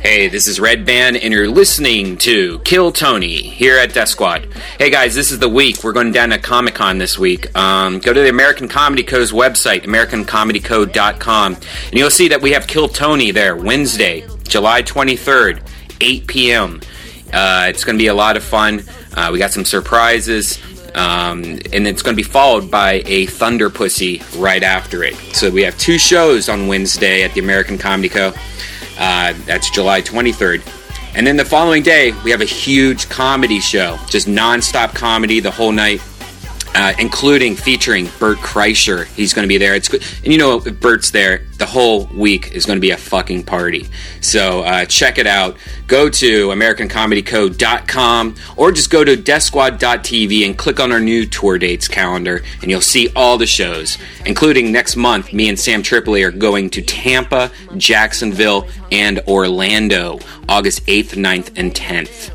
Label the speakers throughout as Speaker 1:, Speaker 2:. Speaker 1: Hey, this is Red Van, and you're listening to Kill Tony here at Death Squad. Hey guys, this is the week. We're going down to Comic Con this week. Um, go to the American Comedy Code's website, AmericanComedyCode.com, and you'll see that we have Kill Tony there Wednesday, July 23rd, 8 p.m. Uh, it's going to be a lot of fun. Uh, we got some surprises. Um, and it's going to be followed by a Thunder Pussy right after it. So we have two shows on Wednesday at the American Comedy Co. Uh, that's July 23rd. And then the following day, we have a huge comedy show, just nonstop comedy the whole night, uh, including featuring Bert Kreischer. He's going to be there. It's good. And you know, if Bert's there, the whole week is going to be a fucking party. So uh, check it out. Go to AmericanComedyCode.com or just go to DeathSquad.tv and click on our new tour dates calendar, and you'll see all the shows, including next month. Me and Sam Tripoli are going to Tampa, Jacksonville, and Orlando, August 8th, 9th, and 10th.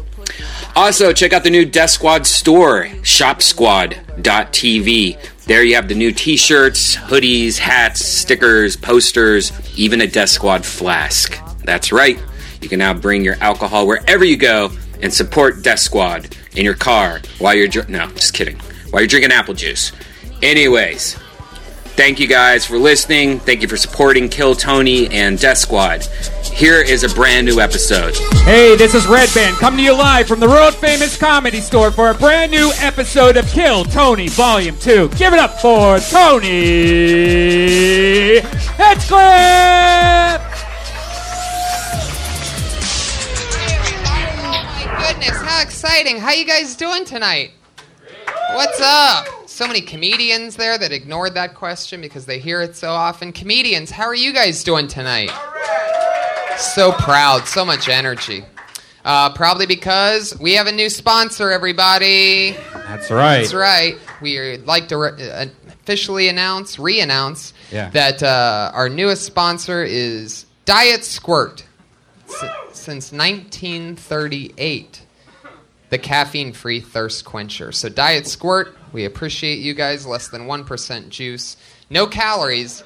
Speaker 1: Also, check out the new Death Squad store, shopsquad.tv. There you have the new t shirts, hoodies, hats, stickers, posters, even a Death Squad flask. That's right. You can now bring your alcohol wherever you go and support Death Squad in your car while you're dr- no, just kidding. While you're drinking apple juice. Anyways, thank you guys for listening. Thank you for supporting Kill Tony and Death Squad. Here is a brand new episode.
Speaker 2: Hey, this is Red Band coming to you live from the world famous comedy store for a brand new episode of Kill Tony Volume 2. Give it up for Tony Hedgecliffe!
Speaker 3: my goodness, how exciting. How you guys doing tonight? What's up? So many comedians there that ignored that question because they hear it so often. Comedians, how are you guys doing tonight? So proud, so much energy. Uh, probably because we have a new sponsor, everybody.
Speaker 2: That's right.
Speaker 3: That's right. We'd like to re- uh, officially announce, re announce,
Speaker 2: Yeah.
Speaker 3: that uh, our newest sponsor is Diet Squirt S- since 1938, the caffeine free thirst quencher. So, Diet Squirt, we appreciate you guys. Less than 1% juice, no calories.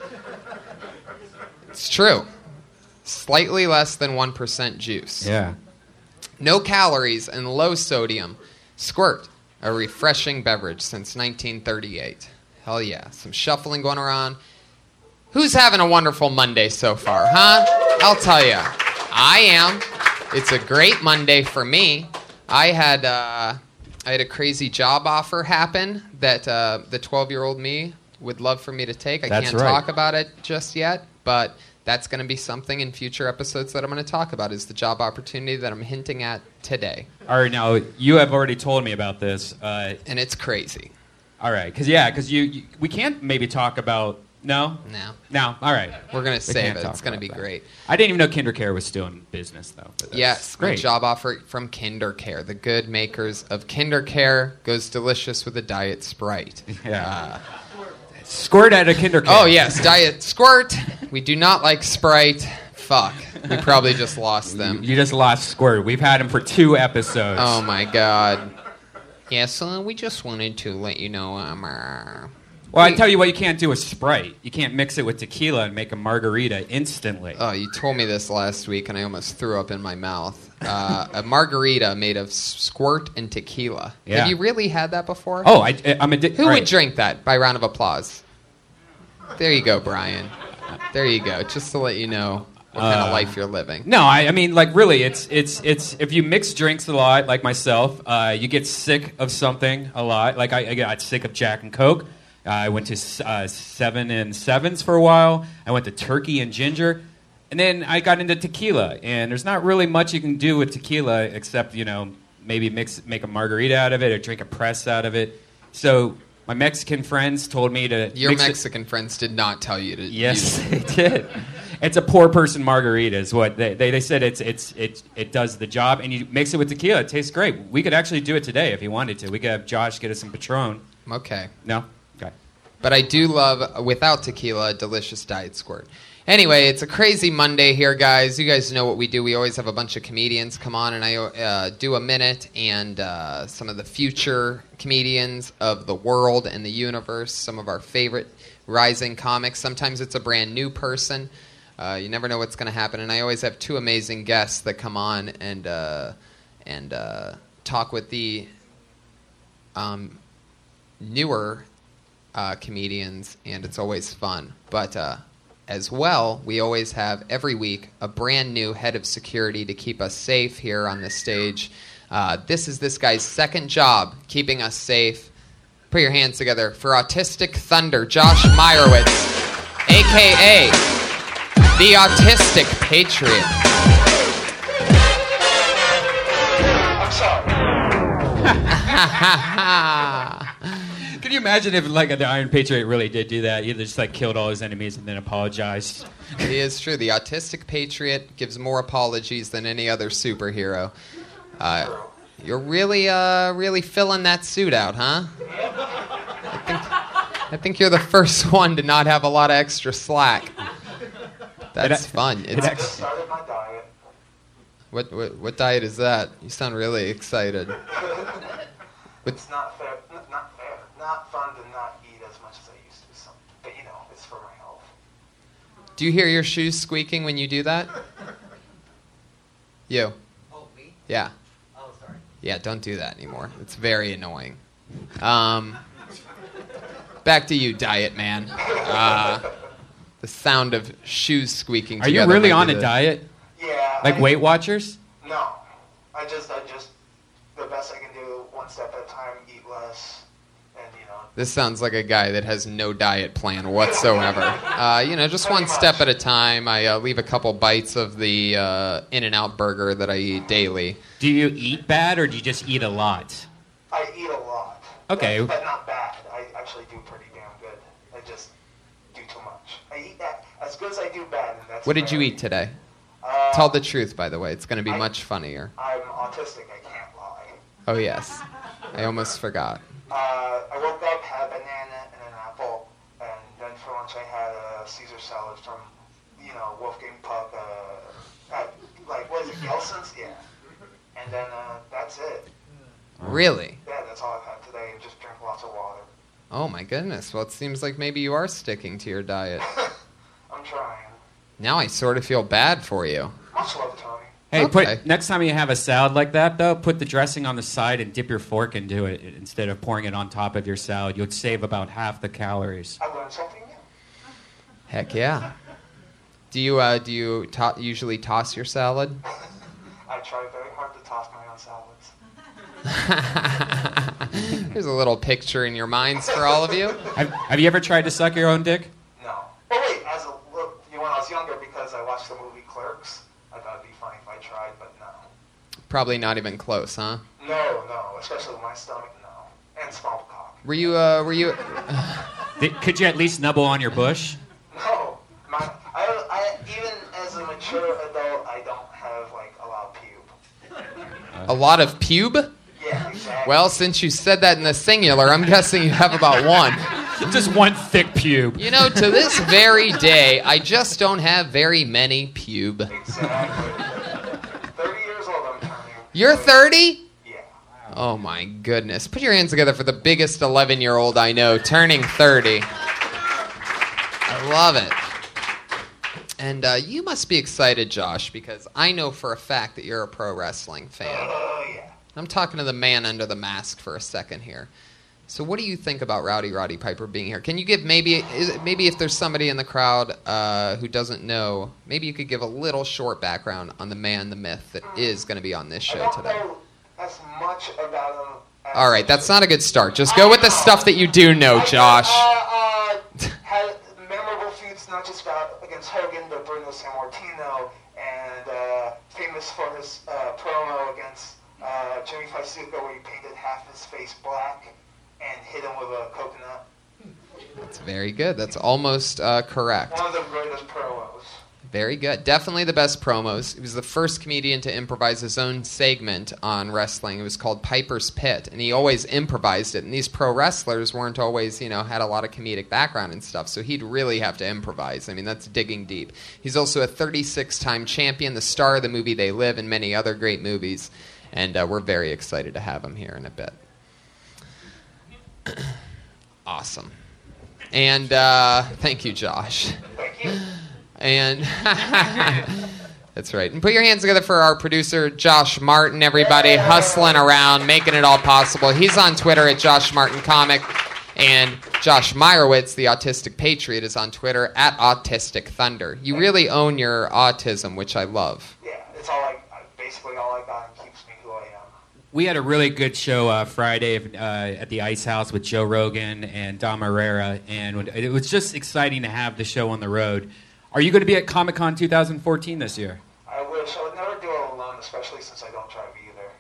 Speaker 3: It's true. Slightly less than 1% juice
Speaker 2: Yeah.
Speaker 3: no calories and low sodium. Squirt, a refreshing beverage since 1938. Hell yeah, some shuffling going around. Who's having a wonderful Monday so far, huh? I'll tell you, I am. It's a great Monday for me. I had uh, I had a crazy job offer happen that uh, the 12 year old me would love for me to take. I
Speaker 2: That's
Speaker 3: can't
Speaker 2: right.
Speaker 3: talk about it just yet, but that's going to be something in future episodes that I'm going to talk about. Is the job opportunity that I'm hinting at today,
Speaker 4: All right, now you have already told me about this. Uh,
Speaker 3: and it's crazy.
Speaker 4: all right, because yeah, because you, you we can't maybe talk about no
Speaker 3: Now
Speaker 4: no. All right,
Speaker 3: we're going to
Speaker 4: We
Speaker 3: save
Speaker 4: can't
Speaker 3: it.
Speaker 4: talk
Speaker 3: It's going to
Speaker 4: about
Speaker 3: be
Speaker 4: that.
Speaker 3: great.
Speaker 4: I didn't even know Kinder Care was still in business though. but that's
Speaker 3: Yes, great
Speaker 4: great
Speaker 3: job offer from Kinder Care, the good makers of Kinder Care goes delicious with a diet Sprite.
Speaker 4: Yeah. Squirt at a Kinder Care.
Speaker 3: Oh yes, diet Squirt. We do not like Sprite. Fuck, we probably just lost them.
Speaker 4: You just lost Squirt. We've had him for two episodes.
Speaker 3: Oh my god. Yeah, so we just wanted to let you know um, uh,
Speaker 4: well, I
Speaker 3: we-
Speaker 4: tell you what, you can't do a Sprite. You can't mix it with tequila and make a margarita instantly.
Speaker 3: Oh, you told me this last week, and I almost threw up in my mouth. Uh, a margarita made of s- squirt and tequila.
Speaker 4: Yeah.
Speaker 3: Have you really had that before?
Speaker 4: oh, I, I'm addicted.
Speaker 3: Who would drink that? By round of applause. There you go, Brian. There you go. Just to let you know what kind of
Speaker 4: Uh,
Speaker 3: life you're living.
Speaker 4: No, I, I mean, like, really, it's it's it's if you mix drinks a lot, like myself, uh, you get sick of something a lot. Like, I, I got sick of Jack and Coke. Uh, I went to uh, Seven and Sevens for a while. I went to Turkey and Ginger, and then I got into tequila. And there's not really much you can do with tequila except you know maybe mix make a margarita out of it or drink a press out of it. So my Mexican friends told me to
Speaker 3: Your
Speaker 4: mix it-
Speaker 3: Mexican friends did not tell you to.
Speaker 4: Yes,
Speaker 3: use-
Speaker 4: they did. It's a poor person margarita, is what they, they, they said. It's it's it it does the job, and you mix it with tequila. It tastes great. We could actually do it today if you wanted to. We could have Josh get us some Patron.
Speaker 3: Okay.
Speaker 4: No, okay.
Speaker 3: But I do love, uh, without tequila, a delicious diet squirt. Anyway, it's a crazy Monday here, guys. You guys know what we do. We always have a bunch of comedians come on, and I uh, do a minute and uh, some of the future comedians of the world and the universe, some of our favorite rising comics. Sometimes it's a brand new person. Uh, you never know what's going to happen, and I always have two amazing guests that come on and uh, and uh, talk with the um, newer uh, comedians, and it's always fun. But uh, as well, we always have every week a brand new head of security to keep us safe here on the stage. Uh, this is this guy's second job, keeping us safe. Put your hands together for Autistic Thunder, Josh Meyerowitz, aka the Autistic Patriot.
Speaker 5: I'm sorry.
Speaker 4: Can you imagine if like the Iron Patriot really did do that? He just like killed all his enemies and then apologized.
Speaker 3: It is true. The autistic patriot gives more apologies than any other superhero. Uh, you're really, uh, really filling that suit out, huh? I think, I think you're the first one to not have a lot of extra slack. That's
Speaker 4: ac-
Speaker 3: fun.
Speaker 4: It
Speaker 3: It's,
Speaker 4: actually,
Speaker 5: Started my diet.
Speaker 3: what, what, what diet is that? You sound really excited.
Speaker 5: It's not fair. n- Not fair. Not fun to not eat as much as I used to. So, but you know, it's for my health.
Speaker 3: Do you hear your shoes squeaking when you do that? You.
Speaker 6: Oh, me?
Speaker 3: Yeah.
Speaker 6: Oh, sorry.
Speaker 3: Yeah, don't do that anymore. It's very annoying. Um, back to you, diet man. Uh, the sound of shoes squeaking.
Speaker 4: are you
Speaker 3: together
Speaker 4: really
Speaker 3: might
Speaker 4: on
Speaker 3: be
Speaker 4: a
Speaker 3: the-
Speaker 4: diet?
Speaker 5: Yeah.
Speaker 4: Like
Speaker 5: I-
Speaker 4: Weight Watchers?
Speaker 5: No. I just, I just, the best I can do, one step at a time, eat less, and you know,
Speaker 3: This sounds like a guy that has no diet plan whatsoever. Uh, you know, just one step at a time. I uh, leave a couple bites of the uh, In-N-Out burger that I eat daily.
Speaker 4: Do you eat bad or do you just eat a lot?
Speaker 5: I eat a lot.
Speaker 4: Okay.
Speaker 5: But, but not bad. I actually do pretty damn good. I just do too much. I eat that as good as I do bad, and that's.
Speaker 3: What did you
Speaker 5: rare.
Speaker 3: eat today?
Speaker 5: Uh,
Speaker 3: Tell the truth, by the way. It's going to be much funnier.
Speaker 5: I'm autistic. I can't lie.
Speaker 3: Oh yes, I almost forgot.
Speaker 5: Uh, I woke up, had a banana and an apple, and then for lunch I had a Caesar salad from, you know, Wolfgang Puck, uh, at, like, what is it, Gelson's? Yeah. And then uh, that's it.
Speaker 3: Really?
Speaker 5: Yeah, that's all I've had today, and just drink lots of water.
Speaker 3: Oh my goodness. Well, it seems like maybe you are sticking to your diet.
Speaker 5: I'm trying.
Speaker 3: Now I sort of feel bad for you.
Speaker 5: Much love, Tony.
Speaker 4: Hey,
Speaker 3: Okay.
Speaker 4: put next time you have a salad like that though, put the dressing on the side and dip your fork into it instead of pouring it on top of your salad. You'll save about half the calories.
Speaker 5: I learned something new.
Speaker 3: Heck yeah. Do you uh, do you to- usually toss your salad?
Speaker 5: I try very hard to toss my own salads.
Speaker 3: There's a little picture in your minds for all of you.
Speaker 4: Have, have you ever tried to suck your own dick?
Speaker 5: No. Oh, wait, as a look, you know, when I was younger, because I watched the movie Clerks, I thought it'd be funny if I tried, but no.
Speaker 3: Probably not even close, huh?
Speaker 5: No, no, especially with my stomach, no. And small cock.
Speaker 3: Were you uh, were you
Speaker 4: Th- Could you at least nibble on your bush?
Speaker 5: No, my, I, I, even as a mature adult, I don't have like a lot of pube.
Speaker 3: a lot of pube?
Speaker 5: Yeah, exactly.
Speaker 3: Well, since you said that in the singular, I'm guessing you have about one.
Speaker 4: Just one thick pube.
Speaker 3: You know, to this very day, I just don't have very many pube.
Speaker 5: exactly. Thirty years old, I'm turning.
Speaker 3: You're 30?
Speaker 5: Yeah.
Speaker 3: Oh my goodness. Put your hands together for the biggest 11 year old I know turning 30. I love it. And uh, you must be excited, Josh, because I know for a fact that you're a pro wrestling fan.
Speaker 5: Oh yeah.
Speaker 3: I'm talking to the man under the mask for a second here. So, what do you think about Rowdy Roddy Piper being here? Can you give maybe is it- maybe if there's somebody in the crowd uh, who doesn't know, maybe you could give a little short background on the man, the myth that is going to be on this
Speaker 5: I
Speaker 3: show
Speaker 5: don't
Speaker 3: today.
Speaker 5: know as much about him. As
Speaker 3: All right, that's not a good start. Just go with the stuff that you do know,
Speaker 5: I,
Speaker 3: Josh.
Speaker 5: Uh, uh, had memorable feuds not just about against Hogan, but Bruno Sammartino, and uh, famous for his uh, promo against uh, Jimmy Fasuka, where he painted half his face black and hit him with a coconut.
Speaker 3: That's very good. That's almost uh, correct.
Speaker 5: One of the greatest promos.
Speaker 3: Very good. Definitely the best promos. He was the first comedian to improvise his own segment on wrestling. It was called Piper's Pit, and he always improvised it. And these pro wrestlers weren't always, you know, had a lot of comedic background and stuff, so he'd really have to improvise. I mean, that's digging deep. He's also a 36 time champion, the star of the movie They Live, and many other great movies. And uh, we're very excited to have him here in a bit. awesome. And uh, thank you, Josh.
Speaker 5: Thank you.
Speaker 3: And that's right. And put your hands together for our producer, Josh Martin, everybody, hustling around, making it all possible. He's on Twitter at Josh Martin Comic. And Josh Meyerowitz, the Autistic Patriot, is on Twitter at Autistic Thunder. You really own your autism, which I love.
Speaker 5: Yeah, it's all I, basically all I got and keeps me who I am.
Speaker 4: We had a really good show uh, Friday uh, at the Ice House with Joe Rogan and Dom Herrera, and it was just exciting to have the show on the road. Are you going to be at Comic Con 2014 this year?
Speaker 5: I wish I would never do it alone, especially since I don't drive either.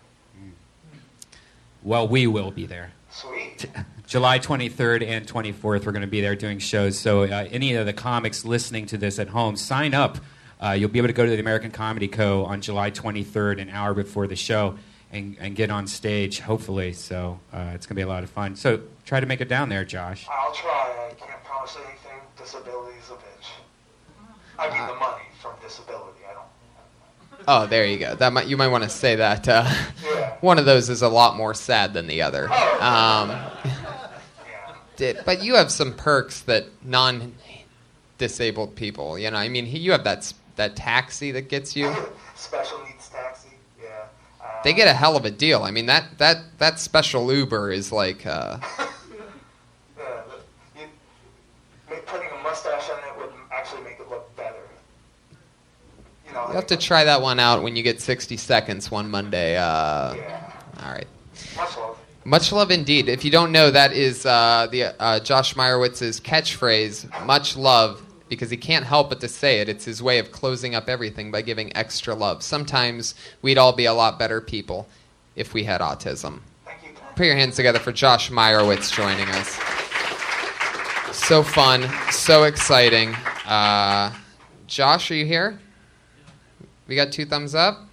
Speaker 4: Well, we will be there.
Speaker 5: Sweet.
Speaker 4: July 23rd and 24th, we're going to be there doing shows. So, uh, any of the comics listening to this at home, sign up. Uh, you'll be able to go to the American Comedy Co. on July 23rd, an hour before the show, and, and get on stage, hopefully. So, uh, it's going to be a lot of fun. So, try to make it down there, Josh.
Speaker 5: I'll try. I can't promise anything. Disability's a bitch. I mean the money from disability. I don't.
Speaker 3: Oh, there you go. That might, you might want to say that uh, one of those is a lot more sad than the other. Um, did- but you have some perks that non-disabled people. You know, I mean, he- you have that s- that taxi that gets you.
Speaker 5: Special needs taxi. Yeah. Uh,
Speaker 3: They get a hell of a deal. I mean, that that that special Uber is like. Uh,
Speaker 5: Yeah, the- you, make, putting a mustache on it would actually make it look better. You know,
Speaker 3: you have
Speaker 5: like,
Speaker 3: to try that one out when you get 60 seconds one Monday. Uh,
Speaker 5: Yeah.
Speaker 3: All right.
Speaker 5: much love.
Speaker 3: Much love indeed. If you don't know, that is uh, the uh, Josh Meyerowitz's catchphrase, "Much love," because he can't help but to say it. It's his way of closing up everything by giving extra love. Sometimes we'd all be a lot better people if we had autism. Put your hands together for Josh Meyerowitz joining us. So fun, so exciting. Uh, Josh, are you here? We got two thumbs up.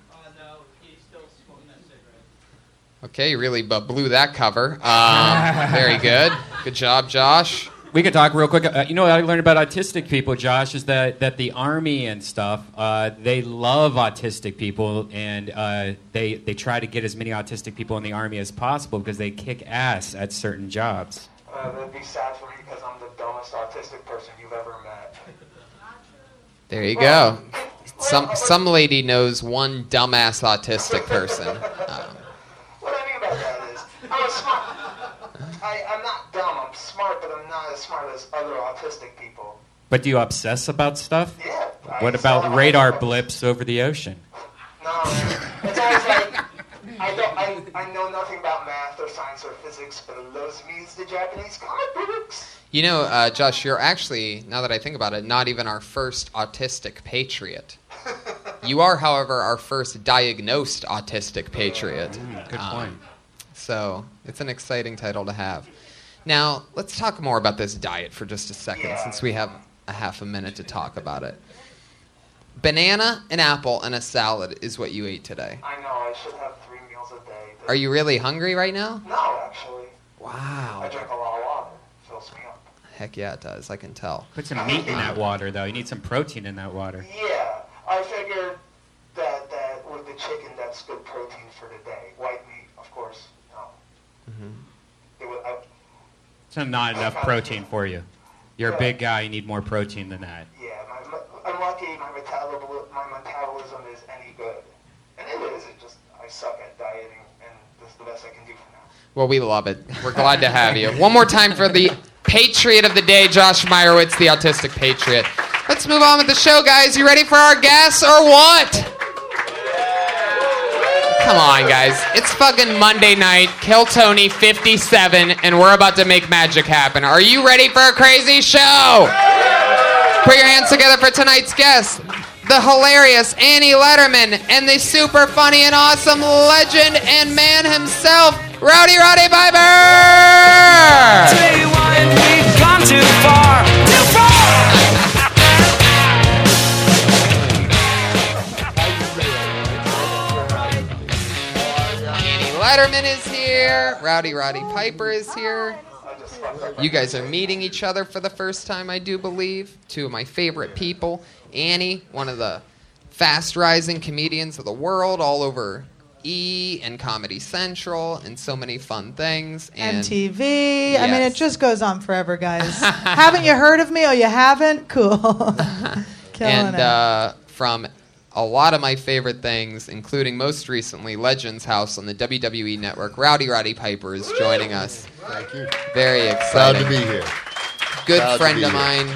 Speaker 3: Okay, you really bu- blew that cover. Um, very good. Good job, Josh.
Speaker 4: We could talk real quick. Uh, you know what I learned about autistic people, Josh, is that, that the army and stuff, uh, they love autistic people, and uh, they they try to get as many autistic people in the army as possible because they kick ass at certain jobs.
Speaker 5: Uh, that'd be sad for me because I'm the dumbest autistic person you've ever met.
Speaker 3: There you go. Some some lady knows one dumbass autistic person. Um,
Speaker 5: What I mean about that is, I'm a smart. I, I'm not dumb. I'm smart, but I'm not as smart as other autistic people.
Speaker 4: But do you obsess about stuff?
Speaker 5: Yeah. I
Speaker 4: What
Speaker 5: just-
Speaker 4: about radar blips over the ocean?
Speaker 5: No, it's always like I don't. I, I know nothing about math or science or physics, but it loves me is the Japanese comic books.
Speaker 3: you know, uh, Josh, you're actually now that I think about it, not even our first autistic patriot. You are, however, our first diagnosed autistic patriot.
Speaker 4: Good
Speaker 3: Um,
Speaker 4: point.
Speaker 3: So it's an exciting title to have. Now, let's talk more about this diet for just a second since we have a half a minute to talk about it. Banana, an apple, and a salad is what you ate today.
Speaker 5: I know I should have three meals a day.
Speaker 3: Are you really hungry right now?
Speaker 5: No, actually, I
Speaker 3: Wow.
Speaker 5: drink a lot of water. Fills me up.
Speaker 3: Heck yeah, it does. I can tell.
Speaker 4: Put some meat in that water, though. You need some protein in that water.
Speaker 5: Yeah, I figured that that with the chicken, that's good protein for today. White meat, of course. No, it was. I,
Speaker 4: It's not enough protein for you. You're a big guy. You need more protein than that.
Speaker 5: yeah, my, my, I'm lucky. My metabolism, my metabolism is any good, and it is. It just I suck at dieting, and this is the best I can do for now.
Speaker 3: Well, we love it. We're glad to have you. One more time for the Patriot of the Day, Josh Meyerowitz, the Autistic Patriot. Let's move on with the show, guys. You ready for our guess or what? Come on, guys. It's fucking Monday night, Kill Tony 57, and we're about to make magic happen. Are you ready for a crazy show? Put your hands together for tonight's guest, the hilarious Annie Letterman, and the super funny and awesome legend and man himself, Rowdy Roddy Piper! Annie Letterman is here. Rowdy Roddy Piper is here. You guys are meeting each other for the first time, I do believe. Two of my favorite people. Annie, one of the fast rising comedians of the world, all over E and Comedy Central and so many fun things. And
Speaker 6: MTV. I mean,
Speaker 3: Yes.
Speaker 6: it just goes on forever, guys. haven't you heard of me? Oh, you haven't? Cool. Keep Killing
Speaker 3: and
Speaker 6: it.
Speaker 3: uh, from a lot of my favorite things, including most recently Legends House on the WWE Network, Rowdy Roddy Piper is joining us.
Speaker 7: Thank you.
Speaker 3: Very
Speaker 7: Proud
Speaker 3: excited.
Speaker 7: to be here.
Speaker 3: Good
Speaker 7: Proud to
Speaker 3: friend
Speaker 7: be
Speaker 3: of
Speaker 7: here.
Speaker 3: mine,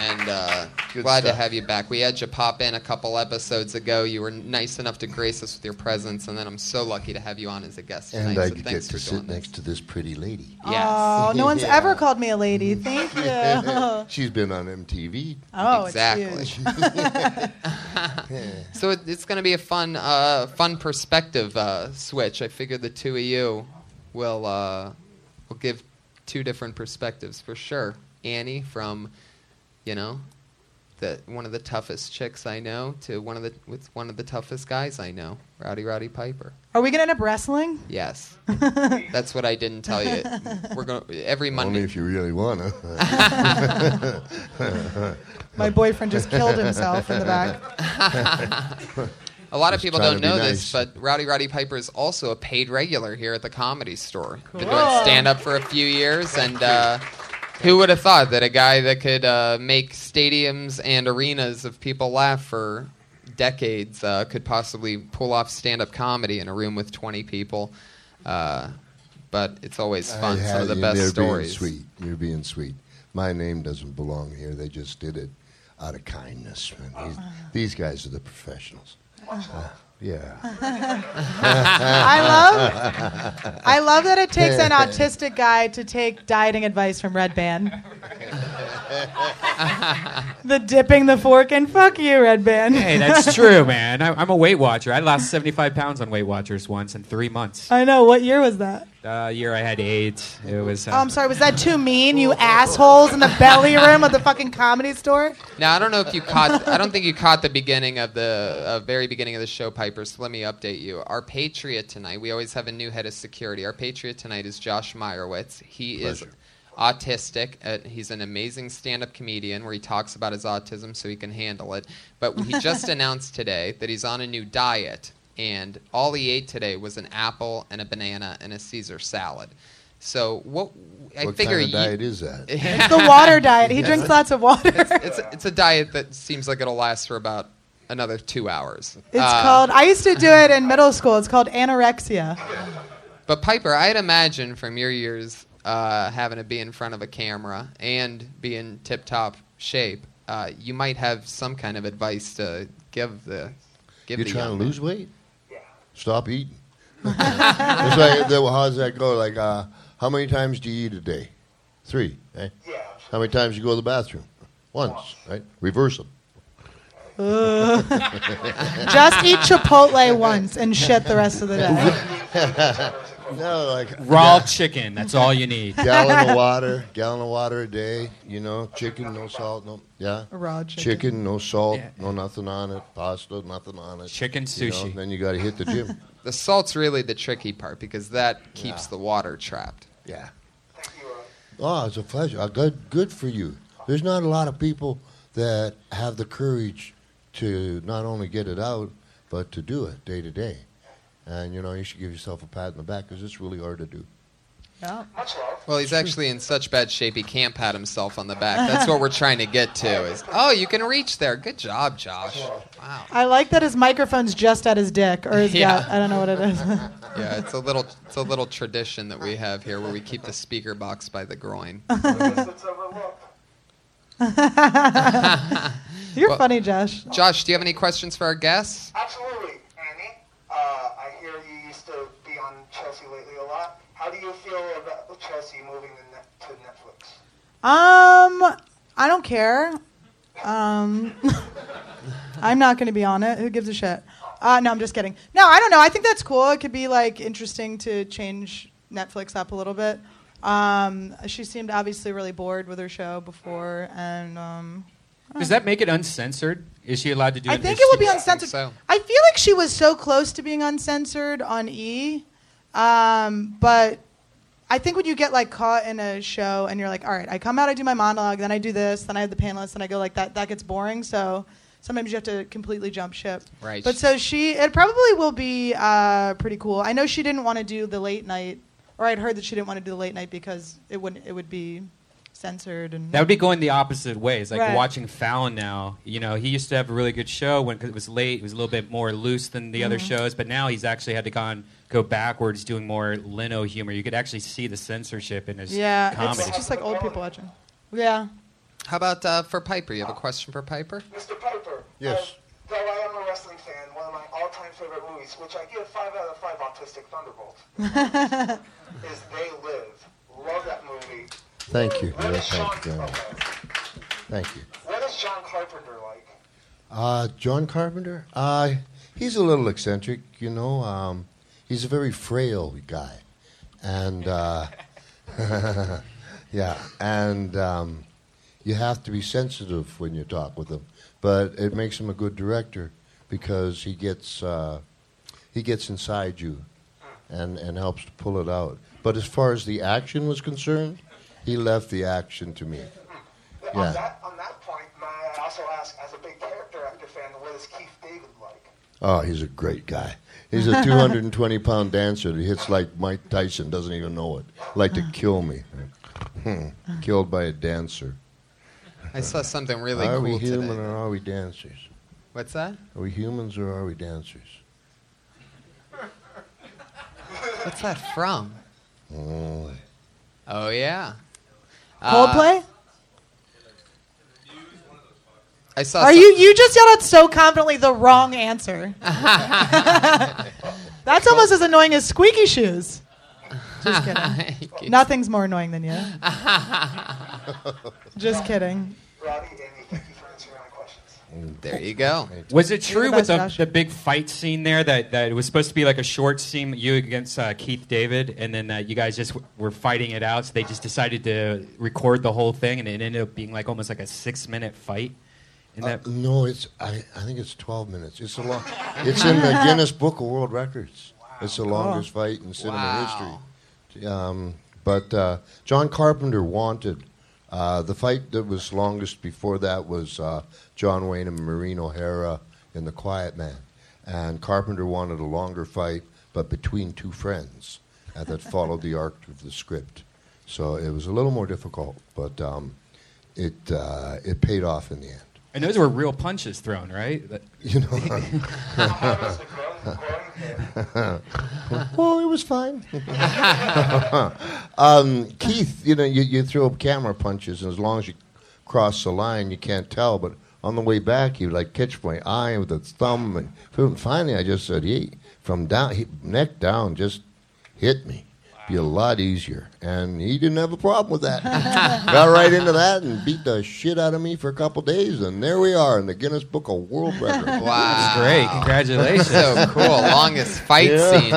Speaker 3: and uh,
Speaker 7: Good
Speaker 3: glad to
Speaker 7: stuff.
Speaker 3: have you back. We had you pop in a couple episodes ago. You were nice enough to grace us with your presence, and then I'm so lucky to have you on as a guest tonight.
Speaker 7: And I
Speaker 3: so
Speaker 7: get
Speaker 3: thanks
Speaker 7: to
Speaker 3: for
Speaker 7: sit
Speaker 3: doing this.
Speaker 7: next to this pretty lady.
Speaker 3: Yes.
Speaker 6: Oh, no one's
Speaker 7: Yeah.
Speaker 6: ever called me a lady. Thank you. oh,
Speaker 7: She's been on MTV.
Speaker 6: it's
Speaker 3: Exactly.
Speaker 6: huge.
Speaker 3: So it, it's going to be a fun, uh, fun perspective uh, switch. I figure the two of you will uh, will give two different perspectives for sure. Annie from, you know, the one of the toughest chicks I know to one of the with one of the toughest guys I know, Rowdy Rowdy Piper.
Speaker 6: Are we gonna end up wrestling?
Speaker 3: Yes, that's what I didn't tell you. We're going every
Speaker 7: Only
Speaker 3: Monday.
Speaker 7: if you really wanna.
Speaker 6: My boyfriend just killed himself in the back.
Speaker 3: A lot of
Speaker 7: Just
Speaker 3: people
Speaker 7: trying
Speaker 3: don't
Speaker 7: to be
Speaker 3: know this,
Speaker 7: nice.
Speaker 3: but Rowdy Roddy Piper is also a paid regular here at the Comedy Store. Been
Speaker 6: Cool.
Speaker 3: doing stand up for a few years, and uh, who would have thought that a guy that could uh, make stadiums and arenas of people laugh for decades uh, could possibly pull off stand up comedy in a room with 20 people? Uh, but it's always fun.
Speaker 7: I
Speaker 3: Some
Speaker 7: had-
Speaker 3: of the
Speaker 7: you-
Speaker 3: best
Speaker 7: you're
Speaker 3: stories.
Speaker 7: Being sweet. You're being sweet. My name doesn't belong here. They just did it out of kindness. man. These, these guys are the professionals. Uh, yeah.
Speaker 6: Uh-huh. I love I love that it takes an autistic guy to take dieting advice from Red Band. the dipping the fork and fuck you, Red Band.
Speaker 4: Hey, that's true, man. I, I'm a Weight Watcher. I lost 75 pounds on Weight Watchers once in three months.
Speaker 6: I know. What year was that?
Speaker 4: Uh, year I had AIDS. It was. Uh,
Speaker 6: Oh, I'm sorry. Was that too mean, you assholes in the belly room of the fucking comedy store?
Speaker 3: Now I don't know if you caught. I don't think you caught the beginning of the uh, very beginning of the show, Piper. So let me update you. Our patriot tonight. We always have a new head of security. Our patriot tonight is Josh Meyerowitz. He is
Speaker 7: Pleasure.
Speaker 3: autistic. Uh, he's an amazing stand-up comedian where he talks about his autism so he can handle it. But he just announced today that he's on a new diet, and all he ate today was an apple and a banana and a Caesar salad. So what? I
Speaker 7: what
Speaker 3: figure
Speaker 7: kind of
Speaker 3: you-
Speaker 7: diet is that?
Speaker 6: It's the water diet. He drinks lots of water. It's,
Speaker 3: it's it's a diet that seems like it'll last for about another two hours. Uh,
Speaker 6: called. I used to do it in middle school. It's called anorexia.
Speaker 3: But Piper, I'd imagine from your years uh, having to be in front of a camera and be in tip-top shape, uh, you might have some kind of advice to give the give
Speaker 7: You're
Speaker 3: the
Speaker 7: trying
Speaker 3: young
Speaker 7: to lose weight?
Speaker 5: Yeah.
Speaker 7: Stop eating. it's like, the- how does that go? Like, uh, how many times do you eat a day? Three. Eh?
Speaker 5: Yeah.
Speaker 7: How many times you go to the bathroom? Once, right? Reverse them.
Speaker 6: Just eat Chipotle once and shit the rest of the day.
Speaker 7: No, like
Speaker 4: raw chicken. That's all you need.
Speaker 7: gallon of water, gallon of water a day. You know, chicken, no salt, no yeah.
Speaker 6: Raw
Speaker 7: Chicken, no salt,
Speaker 4: Yeah.
Speaker 7: no nothing on it. Pasta, nothing on it.
Speaker 4: Chicken
Speaker 7: You know,
Speaker 4: sushi.
Speaker 7: then you got to hit the gym.
Speaker 3: The salt's really the tricky part because that keeps
Speaker 7: Yeah.
Speaker 3: the water trapped.
Speaker 7: yeah.
Speaker 5: Thank you. uh,
Speaker 7: Oh, it's a pleasure. Uh, good, good for you. There's not a lot of people that have the courage to not only get it out, but to do it day to day. And you know, you should give yourself a pat on the back because it's really hard to do.
Speaker 6: Yeah.
Speaker 5: Much love.
Speaker 3: Well, he's actually in such bad shape he can't pat himself on the back. That's what we're trying to get to. Is oh, you can reach there. Good job, Josh. Wow.
Speaker 6: I like that his microphone's just at his dick or his
Speaker 3: Yeah.
Speaker 6: gut. I don't know what it is.
Speaker 3: Yeah, it's a little it's a little tradition that we have here where we keep the speaker box by the groin.
Speaker 5: Let's overlook.
Speaker 6: You're
Speaker 3: Well-
Speaker 6: funny, Josh.
Speaker 3: Josh, do you have any questions for our guests?
Speaker 5: Absolutely, Annie. Uh, I hear you used to be on Chelsea lately a lot. How do you feel about Chelsea moving to, net, to Netflix?
Speaker 6: Um, I don't care. Um, I'm not going to be on it. Who gives a shit? Uh, no, I'm just kidding. No, I don't know. I think that's cool. It could be like interesting to change Netflix up a little bit. Um, she seemed obviously really bored with her show before, and um,
Speaker 4: Does that make it uncensored? Is she allowed to do?
Speaker 6: I
Speaker 4: it?
Speaker 6: think
Speaker 4: Is
Speaker 6: it will
Speaker 4: she-
Speaker 6: be uncensored.
Speaker 3: so.
Speaker 6: I feel like she was so close to being uncensored on E, um, but I think when you get like caught in a show and you're like, all right, I come out, I do my monologue, then I do this, then I have the panelists, and I go like that. That gets boring. So sometimes you have to completely jump ship.
Speaker 3: Right.
Speaker 6: But so she, it probably will be uh, pretty cool. I know she didn't want to do the late night, or I'd heard that she didn't want to do the late night because it wouldn't, it would be censored and
Speaker 4: That would be going the opposite ways. Like
Speaker 6: Right.
Speaker 4: watching Fallon now, you know, he used to have a really good show when cause it was late. It was a little bit more loose than the other
Speaker 6: Mm-hmm.
Speaker 4: shows, but now he's actually had to gone go backwards, doing more Leno humor. You could actually see the censorship in his
Speaker 6: yeah,
Speaker 4: comedy.
Speaker 6: it's just like old people watching. Yeah.
Speaker 3: How about uh, for Piper? You have a question for Piper?
Speaker 5: Mr. Piper.
Speaker 7: Yes.
Speaker 5: Uh, though I am a wrestling fan, one of my all-time favorite movies, which I give five out of five Autistic Thunderbolt, is They Live. Love that movie.
Speaker 7: Thank you.
Speaker 5: What
Speaker 7: Yeah,
Speaker 5: is Sean?
Speaker 7: thank you. very much. Thank you.
Speaker 5: What is John Carpenter like?
Speaker 7: Uh, John Carpenter, uh, he's a little eccentric, you know. Um, he's a very frail guy, and uh, yeah, and um, you have to be sensitive when you talk with him. But it makes him a good director because he gets uh, he gets inside you, and and helps to pull it out. But as far as the action was concerned, he left the action to me. Yeah.
Speaker 5: On that, on that point, may I also ask, as a big character actor fan, what is Keith David like?
Speaker 7: Oh, he's a great guy. He's a 220 pound dancer that hits like Mike Tyson, doesn't even know it. Like to kill me. Hmm. Killed by a dancer.
Speaker 3: I saw something really
Speaker 7: are
Speaker 3: cool
Speaker 7: we human
Speaker 3: today.
Speaker 7: or are we dancers?
Speaker 3: What's that?
Speaker 7: Are we humans or are we dancers?
Speaker 3: What's that from?
Speaker 7: Oh,
Speaker 3: Oh yeah. Uh,
Speaker 6: Coldplay?
Speaker 3: Uh, I saw.
Speaker 6: Are
Speaker 3: some-
Speaker 6: you you just yelled out so confidently the wrong answer. That's almost as annoying as squeaky shoes. Just kidding. Nothing's more annoying than you. Just kidding.
Speaker 5: Robbie, Amy, thank you for answering my questions.
Speaker 3: there you go.
Speaker 4: Was it true
Speaker 6: the best,
Speaker 4: with the,
Speaker 6: Josh.
Speaker 4: the big fight scene there that, that it was supposed to be like a short scene, you against uh, Keith David, and then uh, you guys just w- were fighting it out? So they just decided to record the whole thing, and it ended up being like almost like a six minute fight. And
Speaker 7: Uh,
Speaker 4: that,
Speaker 7: no, it's I, I think it's 12 minutes. It's a long. It's in the Guinness Book of World Records. It's the longest fight in cinema
Speaker 3: Wow.
Speaker 7: history. Um, but uh, John Carpenter wanted uh, the fight that was longest before that was uh, John Wayne and Maureen O'Hara in The Quiet Man, and Carpenter wanted a longer fight, but between two friends, and that followed the arc of the script. So it was a little more difficult, but um, it uh, it paid off in the end.
Speaker 4: and those were real punches thrown, right? That-
Speaker 7: You know.
Speaker 5: How does the growing, growing pain?
Speaker 7: Oh, it was fine. um, Keith, you know, you, you throw up camera punches, and as long as you cross the line, you can't tell. But on the way back, he would like catch my eye with his thumb, and boom, finally, I just said, "Hey, from down, he, neck down, just hit me." Be a lot easier, and he didn't have a problem with that. Got right into that and beat the shit out of me for a couple days, and there we are in the Guinness Book of World Records.
Speaker 3: Wow.
Speaker 4: Great, congratulations.
Speaker 3: So cool. Longest fight
Speaker 7: Yeah.
Speaker 3: scene.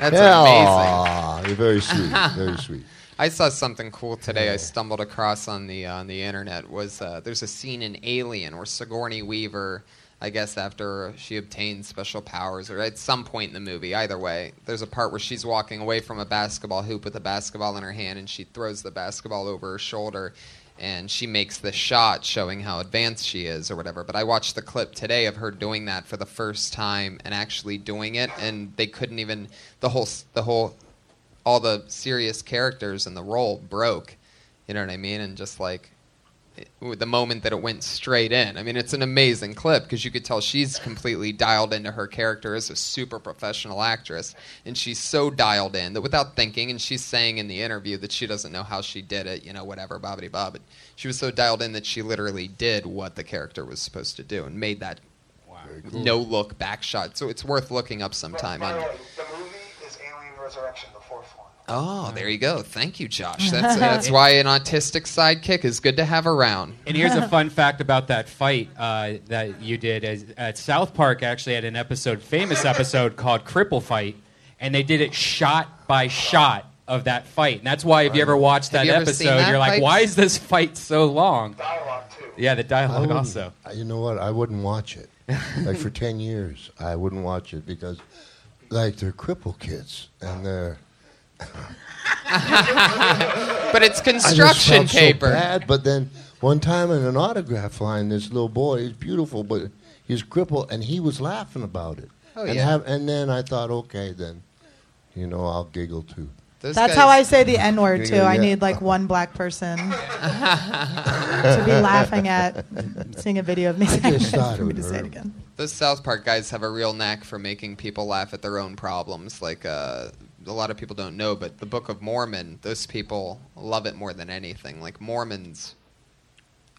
Speaker 3: That's
Speaker 7: Yeah,
Speaker 3: amazing.
Speaker 7: aw, you're very sweet, very sweet.
Speaker 3: I saw something cool today. I stumbled across on the uh, on the internet was uh, there's a scene in Alien where Sigourney Weaver, I guess after she obtains special powers or at some point in the movie, either way, there's a part where she's walking away from a basketball hoop with a basketball in her hand and she throws the basketball over her shoulder and she makes the shot showing how advanced she is or whatever. But I watched the clip today of her doing that for the first time and actually doing it and they couldn't even the whole s- the whole all the serious characters in the role broke. You know what I mean? And just like it, with the moment that it went straight in. I mean, it's an amazing clip because you could tell she's completely dialed into her character as a super professional actress, and she's so dialed in that without thinking, and she's saying in the interview that she doesn't know how she did it. You know, whatever, bobbity bob. But she was so dialed in that she literally did what the character was supposed to do and made that. No look back shot, so it's worth looking up sometime.
Speaker 5: By
Speaker 3: On
Speaker 5: the way, the movie is Alien Resurrection, the fourth one.
Speaker 3: Oh, there
Speaker 4: Um,
Speaker 3: you go. Thank you, Josh. That's that's why an autistic sidekick is good to have around.
Speaker 4: And here's a fun fact about that fight uh, that you did is, at South Park. Actually, had an episode, famous episode called "Cripple Fight," and they did it shot by shot of that fight. And that's why if you ever watched
Speaker 3: Have
Speaker 4: that
Speaker 3: you ever seen
Speaker 4: episode,
Speaker 3: that
Speaker 4: you're like,
Speaker 3: fight?
Speaker 4: "Why is this fight so long?"
Speaker 5: Dialogue too.
Speaker 4: Yeah, the
Speaker 7: I
Speaker 4: dialogue
Speaker 3: Oh.
Speaker 7: wouldn't-
Speaker 4: also.
Speaker 7: I- You know what? I wouldn't watch it. like for ten years, I wouldn't watch it because, like, they're cripple kids and they're
Speaker 3: But it's
Speaker 7: I just
Speaker 3: construction
Speaker 7: felt so
Speaker 3: paper.
Speaker 7: bad, but then one time in an autograph line, this little boy, he's beautiful, but he's crippled, and he was laughing about it.
Speaker 3: Oh,
Speaker 7: and
Speaker 3: yeah.
Speaker 7: and then I thought, okay, then, you know, I'll giggle too.
Speaker 3: Those
Speaker 6: That's
Speaker 3: guys-
Speaker 6: how I say the N word too.
Speaker 7: Yeah.
Speaker 6: I need like one black person to be laughing at seeing a video of me saying
Speaker 7: just
Speaker 6: it
Speaker 7: thought
Speaker 6: for me
Speaker 7: it
Speaker 6: to
Speaker 7: would
Speaker 6: say it
Speaker 7: hurt.
Speaker 6: again.
Speaker 3: Those South Park guys have a real knack for making people laugh at their own problems. Like uh, a lot of people don't know, but the Book of Mormon, those people love it more than anything. Like Mormons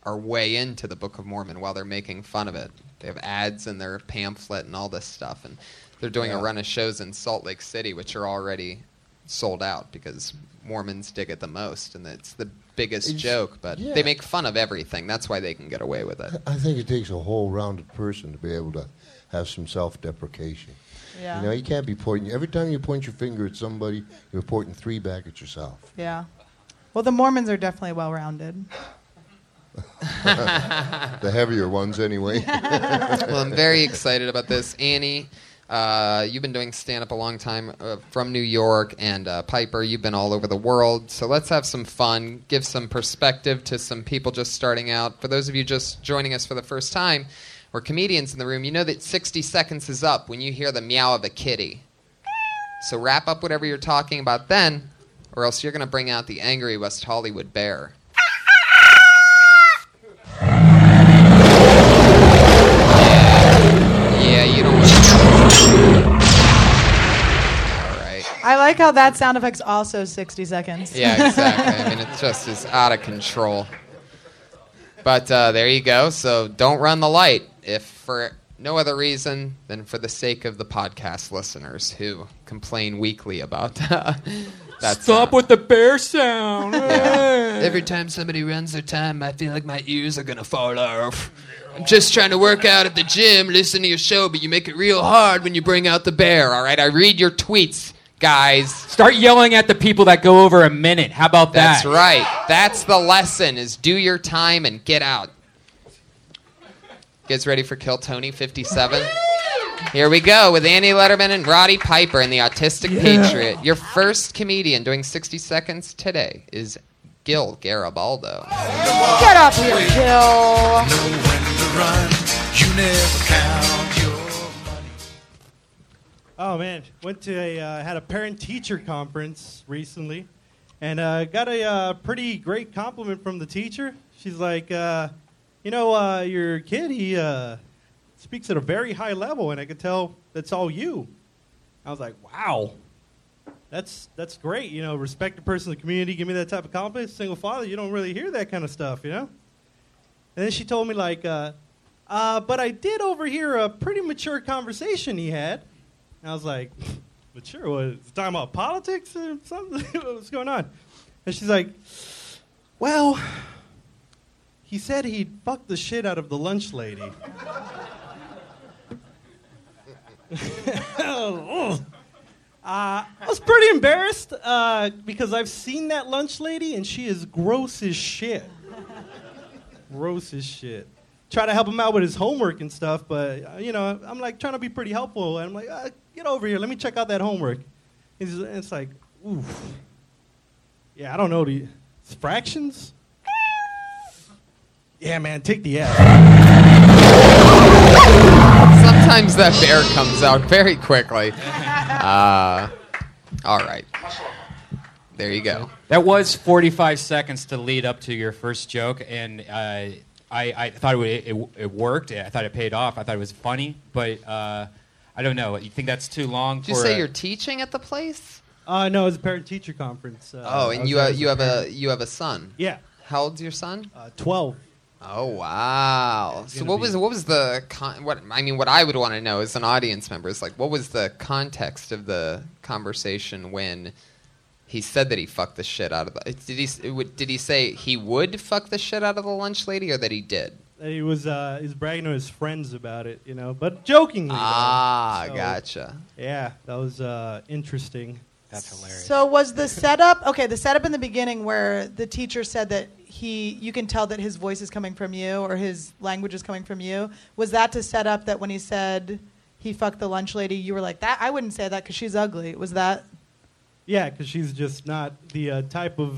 Speaker 3: are way into the Book of Mormon while they're making fun of it. They have ads in their pamphlet and all this stuff, and they're doing a run of shows in Salt Lake City, which are already sold out because Mormons dig it the most, and it's the biggest
Speaker 7: It's-
Speaker 3: joke. But
Speaker 7: yeah.
Speaker 3: they make fun of everything. That's why they can get away with it.
Speaker 7: I think it takes a whole rounded person to be able to have some self deprecation.
Speaker 6: Yeah.
Speaker 7: You know, you can't be pointing. Every time you point your finger at somebody, you're pointing three back at yourself.
Speaker 6: yeah. Well, the Mormons are definitely well rounded.
Speaker 7: The heavier ones, anyway.
Speaker 3: well, I'm very excited about this. Annie, uh, you've been doing stand up a long time uh, from New York, and uh, Piper, you've been all over the world. So let's have some fun, give some perspective to some people just starting out. For those of you just joining us for the first time, or comedians in the room, you know that 60 seconds is up when you hear the meow of a kitty. So wrap up whatever you're talking about then, or else you're going to bring out the angry West Hollywood bear. Yeah, you don't want All right.
Speaker 6: I like how that sound effect's also 60 seconds.
Speaker 3: Yeah, exactly. I mean, it just is out of control. But uh, there you go. So don't run the light if for no other reason than for the sake of the podcast listeners who complain weekly about that.
Speaker 2: Stop with the bear sound.
Speaker 3: Every time somebody runs their time, I feel like my ears are gonna fall off. I'm just trying to work out at the gym, listen to your show, but you make it real hard when you bring out the bear, all right? I read your tweets, guys.
Speaker 4: Start yelling at the people that go over a minute. How about that?
Speaker 3: That's right. That's the lesson is do your time and get out. Gets ready for Kill Tony 57. Here we go with Andy Letterman and Roddy Piper and the Autistic Patriot. Your first comedian doing 60 seconds today is Gil Garibaldo.
Speaker 6: Get up here, Gil.
Speaker 8: Oh man, went to a uh, had a parent teacher conference recently, and uh, got a uh, pretty great compliment from the teacher. She's like, uh, you know, uh, your kid he uh, speaks at a very high level, and I could tell that's all you. I was like, wow, that's that's great. You know, respect the person in the community. Give me that type of compliment. Single father, you don't really hear that kind of stuff, you know. And then she told me like, uh, uh, but I did overhear a pretty mature conversation he had. And I was like, mature? What? Is it talking about politics or something? What's going on? And she's like, well, he said he'd fuck the shit out of the lunch lady. uh, I was pretty embarrassed uh, because I've seen that lunch lady and she is gross as shit gross as shit. Try to help him out with his homework and stuff, but uh, you know, I'm like trying to be pretty helpful, and I'm like, uh, get over here, let me check out that homework. It's, it's like, oof. Yeah, I don't know. The it's fractions. Yeah, man, take the F.
Speaker 3: Sometimes that bear comes out very quickly. Uh, all right. There you go.
Speaker 4: That was 45 seconds to lead up to your first joke, and uh, I, I thought it, would- it, it worked. I thought it paid off. I thought it was funny, but uh, I don't know. You think that's too long?
Speaker 3: Did you
Speaker 4: for
Speaker 3: say
Speaker 4: a-
Speaker 3: you're teaching at the place?
Speaker 8: Uh, no, it's a parent-teacher conference. Uh,
Speaker 3: Oh,
Speaker 8: I
Speaker 3: and
Speaker 8: was
Speaker 3: you
Speaker 8: there
Speaker 3: uh,
Speaker 8: as
Speaker 3: you have a you have a son.
Speaker 8: yeah,
Speaker 3: How old's your son?
Speaker 8: uh, twelve.
Speaker 3: Oh wow! So
Speaker 8: gonna
Speaker 3: what was
Speaker 8: be-
Speaker 3: what was the con- what I mean? What I would want to know as an audience member is like, what was the context of the conversation when he said that he fucked the shit out of the? Did he s- it would- did he say he would fuck the shit out of the lunch lady or that he did?
Speaker 8: He was uh, he was bragging to his friends about it, you know, but jokingly. though.
Speaker 3: Ah,
Speaker 8: So,
Speaker 3: gotcha.
Speaker 8: Yeah, that was uh, interesting.
Speaker 4: That's hilarious.
Speaker 6: So was the setup okay? The setup in the beginning where the teacher said that he, you can tell that his voice is coming from you or his language is coming from you. Was that to set up that when he said he fucked the lunch lady, you were like that? I wouldn't say that because she's ugly. Was that
Speaker 8: Yeah, because she's just not the uh, type of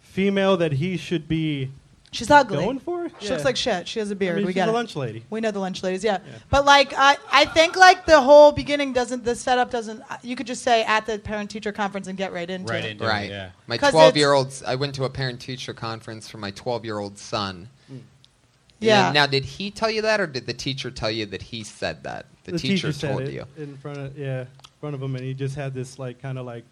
Speaker 8: female that he should be
Speaker 6: She's ugly.
Speaker 8: Going for it?
Speaker 6: She
Speaker 8: Yeah.
Speaker 6: looks like shit. She has a beard.
Speaker 8: I mean,
Speaker 6: we
Speaker 8: she's
Speaker 6: get
Speaker 8: a
Speaker 6: it.
Speaker 8: lunch lady.
Speaker 6: We know the lunch ladies, yeah. But like, I, I think like the whole beginning doesn't. The setup doesn't. You could just say at the parent teacher conference and get right into
Speaker 4: Right
Speaker 6: it.
Speaker 4: into
Speaker 3: Right.
Speaker 4: it. Yeah.
Speaker 3: My
Speaker 6: 'Cause
Speaker 3: 12 year old, I went to a parent teacher conference for my 12 year old son.
Speaker 6: Yeah.
Speaker 3: And now, did he tell you that, or did the teacher tell you that he said that? The, teacher,
Speaker 8: said
Speaker 3: told
Speaker 8: it
Speaker 3: you.
Speaker 8: in front of yeah, in front of him, and he just had this like kind of like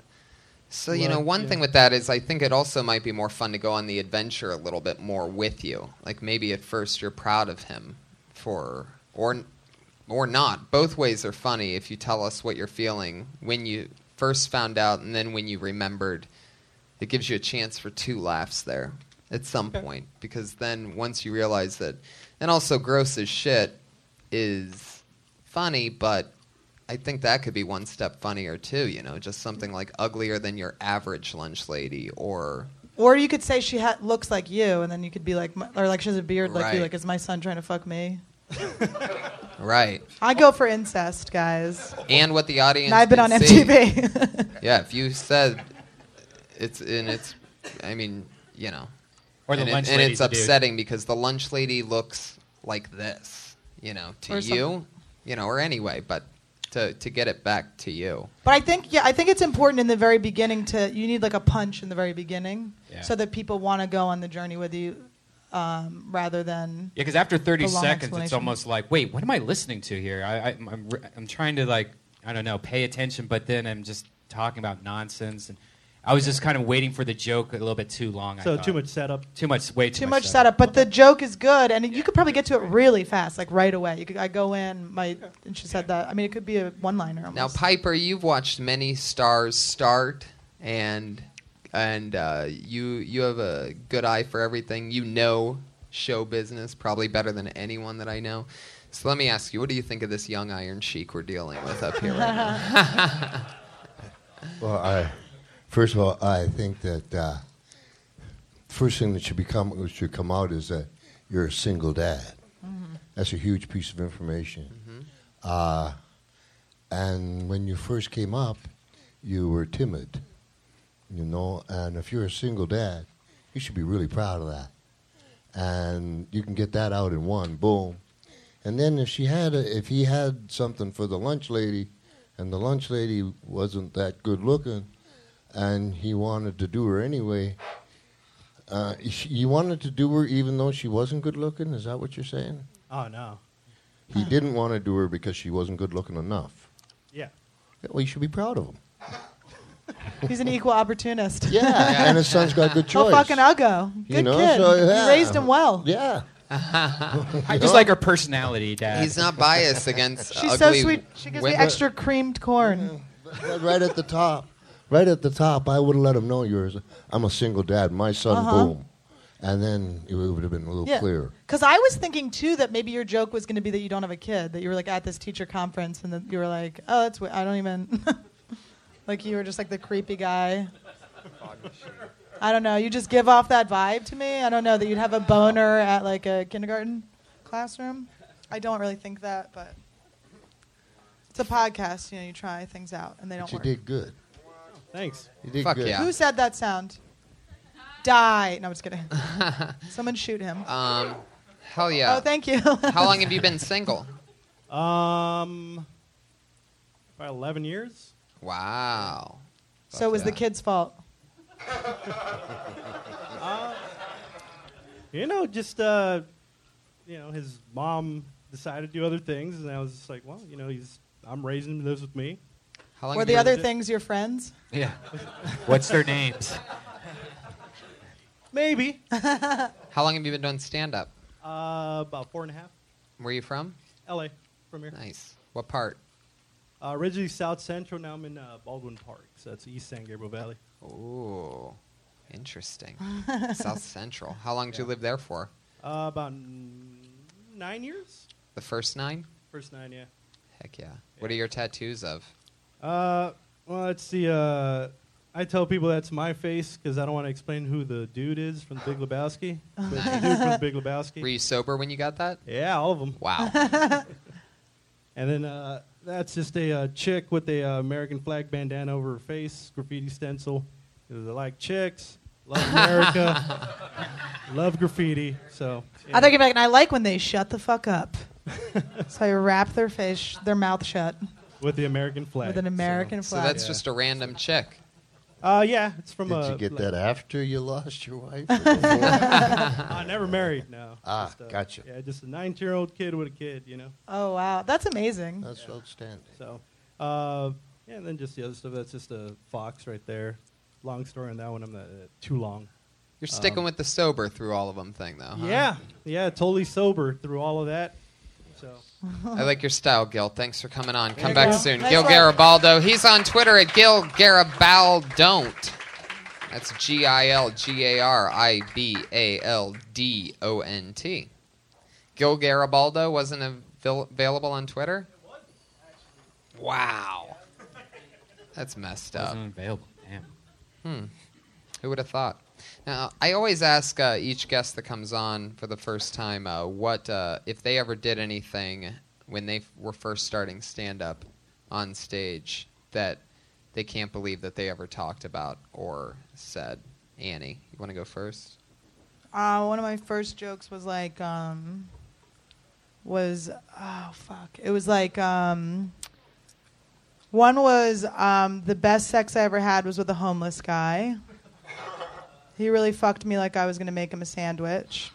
Speaker 3: So you know,
Speaker 8: Right,
Speaker 3: one
Speaker 8: yeah.
Speaker 3: thing with that is I think it also might be more fun to go on the adventure a little bit more with you. Like maybe at first you're proud of him for or or not. Both ways are funny if you tell us what you're feeling when you first found out and then when you remembered. It gives you a chance for two laughs there at some point because then once you realize that and also gross as shit is funny but I think that could be one step funnier too, you know, just something like uglier than your average lunch lady or
Speaker 6: Or you could say she ha- looks like you, and then you could be like, my- or like she has a beard like you.
Speaker 3: Right.
Speaker 6: Like, is my son trying to fuck me?
Speaker 3: right.
Speaker 6: I go for incest, guys.
Speaker 3: And what the audience
Speaker 6: And I've been on
Speaker 3: can see.
Speaker 6: MTV.
Speaker 3: Yeah, if you said it's and it's I mean, you know.
Speaker 4: Or the
Speaker 3: and, it-
Speaker 4: lunch
Speaker 3: and it's
Speaker 4: lady's a dude.
Speaker 3: upsetting because the lunch lady looks like this, you know, to
Speaker 6: Or some-
Speaker 3: you, you know, or anyway, but to to get it back to you.
Speaker 6: But I think yeah, I think it's important in the very beginning to you need like a punch in the very beginning,
Speaker 4: Yeah.
Speaker 6: so that people want to go on the journey with you, um, rather than
Speaker 4: Yeah, because after 30
Speaker 6: The long
Speaker 4: seconds, it's
Speaker 6: explanation.
Speaker 4: almost like, wait, what am I listening to here? I, I, I'm, re- I'm trying to, like, I don't know, pay attention, but then I'm just talking about nonsense. And I was just kind of waiting for the joke a little bit too long. I
Speaker 8: so too
Speaker 4: thought.
Speaker 8: much setup.
Speaker 4: Too much, way too,
Speaker 6: too much
Speaker 4: setup.
Speaker 6: setup. But the joke is good, and you could probably get to it really fast, like right away. You could, I go in, my and she said that. I mean, it could be a one-liner. Almost.
Speaker 3: Now, Piper, you've watched many stars start, and and uh, you you have a good eye for everything. You know show business probably better than anyone that I know. So let me ask you, what do you think of this young Iron Sheik we're dealing with up here right now?
Speaker 7: Well, I, first of all, I think that uh, first thing that should become should come out is that you're a single dad. That's a huge piece of information.
Speaker 3: Mm-hmm.
Speaker 7: Uh, and when you first came up, you were timid, you know. And if you're a single dad, you should be really proud of that. And you can get that out in one boom. And then if she had, a, if he had something for the lunch lady, and the lunch lady wasn't that good looking, and he wanted to do her anyway. Uh, she- you wanted to do her even though she wasn't good looking. Is that what you're saying?
Speaker 8: Oh no,
Speaker 7: He didn't want to do her because she wasn't good looking enough.
Speaker 8: yeah.
Speaker 7: Well, you should be proud of him.
Speaker 6: He's an equal opportunist.
Speaker 7: Yeah, and his son's got good
Speaker 6: Oh
Speaker 7: choice.
Speaker 6: fucking Uggo, good
Speaker 7: You know,
Speaker 6: kid.
Speaker 7: so,
Speaker 6: You
Speaker 7: yeah.
Speaker 6: raised him well.
Speaker 7: Yeah,
Speaker 4: I just like her personality, Dad.
Speaker 3: Oh. He's not biased against
Speaker 6: She's so
Speaker 3: ugly.
Speaker 6: sweet. She gives me
Speaker 7: women.
Speaker 6: extra creamed corn.
Speaker 7: But right at the top, right at the top, I would have let him know yours. I'm a single dad. My son,
Speaker 6: Uh-huh.
Speaker 7: boom, and then it would have been a little clearer.
Speaker 6: Because I was thinking too that maybe your joke was going to be that you don't have a kid, that you were like at this teacher conference and that you were like, oh, that's weird. I don't even. like you were just like the creepy guy. I don't know. You just give off that vibe to me. I don't know that you'd have a boner at like a kindergarten classroom. I don't really think that, but it's a podcast. You know, you try things out and they don't
Speaker 7: But you
Speaker 6: work.
Speaker 7: did good.
Speaker 8: Thanks.
Speaker 7: You did
Speaker 3: Fuck
Speaker 7: good.
Speaker 3: yeah.
Speaker 6: Who said that sound? Die. No, I'm just kidding. Someone shoot him.
Speaker 3: Um, hell yeah.
Speaker 6: oh, thank you.
Speaker 3: How long have you been single?
Speaker 8: Um, about eleven years.
Speaker 3: Wow.
Speaker 6: So it was the
Speaker 3: Yeah.
Speaker 6: kid's fault.
Speaker 3: Oh.
Speaker 8: You know, just uh, you know, his mom decided to do other things, and I was just like, well, you know, he's I'm raising him, he lives with me.
Speaker 3: How long
Speaker 6: Were
Speaker 3: have
Speaker 6: the
Speaker 3: you
Speaker 6: other
Speaker 8: legit-
Speaker 6: things your friends?
Speaker 4: yeah. What's their names?
Speaker 8: Maybe.
Speaker 3: How long have you been doing stand up?
Speaker 8: Uh, about four and a half.
Speaker 3: Where you from?
Speaker 8: L.A. from here.
Speaker 3: Nice. What part?
Speaker 8: Uh, originally South Central, now I'm in uh, Baldwin Park, so that's East San Gabriel Valley.
Speaker 3: Ooh, interesting. South Central. How long did you live there for?
Speaker 8: Uh, about n- nine years.
Speaker 3: The first nine?
Speaker 8: First nine, yeah.
Speaker 3: Heck yeah. What are your tattoos of?
Speaker 8: Uh, well, let's see. Uh, I tell people that's my face because I don't want to explain who the dude is from the Big Lebowski. But it's the dude from the Big Lebowski.
Speaker 3: Were you sober when you got that?
Speaker 8: yeah, all of them.
Speaker 3: Wow.
Speaker 8: And then uh, that's just a uh, chick with a uh, American flag bandana over her face, graffiti stencil. 'Cause I like chicks. Love America. love graffiti. So
Speaker 6: I think back, and I like when they shut the fuck up. so I wrap their fish, their mouth shut
Speaker 8: with the American flag.
Speaker 6: with an American
Speaker 3: So
Speaker 6: flag.
Speaker 3: that's just a random chick.
Speaker 8: Uh, yeah, it's from
Speaker 7: Did
Speaker 8: a.
Speaker 7: you get
Speaker 8: like-
Speaker 7: that after you lost your wife? or before?
Speaker 8: Uh, never married. No.
Speaker 7: Ah,
Speaker 8: Just, uh,
Speaker 7: gotcha.
Speaker 8: Yeah, just a 19 year old kid with a kid, you know.
Speaker 6: oh wow, that's amazing.
Speaker 7: That's outstanding.
Speaker 8: So, uh, yeah, and then just the other stuff. That's just a fox right there. Long story on that one. I'm not, uh, too long. Um,
Speaker 3: You're
Speaker 7: um,
Speaker 3: sticking with the sober through all of them thing, though. huh?
Speaker 8: Yeah, yeah, totally sober through all of that. So,
Speaker 3: I like your style, Gil. Thanks for coming on. Come
Speaker 8: you
Speaker 3: back
Speaker 8: go.
Speaker 3: soon.
Speaker 6: Thanks,
Speaker 3: Gil
Speaker 6: Mike.
Speaker 3: Garibaldo. He's on Twitter at Gil Garibaldon't. That's G I L G A R I B A L D O N T. Gil Garibaldo wasn't avail- available on Twitter? Wow. That's messed up.
Speaker 4: available. Damn.
Speaker 3: Hmm. Who would have thought? Now, I always ask uh, each guest that comes on for the first time uh, what uh, if they ever did anything when they f- were first starting stand up on stage that they can't believe that they ever talked about or said. Annie, you want to go first?
Speaker 6: Uh, one of my first jokes was like, um, was oh fuck, it was like, um, one was um, the best sex I ever had was with a homeless guy. He really fucked me like I was gonna make him a sandwich,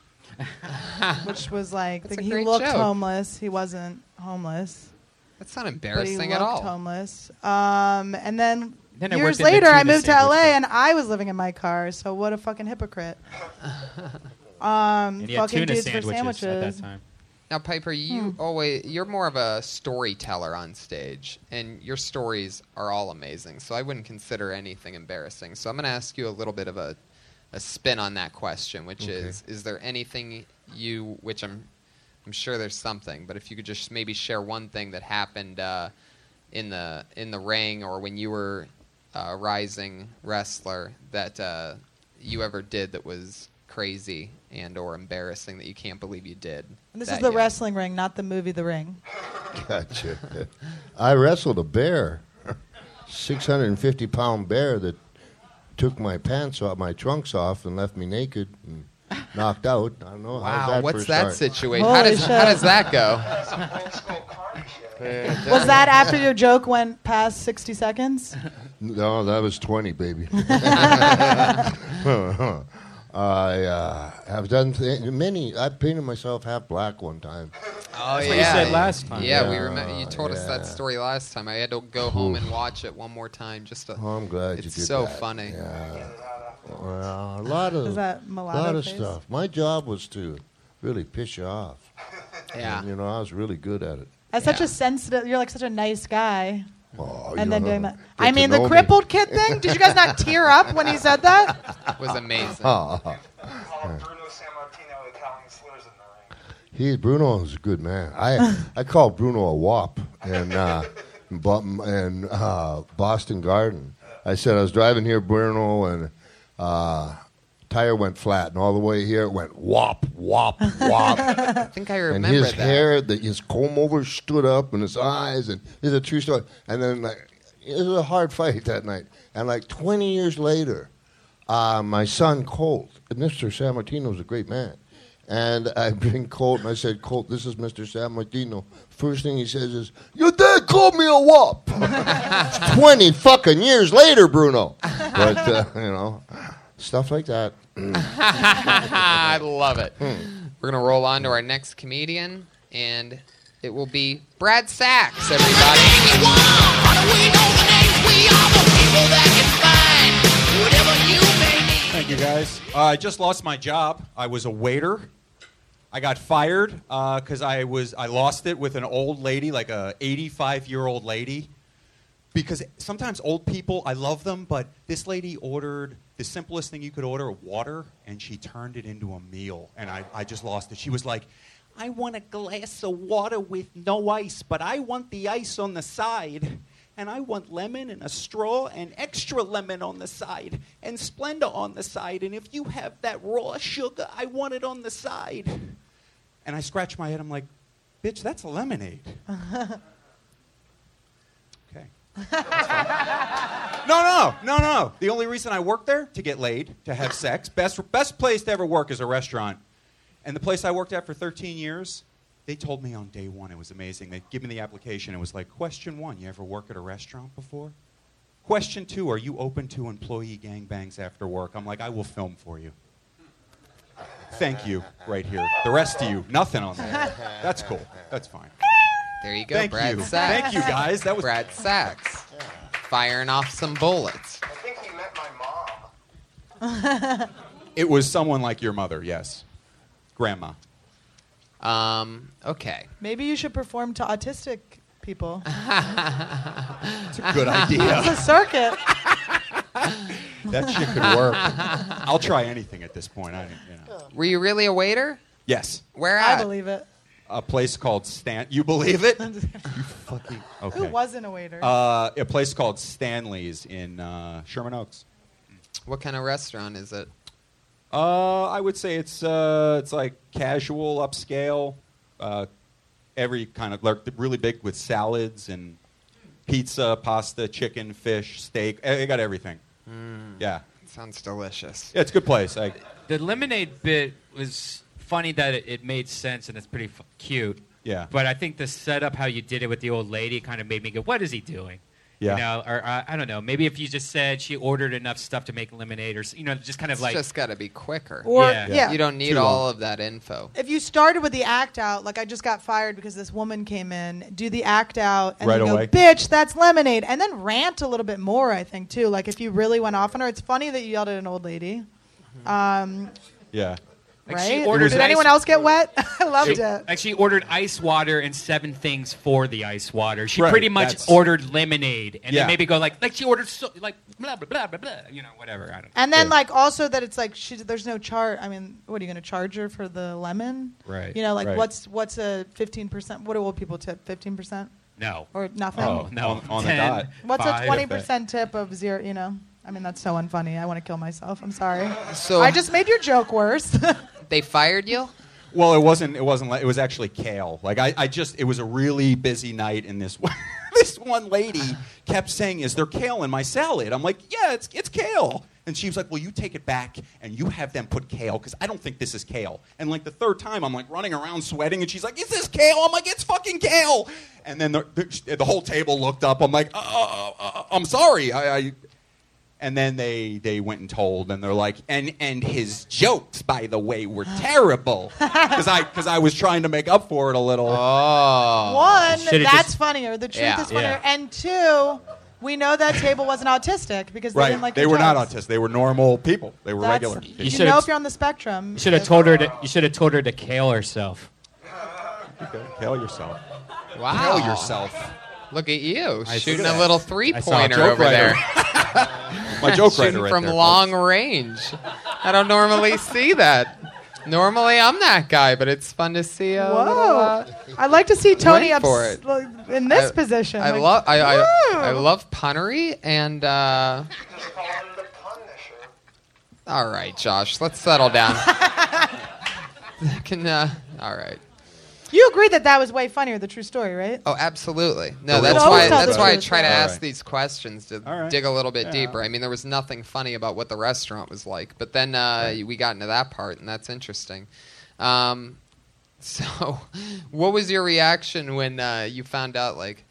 Speaker 6: which was like
Speaker 3: That's a
Speaker 6: he
Speaker 3: great
Speaker 6: looked
Speaker 3: joke.
Speaker 6: homeless. He wasn't homeless,
Speaker 3: That's not
Speaker 6: but he
Speaker 3: embarrassing
Speaker 6: looked
Speaker 3: at all.
Speaker 6: homeless. Um, and then,
Speaker 4: Then I
Speaker 6: years
Speaker 4: worked in the
Speaker 6: later, I
Speaker 4: tuna
Speaker 6: moved to
Speaker 4: sandwich
Speaker 6: LA,
Speaker 4: place.
Speaker 6: and I was living in my car. So what a fucking hypocrite. Um,
Speaker 4: And he had
Speaker 6: fucking
Speaker 4: tuna
Speaker 6: dudes
Speaker 4: sandwiches,
Speaker 6: for sandwiches. Hmm.
Speaker 4: at that time.
Speaker 3: Now, Piper, you always you're more of a storyteller on stage, and your stories are all amazing. So I wouldn't consider anything embarrassing. So I'm going to ask you a little bit of a, a spin on that question, which is: Is there anything you, which I'm, I'm sure there's something, but if you could just maybe share one thing that happened uh, in the in the ring or when you were uh, a rising wrestler that uh, you ever did that was crazy and or embarrassing that you can't believe you did
Speaker 6: And this
Speaker 3: is
Speaker 6: is the wrestling ring, not the movie The Ring.
Speaker 7: Gotcha. I wrestled a bear, 650 pound bear that took my pants off, my trunks off, and left me naked and knocked out. I don't know how
Speaker 3: Wow,
Speaker 7: that
Speaker 3: what's
Speaker 7: for a
Speaker 3: that
Speaker 7: start?
Speaker 3: situation? How
Speaker 6: Holy
Speaker 3: does,
Speaker 6: shit.
Speaker 3: how does that go?
Speaker 5: Old school carny shit.
Speaker 6: Was that after your joke went past 60 seconds?
Speaker 7: No, that was 20, baby. I uh, have done th- many. I painted myself half black one time.
Speaker 3: Oh yeah,
Speaker 4: what you said last time.
Speaker 3: Yeah, we
Speaker 7: Yeah,
Speaker 3: remember you told us that
Speaker 7: yeah.
Speaker 3: story last time. I had to go home and watch it one more time just to.
Speaker 7: Oh, I'm glad you
Speaker 3: it's
Speaker 7: did
Speaker 3: so
Speaker 7: that.
Speaker 3: funny.
Speaker 7: Yeah. Well, a lot of
Speaker 6: Is that mulatto
Speaker 7: lot of
Speaker 6: face?
Speaker 7: stuff. My job was to really piss you off.
Speaker 3: Yeah.
Speaker 7: And, you know, I was really good at it.
Speaker 6: As such
Speaker 3: Yeah.
Speaker 6: a sensitive, you're like such a nice guy.
Speaker 7: Oh, you
Speaker 6: and then
Speaker 7: know,
Speaker 6: doing that.
Speaker 7: get
Speaker 6: I
Speaker 7: to
Speaker 6: mean, the
Speaker 7: know me.
Speaker 6: crippled kid thing? Did you guys not tear up when he said that?
Speaker 3: It was amazing.
Speaker 7: Oh,
Speaker 5: Call him Bruno San Martino Italian slurs in the ring.
Speaker 7: he Bruno is a good man. I I call Bruno a wop and uh, bu- and uh, Boston Garden. I said I was driving here, Bruno, and uh, tire went flat, and all the way here it went wop wop wop.
Speaker 3: I think I
Speaker 7: and
Speaker 3: remember
Speaker 7: his
Speaker 3: that.
Speaker 7: hair, the, his comb over stood up, and his eyes, and it's a true story. And then like, it was a hard fight that night. And like 20 years later, uh, my son Colt, and Mr. San Martino was a great man. And I bring Colt, and I said, Colt, this is Mr. San Martino. First thing he says is, Your dad called me a wop. 20 fucking years later, Bruno. But, uh, you know, stuff like that.
Speaker 3: I love it.
Speaker 9: Hmm.
Speaker 3: We're gonna roll on to our next comedian, and it will be Brad Sachs. Everybody.
Speaker 9: Thank you, guys. Uh, I just lost my job. I was a waiter. I got fired because I was I lost it with an old lady, like a 85 year old lady. Because sometimes old people, I love them, but this lady ordered the simplest thing you could order, water, and she turned it into a meal, and I, I just lost it. She was like, "I want a glass of water with no ice, but I want the ice on the side." And I want lemon and a straw and extra lemon on the side and Splenda on the side. And if you have that raw sugar, I want it on the side. And I scratch my head. I'm like, bitch, that's a lemonade. okay. That's fine. No, no, no, no. The only reason I worked there to get laid, to have sex. Best best place to ever work is a restaurant. And the place I worked at for 13 years, they told me on day one it was amazing. They give me the application. It was like question one: You ever work at a restaurant before? Question two: Are you open to employee gangbangs after work? I'm like, I will film for you. Thank you, right here. The rest of you, nothing on that. That's cool. That's fine.
Speaker 3: There you go,
Speaker 9: Thank
Speaker 3: Brad
Speaker 9: you.
Speaker 3: Sachs.
Speaker 9: Thank you, guys. That was
Speaker 3: Brad Sachs firing off some bullets.
Speaker 5: I think he met my mom.
Speaker 9: It was someone like your mother, yes. Grandma.
Speaker 3: Um, okay.
Speaker 6: Maybe you should perform to autistic people.
Speaker 9: It's a
Speaker 6: It's
Speaker 9: good
Speaker 6: a
Speaker 9: idea.
Speaker 6: circuit.
Speaker 9: that shit could work. I'll try anything at this point. I, you know.
Speaker 3: Were you really a waiter?
Speaker 9: Yes.
Speaker 3: Where
Speaker 6: I
Speaker 3: at?
Speaker 6: believe it.
Speaker 9: A place called Stan. You believe it? You fucking. Okay.
Speaker 6: Who wasn't a waiter?
Speaker 9: Uh, a place called Stanley's in uh, Sherman Oaks.
Speaker 3: What kind of restaurant is it?
Speaker 9: Uh, I would say it's uh, it's like casual, upscale, uh, every kind of like really big with salads and pizza, pasta, chicken, fish, steak. Eh, They got everything.
Speaker 10: Hmm.
Speaker 9: Yeah.
Speaker 3: Sounds delicious.
Speaker 9: Yeah, it's a good place. I,
Speaker 10: The lemonade bit was funny that it, it made sense and it's pretty f- cute.
Speaker 9: yeah.
Speaker 10: But I think the setup, how you did it with the old lady, kind of made me go, "What is he doing?"
Speaker 9: Yeah.
Speaker 10: You know, or uh, I don't know. Maybe if you just said she ordered enough stuff to make lemonade, or s- you know, just kind of
Speaker 3: It's
Speaker 10: like
Speaker 3: just got to be quicker.
Speaker 6: or
Speaker 10: yeah.
Speaker 6: yeah.
Speaker 3: You don't need
Speaker 9: Too
Speaker 3: all
Speaker 9: long.
Speaker 3: of that info.
Speaker 6: if you started with the act out, like I just got fired because this woman came in, do the act out and
Speaker 9: Right
Speaker 6: then go,
Speaker 9: away.
Speaker 6: bitch, that's lemonade, and then rant a little bit more. I think too, like if you really went off on her, it's funny that you yelled at an old lady.
Speaker 9: Mm-hmm.
Speaker 6: Um,
Speaker 9: Yeah.
Speaker 10: Like, she
Speaker 6: right?
Speaker 10: orders
Speaker 6: Did
Speaker 10: ice
Speaker 6: anyone else get wet? I loved
Speaker 10: She-
Speaker 6: it.
Speaker 10: Like she ordered ice water and seven things for the ice water. She
Speaker 9: Right,
Speaker 10: pretty much
Speaker 9: that's-
Speaker 10: ordered lemonade and
Speaker 9: Yeah.
Speaker 10: then maybe go like like she ordered so, like blah blah blah blah blah. You know, whatever. I don't know.
Speaker 6: And then
Speaker 9: Yeah.
Speaker 6: like also that it's like she there's no chart. I mean, what are you going to charge her for the lemon?
Speaker 10: Right.
Speaker 6: You know, like
Speaker 9: Right.
Speaker 6: what's what's a fifteen percent? What do old people tip? Fifteen percent
Speaker 10: No.
Speaker 6: or nothing?
Speaker 9: Oh,
Speaker 10: no.
Speaker 9: on- on the
Speaker 10: 10,
Speaker 9: dot.
Speaker 6: What's
Speaker 10: five.
Speaker 6: a twenty percent tip of zero? You know, I mean that's so unfunny. I want to kill myself. I'm sorry.
Speaker 3: So
Speaker 6: I just made your joke worse.
Speaker 3: they fired you?
Speaker 9: Well, it wasn't. It wasn't. Like, it was actually kale. Like I, I just. It was a really busy night, and this one, this one lady kept saying, "Is there kale in my salad?" I'm like, "Yeah, it's it's kale." And she was like, "Well, you take it back and you have them put kale because I don't think this is kale." And like the third time, I'm like running around sweating, and she's like, "Is this kale?" I'm like, "It's fucking kale." And then the the, the whole table looked up. I'm like, uh, uh, uh, "I'm sorry." I, I and then they, they went and told, and they're like, and and his jokes, by the way, were terrible, because I because I was trying to make up for it a little.
Speaker 3: Oh.
Speaker 6: One,
Speaker 10: Should've
Speaker 6: that's
Speaker 10: just-
Speaker 6: funnier. The truth
Speaker 3: Yeah.
Speaker 6: is funnier.
Speaker 10: Yeah.
Speaker 6: And two, we know that table wasn't autistic because they
Speaker 9: right?
Speaker 6: didn't like.
Speaker 9: they
Speaker 6: your
Speaker 9: were not
Speaker 6: jokes.
Speaker 9: autistic. They were normal people. They were
Speaker 6: That's-
Speaker 9: regular.
Speaker 6: You,
Speaker 10: should've-
Speaker 6: know if you're on the spectrum.
Speaker 10: You should have
Speaker 6: if-
Speaker 10: told her to. You should have told her to kale herself.
Speaker 9: Okay, Kill yourself.
Speaker 3: Wow.
Speaker 9: Kill yourself.
Speaker 3: Look at you
Speaker 9: I
Speaker 3: shooting
Speaker 9: see
Speaker 3: a
Speaker 9: that.
Speaker 3: little
Speaker 9: I saw a
Speaker 3: three-pointer
Speaker 9: joke
Speaker 3: over
Speaker 9: writer.
Speaker 3: there.
Speaker 9: My joke writer
Speaker 3: shooting
Speaker 9: right
Speaker 3: from
Speaker 9: there,
Speaker 3: long
Speaker 9: folks.
Speaker 3: range. I don't normally see that. Normally, I'm that guy, but it's fun to see. A
Speaker 6: Whoa!
Speaker 3: little, uh,
Speaker 6: I'd like to see Tony ups-
Speaker 3: went for it.
Speaker 6: like, in this
Speaker 3: I-
Speaker 6: position.
Speaker 3: I
Speaker 6: like,
Speaker 3: love. I, I, I
Speaker 6: whoa.
Speaker 3: love punnery and. Uh,
Speaker 5: Just call him the Punisher.
Speaker 3: all right, Josh, let's settle down. Can uh, all right.
Speaker 6: You agree that that was way funnier, the true story, right?
Speaker 3: Oh, absolutely. No,
Speaker 9: The
Speaker 3: that's
Speaker 6: real
Speaker 3: why.
Speaker 6: Always tell
Speaker 3: That's
Speaker 6: the
Speaker 3: why I
Speaker 6: truth.
Speaker 3: try to
Speaker 9: All
Speaker 3: ask
Speaker 9: right.
Speaker 3: these questions to
Speaker 9: All right.
Speaker 3: dig a little bit
Speaker 9: Yeah.
Speaker 3: deeper. I mean, there was nothing funny about what the restaurant was like, but then uh, we got into that part, and that's interesting. Um, so, what was your reaction when uh, you found out? Like,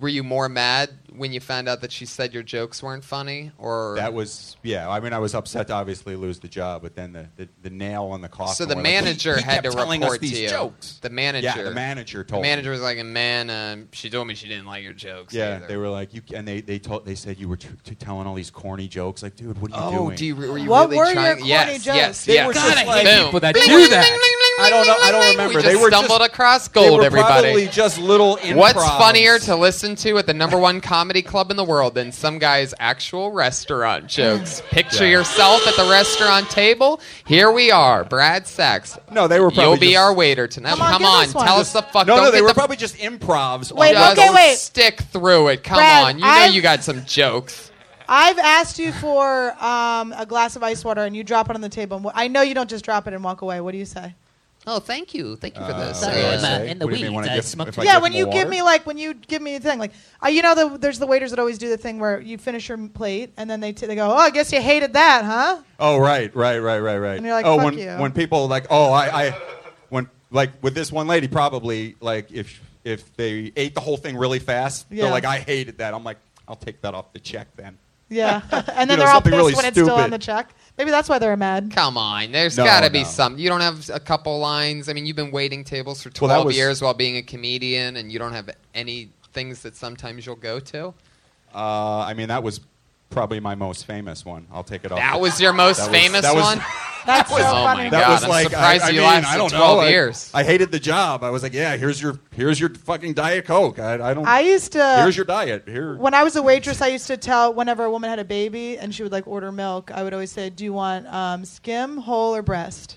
Speaker 3: were you more mad when you found out that she said your jokes weren't funny, or
Speaker 9: That was yeah. I mean, I was upset to obviously lose the job, but then the, the, the nail on the coffin.
Speaker 3: so the
Speaker 9: we're like, he-
Speaker 3: manager
Speaker 9: he
Speaker 3: had
Speaker 9: kept
Speaker 3: to
Speaker 9: telling
Speaker 3: report
Speaker 9: us these
Speaker 3: to you?
Speaker 9: jokes.
Speaker 3: The manager.
Speaker 9: Yeah, the manager
Speaker 3: The
Speaker 9: told. me.
Speaker 3: manager was like, "Man, uh, she told me she didn't like your jokes."
Speaker 9: Yeah,
Speaker 3: either."
Speaker 9: they were like you, and they they told they said you were t- t- telling all these corny jokes. Like, dude, what are you
Speaker 3: Oh,
Speaker 9: doing?
Speaker 3: do you, were you
Speaker 6: What
Speaker 3: really
Speaker 6: were your
Speaker 3: trying?
Speaker 6: corny
Speaker 3: yes,
Speaker 6: jokes?
Speaker 3: yes,
Speaker 9: They
Speaker 3: yes.
Speaker 9: were just
Speaker 10: God, I
Speaker 9: like
Speaker 10: hate
Speaker 3: Boom.
Speaker 10: people that
Speaker 3: Bling,
Speaker 10: do
Speaker 3: bling,
Speaker 10: that.
Speaker 3: bling, bling, bling,
Speaker 9: I don't know-
Speaker 3: bling,
Speaker 9: I don't
Speaker 3: bling.
Speaker 9: remember.
Speaker 3: We
Speaker 9: They
Speaker 3: just
Speaker 9: were
Speaker 3: stumbled
Speaker 9: just-
Speaker 3: across
Speaker 9: They
Speaker 3: gold,
Speaker 9: were
Speaker 3: everybody.
Speaker 9: probably just little. Improvs.
Speaker 3: What's funnier to listen to at the number one comedy club in the world than some guy's actual restaurant jokes? Picture
Speaker 9: Yeah.
Speaker 3: yourself at the restaurant table. Here we are, Brad Sachs.
Speaker 9: No, they were probably
Speaker 3: You'll be
Speaker 9: just-
Speaker 3: our waiter tonight.
Speaker 6: Come on, give us one.
Speaker 3: tell us the fuck.
Speaker 9: No,
Speaker 3: don't
Speaker 9: no, they
Speaker 3: get
Speaker 9: were
Speaker 3: the
Speaker 9: probably just improvs.
Speaker 6: Wait,
Speaker 9: All
Speaker 3: just
Speaker 9: those-
Speaker 6: okay, wait.
Speaker 3: Stick through it. Come
Speaker 6: Brad,
Speaker 3: on, you know
Speaker 6: I've-
Speaker 3: you got some jokes.
Speaker 6: I've asked you for um, a glass of ice water and you drop it on the table. I know you don't just drop it and walk away. What do you say?
Speaker 3: Oh, thank you, thank you for
Speaker 9: Uh,
Speaker 3: this.
Speaker 9: what do I say? What do you mean when I give- if I
Speaker 6: yeah,
Speaker 9: give
Speaker 6: when
Speaker 9: them
Speaker 6: you
Speaker 9: the
Speaker 6: give
Speaker 9: water?
Speaker 6: me like when you give me a thing like uh, you know the, there's the waiters that always do the thing where you finish your plate and then they t- they go oh I guess you hated that huh
Speaker 9: Oh right, right, right, right, right.
Speaker 6: And you're like,
Speaker 9: oh,
Speaker 6: "Fuck
Speaker 9: when
Speaker 6: you."
Speaker 9: when people like, oh, I, I, when like with this one lady, probably like if if they ate the whole thing really fast,
Speaker 6: Yeah.
Speaker 9: they're like, I hated that. I'm like, I'll take that off the check then.
Speaker 6: yeah and
Speaker 9: You
Speaker 6: then
Speaker 9: know,
Speaker 6: they're all
Speaker 9: something
Speaker 6: pissed
Speaker 9: really
Speaker 6: when it's still on
Speaker 9: stupid.
Speaker 6: the check maybe that's why they're mad
Speaker 3: come on There's
Speaker 9: No,
Speaker 3: got to be
Speaker 9: no.
Speaker 3: some. You don't have a couple lines. I mean, you've been waiting tables for
Speaker 9: Well,
Speaker 3: 12
Speaker 9: that was-
Speaker 3: years while being a comedian, and you don't have any things that sometimes you'll go to.
Speaker 9: Uh, I mean, that was probably my most famous one. I'll take it off.
Speaker 3: That was your most
Speaker 9: That was-
Speaker 3: famous
Speaker 9: that was-
Speaker 3: one.
Speaker 6: That's so
Speaker 3: oh
Speaker 6: funny.
Speaker 3: My
Speaker 9: That
Speaker 3: God,
Speaker 9: was
Speaker 3: I'm
Speaker 9: like
Speaker 3: surprised
Speaker 9: I, I
Speaker 3: you
Speaker 9: mean,
Speaker 3: lasted
Speaker 9: I don't
Speaker 3: 12
Speaker 9: know. I-
Speaker 3: years.
Speaker 9: I, hated the job. I was like, yeah, here's your here's your fucking diet coke. I, I don't.
Speaker 6: I used to
Speaker 9: here's your diet. Here.
Speaker 6: when I was a waitress, I used to tell whenever a woman had a baby and she would like order milk, I would always say, "Do you want um, skim, whole, or breast?"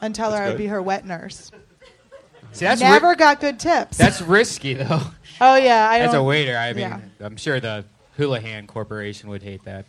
Speaker 6: And tell her
Speaker 10: That's
Speaker 6: I'd
Speaker 10: good.
Speaker 6: be her wet nurse.
Speaker 10: See, that's
Speaker 6: Never
Speaker 10: ri-
Speaker 6: got good tips.
Speaker 10: That's risky though.
Speaker 6: oh yeah, I
Speaker 10: As a
Speaker 6: don't-
Speaker 10: waiter, I mean,
Speaker 6: yeah.
Speaker 10: I'm sure the Houlihan Corporation would hate that.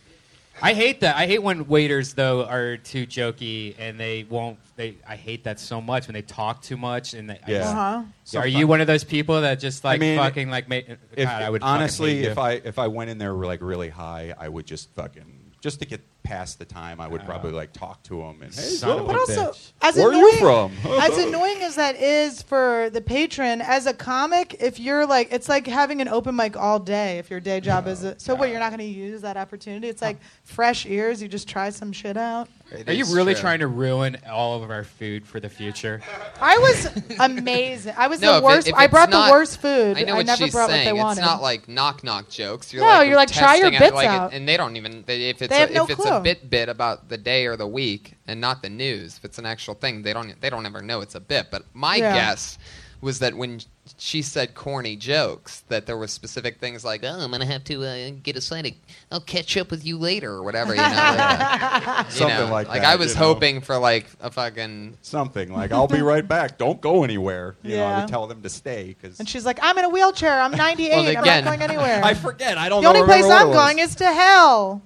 Speaker 10: I hate that. I hate when waiters though are too jokey and they won't. They I hate that so much when they talk too much and they. I
Speaker 9: Yeah.
Speaker 10: just-
Speaker 9: Uh-huh.
Speaker 10: So are you one of those people that just like
Speaker 9: mean,
Speaker 10: fucking like? Ma- God,
Speaker 9: If,
Speaker 10: I would fucking hate
Speaker 9: honestly,
Speaker 10: you.
Speaker 9: if I if I went in there like really high, I would just fucking just to get past the time. I would probably like talk to him and hey,
Speaker 10: Son
Speaker 9: so-
Speaker 10: of a
Speaker 6: But also, as
Speaker 9: where are
Speaker 6: annoying,
Speaker 9: you from?
Speaker 6: as annoying as that is for the patron, as a comic, if you're like, it's like having an open mic all day. If your day job is a, so, what you're not going to use that opportunity. It's like fresh ears. You just try some shit out.
Speaker 10: are you really trying to ruin all of our food for the future?
Speaker 6: I was amazing. I was
Speaker 3: No, if
Speaker 6: the
Speaker 3: it-
Speaker 6: worst.
Speaker 3: if
Speaker 6: I
Speaker 3: it's
Speaker 6: brought
Speaker 3: not-
Speaker 6: the worst food.
Speaker 3: I know what
Speaker 6: never
Speaker 3: she's
Speaker 6: brought
Speaker 3: saying.
Speaker 6: what they wanted.
Speaker 3: It's not like knock knock jokes. You're
Speaker 6: No,
Speaker 3: like,
Speaker 6: you're like, try your
Speaker 3: testing it,
Speaker 6: bits
Speaker 3: like, it-
Speaker 6: out.
Speaker 3: and they don't even. they- If it's
Speaker 6: They have
Speaker 3: a,
Speaker 6: no
Speaker 3: if it's a
Speaker 6: clue.
Speaker 3: bit bit about the day or the week and not the news, if it's an actual thing, they don't e, they don't ever know it's a bit. But my
Speaker 6: Yeah.
Speaker 3: guess was that when she said corny jokes, that there were specific things like, oh, I'm gonna have to uh, get a side. Of, I'll catch up with you later or whatever. You know, like, you
Speaker 9: Something
Speaker 3: know,
Speaker 9: like
Speaker 3: Like
Speaker 9: that,
Speaker 3: I was
Speaker 9: you know.
Speaker 3: hoping for like a fucking.
Speaker 9: something like I'll be right back. Don't go anywhere. You know, I
Speaker 6: Yeah.
Speaker 9: would tell them to stay because
Speaker 6: and she's like, I'm in a wheelchair. I'm 98.
Speaker 3: Well, again,
Speaker 6: I'm not going anywhere.
Speaker 9: I forget. I don't.
Speaker 6: the only
Speaker 9: know- remember
Speaker 6: place
Speaker 9: what it
Speaker 6: I'm
Speaker 9: was.
Speaker 6: going is to hell.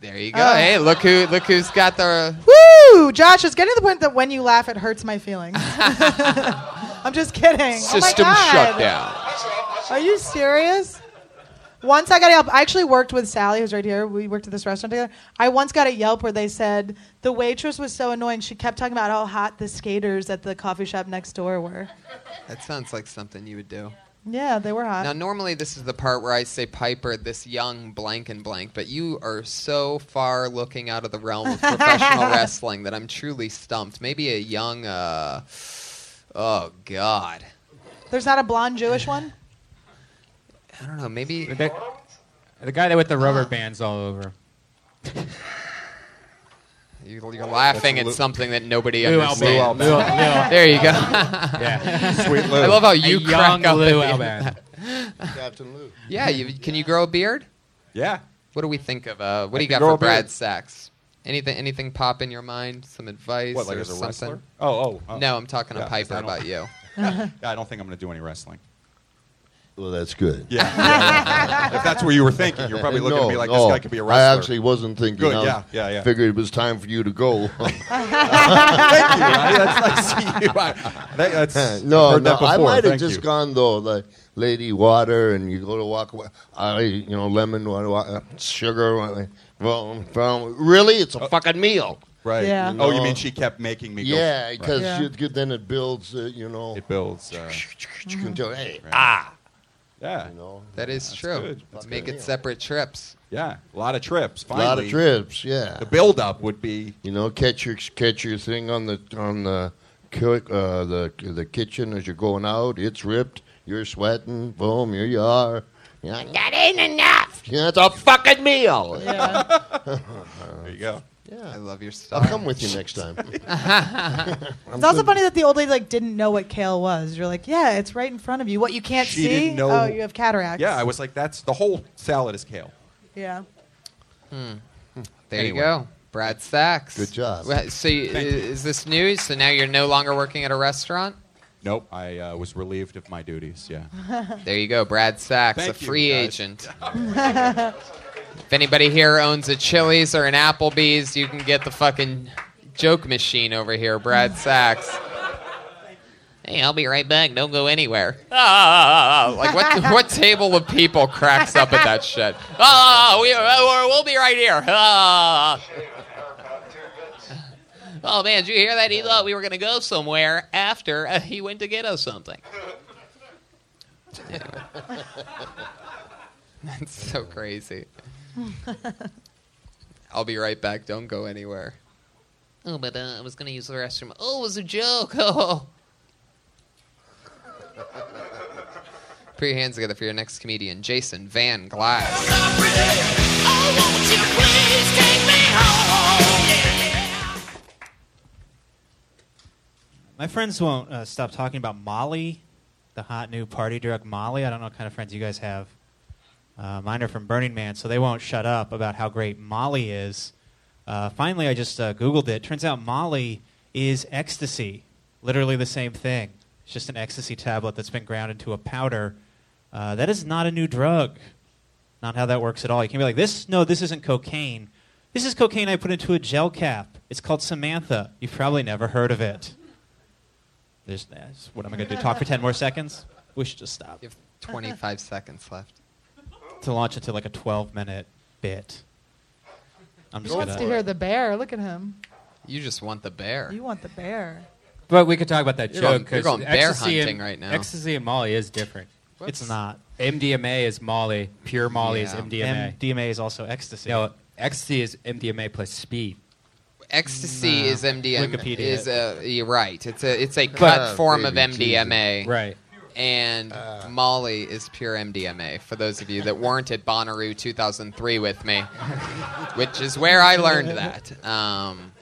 Speaker 3: There you go.
Speaker 6: Oh.
Speaker 3: Hey, look who look who's got the.
Speaker 6: Woo! Josh, it's getting to the point that when you laugh, it hurts my feelings. I'm just kidding.
Speaker 3: System
Speaker 6: oh my God.
Speaker 3: shut down.
Speaker 6: Are you serious? Once I got a Yelp. I actually worked with Sally, who's right here. We worked at this restaurant together. I once got a Yelp where they said the waitress was so annoying. She kept talking about how hot the skaters at the coffee shop next door were.
Speaker 3: That sounds like something you would do.
Speaker 6: Yeah, they were hot.
Speaker 3: Now, normally this is the part where I say Piper, this young blank and blank, but you are so far looking out of the realm of professional wrestling that I'm truly stumped. Maybe a young, uh, oh God,
Speaker 6: There's not a blonde Jewish one.
Speaker 3: I don't know. Maybe
Speaker 10: The, the guy that with the rubber bands all over.
Speaker 3: you, you're laughing at something that nobody
Speaker 10: Lou
Speaker 3: understands.
Speaker 10: Albano. Lou- Lou-
Speaker 3: There you go.
Speaker 10: yeah.
Speaker 9: Sweet Lou.
Speaker 3: I love how you
Speaker 10: You
Speaker 3: crack
Speaker 10: young
Speaker 3: up.
Speaker 10: Lou
Speaker 3: at the-
Speaker 10: Albano.
Speaker 7: Captain Lou.
Speaker 3: Yeah, you, can you grow a beard?
Speaker 9: yeah.
Speaker 3: What do we think of? Uh, what do you
Speaker 9: can
Speaker 3: got
Speaker 9: grow
Speaker 3: for
Speaker 9: a beard.
Speaker 3: Brad Sachs? Anything, anything pop in your mind? Some advice
Speaker 9: What like
Speaker 3: or
Speaker 9: as a
Speaker 3: something?
Speaker 9: wrestler? Oh, oh, oh.
Speaker 3: No, I'm talking
Speaker 9: Yeah,
Speaker 3: to
Speaker 9: 'cause
Speaker 3: Piper
Speaker 9: I don't-
Speaker 3: about you.
Speaker 9: I don't think I'm going to do any wrestling.
Speaker 7: Well, that's good.
Speaker 9: Yeah. if that's what you were thinking, you're probably looking
Speaker 7: no,
Speaker 9: at me like
Speaker 7: no,
Speaker 9: this guy could be a wrestler.
Speaker 7: I actually wasn't thinking.
Speaker 9: Good,
Speaker 7: I was-
Speaker 9: yeah, yeah, yeah.
Speaker 7: Figured it was time for you to go.
Speaker 9: Thank you. Ronnie. That's nice of you. I, that, that's, I've
Speaker 7: no,
Speaker 9: heard
Speaker 7: no,
Speaker 9: that
Speaker 7: I
Speaker 9: before.
Speaker 7: might have
Speaker 9: Thank
Speaker 7: just
Speaker 9: you.
Speaker 7: gone though, like lady water, and you go to walk away. I, you know, lemon water, wa- uh, sugar. wa- Well, well, really, it's a fucking meal.
Speaker 9: Uh, Right.
Speaker 6: Yeah.
Speaker 9: Oh, you
Speaker 7: No.
Speaker 9: mean she kept making me?
Speaker 7: Yeah,
Speaker 9: go, right.
Speaker 7: because
Speaker 6: Yeah.
Speaker 7: then it builds. Uh, you know,
Speaker 9: it builds. Uh,
Speaker 7: you can tell. Hey,
Speaker 9: Ah! yeah.
Speaker 7: you know,
Speaker 3: That is true.
Speaker 9: good.
Speaker 3: Let's
Speaker 7: That's
Speaker 3: make
Speaker 7: good.
Speaker 3: it separate trips.
Speaker 9: Yeah. A lot of trips.
Speaker 7: a
Speaker 9: Finally,
Speaker 7: lot of trips. Yeah,
Speaker 9: The build up would be.
Speaker 7: you know, catch your catch your thing on the on the ki- uh, the the kitchen as you're going out. It's ripped. You're sweating. Boom, here you are. You're like, that ain't enough. You know, it's a fucking meal.
Speaker 6: Yeah.
Speaker 9: There you go.
Speaker 3: I
Speaker 7: Yeah.
Speaker 3: love your
Speaker 7: I'll
Speaker 3: stuff.
Speaker 7: come with you next time.
Speaker 6: it's also funny that the old lady like didn't know what kale was. You're like, yeah, it's right in front of you. What you can't
Speaker 9: She
Speaker 6: see?
Speaker 9: didn't know-
Speaker 6: Oh, you have cataracts.
Speaker 9: Yeah. I was like, that's the whole salad is kale.
Speaker 6: Yeah.
Speaker 3: Hmm. There
Speaker 9: Anyway.
Speaker 3: you go. Brad Sachs.
Speaker 7: Good job.
Speaker 3: Well, So, you, uh, is this news? So now you're no longer working at a restaurant?
Speaker 9: Nope. I uh, was relieved of my duties. Yeah.
Speaker 3: There you go, Brad Sachs,
Speaker 9: Thank
Speaker 3: a
Speaker 9: you,
Speaker 3: free
Speaker 9: guys.
Speaker 3: agent. if anybody here owns a Chili's or an Applebee's, you can get the fucking joke machine over here, Brad Sachs. hey, I'll be right back. Don't go anywhere. Ah, like what? what table of people cracks up at that shit? Ah, we, uh, we'll be right here. Ah. Oh man, did you hear that? He thought we were gonna go somewhere after uh, he went to get us something. Uh. That's so crazy. I'll be right back. Don't go anywhere. Oh, but uh, I was gonna use the restroom. Oh, it was a joke. Oh. Put your hands together for your next comedian, Jason Van Glass.
Speaker 11: My friends won't uh, stop talking about Molly, the hot new party drug Molly. I don't know what kind of friends you guys have. Uh, mine are from Burning Man, so they won't shut up about how great Molly is. Uh, finally, I just uh, Googled it. Turns out Molly is ecstasy, literally the same thing. It's just an ecstasy tablet that's been ground into a powder. Uh, that is not a new drug. Not how that works at all. You can't be like, this, no, this isn't cocaine. This is cocaine I put into a gel cap. It's called Samantha. You've probably never heard of it. There's, that's what am I going to do? Talk for 10 more seconds? We should just stop.
Speaker 3: You have 25 seconds left.
Speaker 11: To launch into like a 12 minute bit. I'm
Speaker 6: He
Speaker 11: just
Speaker 6: wants to
Speaker 11: gonna-
Speaker 6: hear the bear. Look at him.
Speaker 3: You just want the bear.
Speaker 6: You want the bear.
Speaker 10: But we could talk about that
Speaker 3: You're
Speaker 10: joke
Speaker 3: going- you're
Speaker 10: 'cause
Speaker 3: going bear
Speaker 10: ecstasy
Speaker 3: hunting
Speaker 10: and,
Speaker 3: right now.
Speaker 10: Ecstasy and Molly is different.
Speaker 11: It's not.
Speaker 10: MDMA is Molly. Pure Molly is
Speaker 3: Yeah.
Speaker 10: MDMA.
Speaker 11: MDMA is also ecstasy.
Speaker 10: no, ecstasy is MDMA plus speed.
Speaker 3: Ecstasy is MDMA.
Speaker 11: Wikipedia
Speaker 3: Is
Speaker 11: it.
Speaker 3: a you're right. It's a it's a cut
Speaker 7: Oh,
Speaker 3: form
Speaker 7: baby
Speaker 3: of MDMA.
Speaker 10: Right.
Speaker 3: And Molly is pure MDMA. For those of you that weren't at Bonnaroo 2003 with me, which is where I learned that. Um,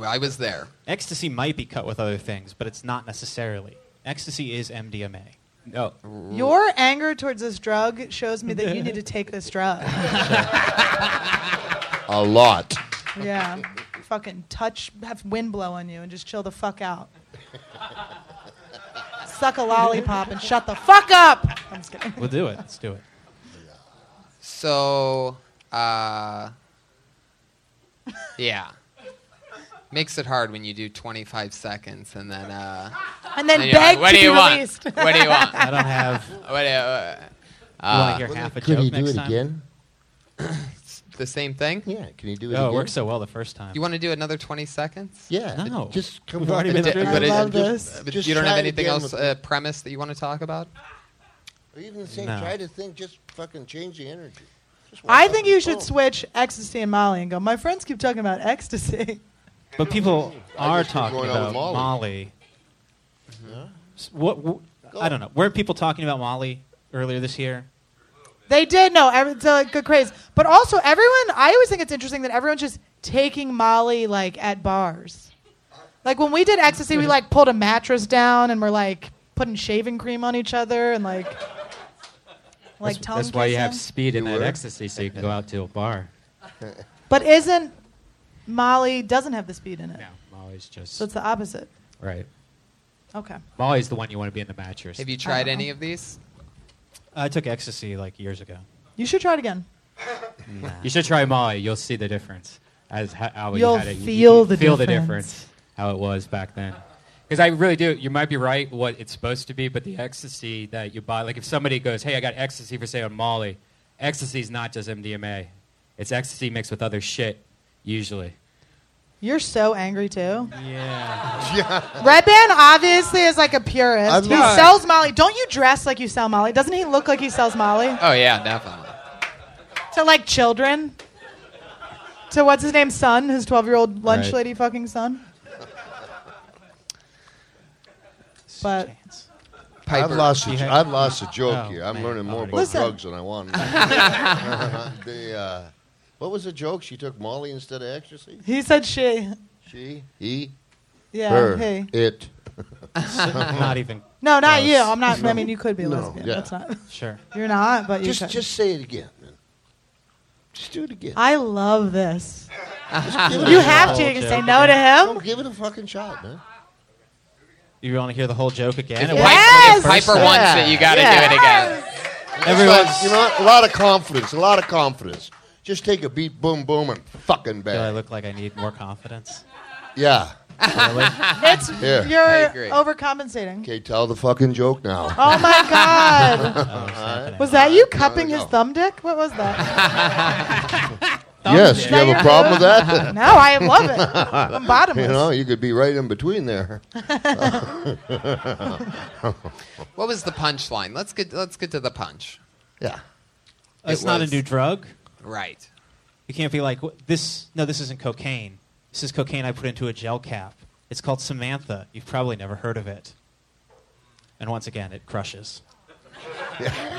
Speaker 3: I was there.
Speaker 11: Ecstasy might be cut with other things, but it's not necessarily. Ecstasy is MDMA.
Speaker 10: No.
Speaker 6: Your anger towards this drug shows me that you need to take this drug.
Speaker 7: A lot.
Speaker 6: Yeah. Fucking touch, have wind blow on you and just chill the fuck out. Suck a lollipop and shut the fuck up. I'm just kidding.
Speaker 11: We'll do it. Let's do it.
Speaker 3: So, uh, yeah. Makes it hard when you do 25 seconds and then. Uh,
Speaker 6: And then
Speaker 3: then you're
Speaker 6: beg
Speaker 3: like, what
Speaker 6: to
Speaker 3: do you
Speaker 6: be
Speaker 3: want?
Speaker 6: released.
Speaker 3: What do you want?
Speaker 11: I don't have.
Speaker 3: What do you, uh,
Speaker 11: you want to
Speaker 3: uh,
Speaker 11: hear half a
Speaker 7: Could
Speaker 11: joke
Speaker 7: he do
Speaker 11: next
Speaker 7: it
Speaker 11: time?
Speaker 7: again?
Speaker 3: the same thing?
Speaker 7: Yeah. Can he do it
Speaker 11: Oh,
Speaker 7: again?
Speaker 11: it worked so well the first time.
Speaker 3: You want to do another 20 seconds?
Speaker 7: Yeah.
Speaker 11: No.
Speaker 7: Just come
Speaker 11: We've
Speaker 7: on.
Speaker 11: already been
Speaker 7: Just-
Speaker 11: through
Speaker 3: But
Speaker 7: I
Speaker 3: it-
Speaker 7: love
Speaker 6: this.
Speaker 7: this.
Speaker 3: But
Speaker 7: Just
Speaker 3: you don't have
Speaker 7: try it
Speaker 3: anything
Speaker 7: again
Speaker 3: else
Speaker 7: with-
Speaker 3: uh, premise that you want to talk about?
Speaker 7: Or even the same.
Speaker 11: No.
Speaker 7: Try to think. Just fucking change the energy. Just walk
Speaker 6: I
Speaker 7: up
Speaker 6: think
Speaker 7: to
Speaker 6: you
Speaker 7: the
Speaker 6: should
Speaker 7: phone.
Speaker 6: switch ecstasy and Molly and go, my friends keep talking about ecstasy.
Speaker 11: but people
Speaker 7: I
Speaker 11: are
Speaker 7: just keep
Speaker 11: talking
Speaker 7: going on
Speaker 11: about
Speaker 7: with
Speaker 11: Molly.
Speaker 7: Molly.
Speaker 3: Mm-hmm.
Speaker 11: S- What, wh- I don't know. Weren't people talking about Molly earlier this year?
Speaker 6: They did no, every, it's a good craze. But also, everyone. I always think it's interesting that everyone's just taking Molly like at bars. Like when we did ecstasy, we like pulled a mattress down and we're like putting shaving cream on each other and like like
Speaker 10: that's,
Speaker 6: tongue
Speaker 10: that's why you have
Speaker 6: kissing.
Speaker 10: speed in
Speaker 7: You
Speaker 10: that
Speaker 7: were?
Speaker 10: ecstasy, so you can go out to a bar.
Speaker 6: but isn't Molly doesn't have the speed in it?
Speaker 10: No, Molly's just
Speaker 6: So it's the opposite.
Speaker 10: right.
Speaker 6: Okay. Uh-huh.
Speaker 10: Molly's the one you want to be in the mattress.
Speaker 3: Have you tried
Speaker 6: don't
Speaker 3: any
Speaker 6: know.
Speaker 3: of these?
Speaker 11: I took ecstasy like years ago.
Speaker 6: You should try it again.
Speaker 10: You should try Molly. You'll see the difference. As ho- how you
Speaker 6: You'll
Speaker 10: had it. You-
Speaker 6: feel
Speaker 10: you
Speaker 6: the
Speaker 10: feel the
Speaker 6: difference.
Speaker 10: difference how it was back then. Because I really do. You might be right what it's supposed to be, but the ecstasy that you buy, like if somebody goes, "Hey, I got ecstasy for sale on Molly," ecstasy is not just MDMA. It's ecstasy mixed with other shit, usually.
Speaker 6: You're so angry too.
Speaker 11: Yeah.
Speaker 6: Red Band obviously is like a purist.
Speaker 7: I'm
Speaker 6: he
Speaker 7: not.
Speaker 6: sells Molly. Don't you dress like you sell Molly? Doesn't he look like he sells Molly?
Speaker 3: Oh, yeah, definitely.
Speaker 6: To like children. To what's his name's son, his twelve year old lunch
Speaker 10: Right.
Speaker 6: lady fucking son. But
Speaker 7: I've
Speaker 3: Piper.
Speaker 7: lost. A,
Speaker 11: You had-
Speaker 7: I've lost a joke
Speaker 11: Oh,
Speaker 7: here. I'm
Speaker 11: man,
Speaker 7: learning more
Speaker 11: already.
Speaker 7: about
Speaker 6: Listen.
Speaker 7: drugs than I want. the, uh, what was the joke? She took Molly instead of ecstasy.
Speaker 6: he said she.
Speaker 7: She, he,
Speaker 6: Yeah.
Speaker 7: her,
Speaker 6: Hey.
Speaker 7: it.
Speaker 11: not even
Speaker 6: No, not you.
Speaker 11: Gross.
Speaker 6: I'm not. I mean, you could be a lesbian.
Speaker 7: yeah.
Speaker 6: That's not.
Speaker 11: sure.
Speaker 6: You're not. But you
Speaker 7: Just,
Speaker 6: could.
Speaker 7: just say it again. Man. Just do it again.
Speaker 6: I love this.
Speaker 7: Give it a
Speaker 6: You
Speaker 7: shot.
Speaker 6: have to. You can say no to him.
Speaker 7: Don't give it a fucking shot, man.
Speaker 11: You want to hear the whole joke again?
Speaker 3: If
Speaker 11: It
Speaker 6: Yes!
Speaker 3: Piper, if
Speaker 6: First
Speaker 3: Piper
Speaker 6: time.
Speaker 3: wants it, you got to do it again.
Speaker 7: Everyone, you know, what? a lot of confidence. A lot of confidence. Just take a beat, boom, boom, and fucking
Speaker 11: Do I
Speaker 7: bang.
Speaker 11: look like I need more confidence?
Speaker 7: Yeah.
Speaker 6: That's
Speaker 7: Yeah.
Speaker 6: you're overcompensating.
Speaker 7: Okay, tell the fucking joke now.
Speaker 6: Oh my
Speaker 11: Oh,
Speaker 7: All
Speaker 6: god!
Speaker 7: right.
Speaker 6: was that you
Speaker 7: Uh-huh. There
Speaker 6: cupping
Speaker 7: we
Speaker 6: his
Speaker 7: go.
Speaker 6: thumb dick? What was that?
Speaker 7: Yes, you have a problem with that?
Speaker 6: No, I love it. I'm bottomless.
Speaker 7: You know, you could be right in between there.
Speaker 3: What was the punchline? Let's get let's get to the punch.
Speaker 7: Yeah.
Speaker 11: It's
Speaker 3: It
Speaker 11: not a
Speaker 3: was-
Speaker 11: new drug.
Speaker 3: Right.
Speaker 11: You can't be like "Wh- this. No, this isn't cocaine. This is cocaine I put into a gel cap. It's called Samantha. You've probably never heard of it. And once again, it crushes.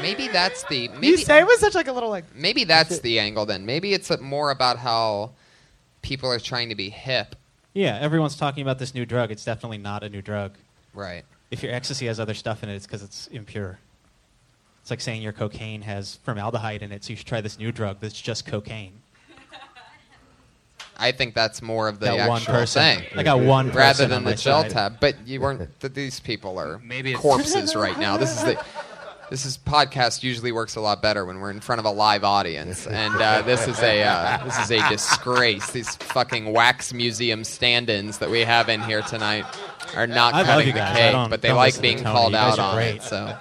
Speaker 3: Maybe that's the maybe
Speaker 6: you say it was such like a little like
Speaker 3: maybe that's the angle then. Maybe it's more about how people are trying to be hip.
Speaker 11: Yeah, everyone's talking about this new drug. It's definitely not a new drug.
Speaker 3: Right.
Speaker 11: If your ecstasy has other stuff in it, it's because it's impure. It's like saying your cocaine has formaldehyde in it, so you should try this new drug that's just cocaine.
Speaker 3: I think that's more of the
Speaker 11: Got
Speaker 3: actual
Speaker 11: one person.
Speaker 3: thing.
Speaker 11: I got one
Speaker 3: rather
Speaker 11: person
Speaker 3: than
Speaker 11: on
Speaker 3: the
Speaker 11: my
Speaker 3: gel
Speaker 11: side.
Speaker 3: tab. But you weren't. Th- these people are
Speaker 11: Maybe it's-
Speaker 3: corpses right now. This is the. This is podcast usually works a lot better when we're in front of a live audience, and uh, this is a uh, this is a disgrace. These fucking wax museum stand-ins that we have in here tonight are not
Speaker 4: I love
Speaker 3: cutting
Speaker 4: you
Speaker 3: the
Speaker 4: guys. I
Speaker 3: cake,
Speaker 4: don't-
Speaker 3: but they
Speaker 4: don't
Speaker 3: like
Speaker 4: listen to
Speaker 3: being
Speaker 4: Tony.
Speaker 3: called
Speaker 4: You guys
Speaker 3: out
Speaker 4: are
Speaker 3: on
Speaker 4: great.
Speaker 3: it. So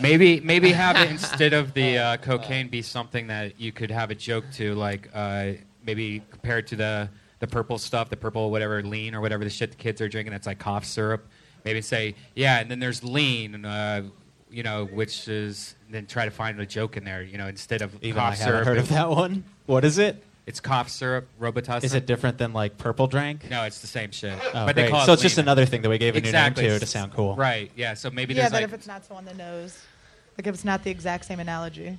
Speaker 4: Maybe maybe have it instead of the uh, cocaine be something that you could have a joke to, like uh, maybe compared to the the purple stuff, the purple whatever lean or whatever the shit the kids are drinking. That's like cough syrup. Maybe say yeah, and then there's lean, uh, you know, which is then try to find a joke in there, you know, instead of
Speaker 11: Even
Speaker 4: cough
Speaker 11: I haven't
Speaker 4: syrup.
Speaker 11: heard of
Speaker 4: it's-
Speaker 11: that one. What is it?
Speaker 4: It's cough syrup, Robitussin.
Speaker 11: Is it different than like purple drank?
Speaker 4: No, it's the same shit.
Speaker 11: Oh,
Speaker 4: but they
Speaker 11: great.
Speaker 4: call
Speaker 11: So
Speaker 4: it
Speaker 11: it's just
Speaker 4: lean.
Speaker 11: another thing that we gave a new name
Speaker 4: exactly.
Speaker 11: to to sound cool.
Speaker 4: Right? Yeah. So maybe
Speaker 6: yeah,
Speaker 4: there's
Speaker 6: but
Speaker 4: like
Speaker 6: if it's not someone that knows, like if it's not the exact same analogy, is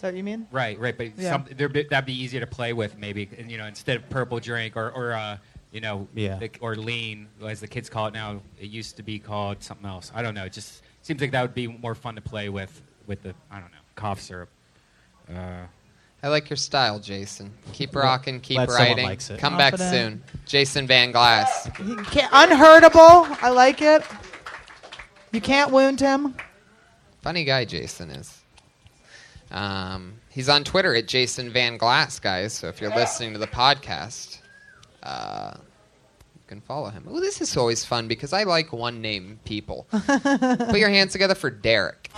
Speaker 6: that what you mean?
Speaker 4: Right, right, but
Speaker 6: Yeah.
Speaker 4: some, there, that'd be easier to play with, maybe. And, you know, instead of purple drink or, or uh, you know,
Speaker 11: Yeah.
Speaker 4: the, or lean, as the kids call it now. It used to be called something else. I don't know. It just seems like that would be more fun to play with with the I don't know cough syrup. Uh,
Speaker 3: I like your style, Jason. Keep rocking, keep
Speaker 4: Glad someone
Speaker 3: writing.
Speaker 4: likes it.
Speaker 3: Come back soon,
Speaker 6: Confident.
Speaker 3: Jason Van Glass.
Speaker 6: You can't, unhurtable. I like it. You can't wound him.
Speaker 3: Funny guy Jason is. Um, he's on Twitter at Jason Van Glass, guys. So if you're listening to the podcast, uh, you can follow him. Oh, this is always fun because I like one name people. Put your hands together for Derek.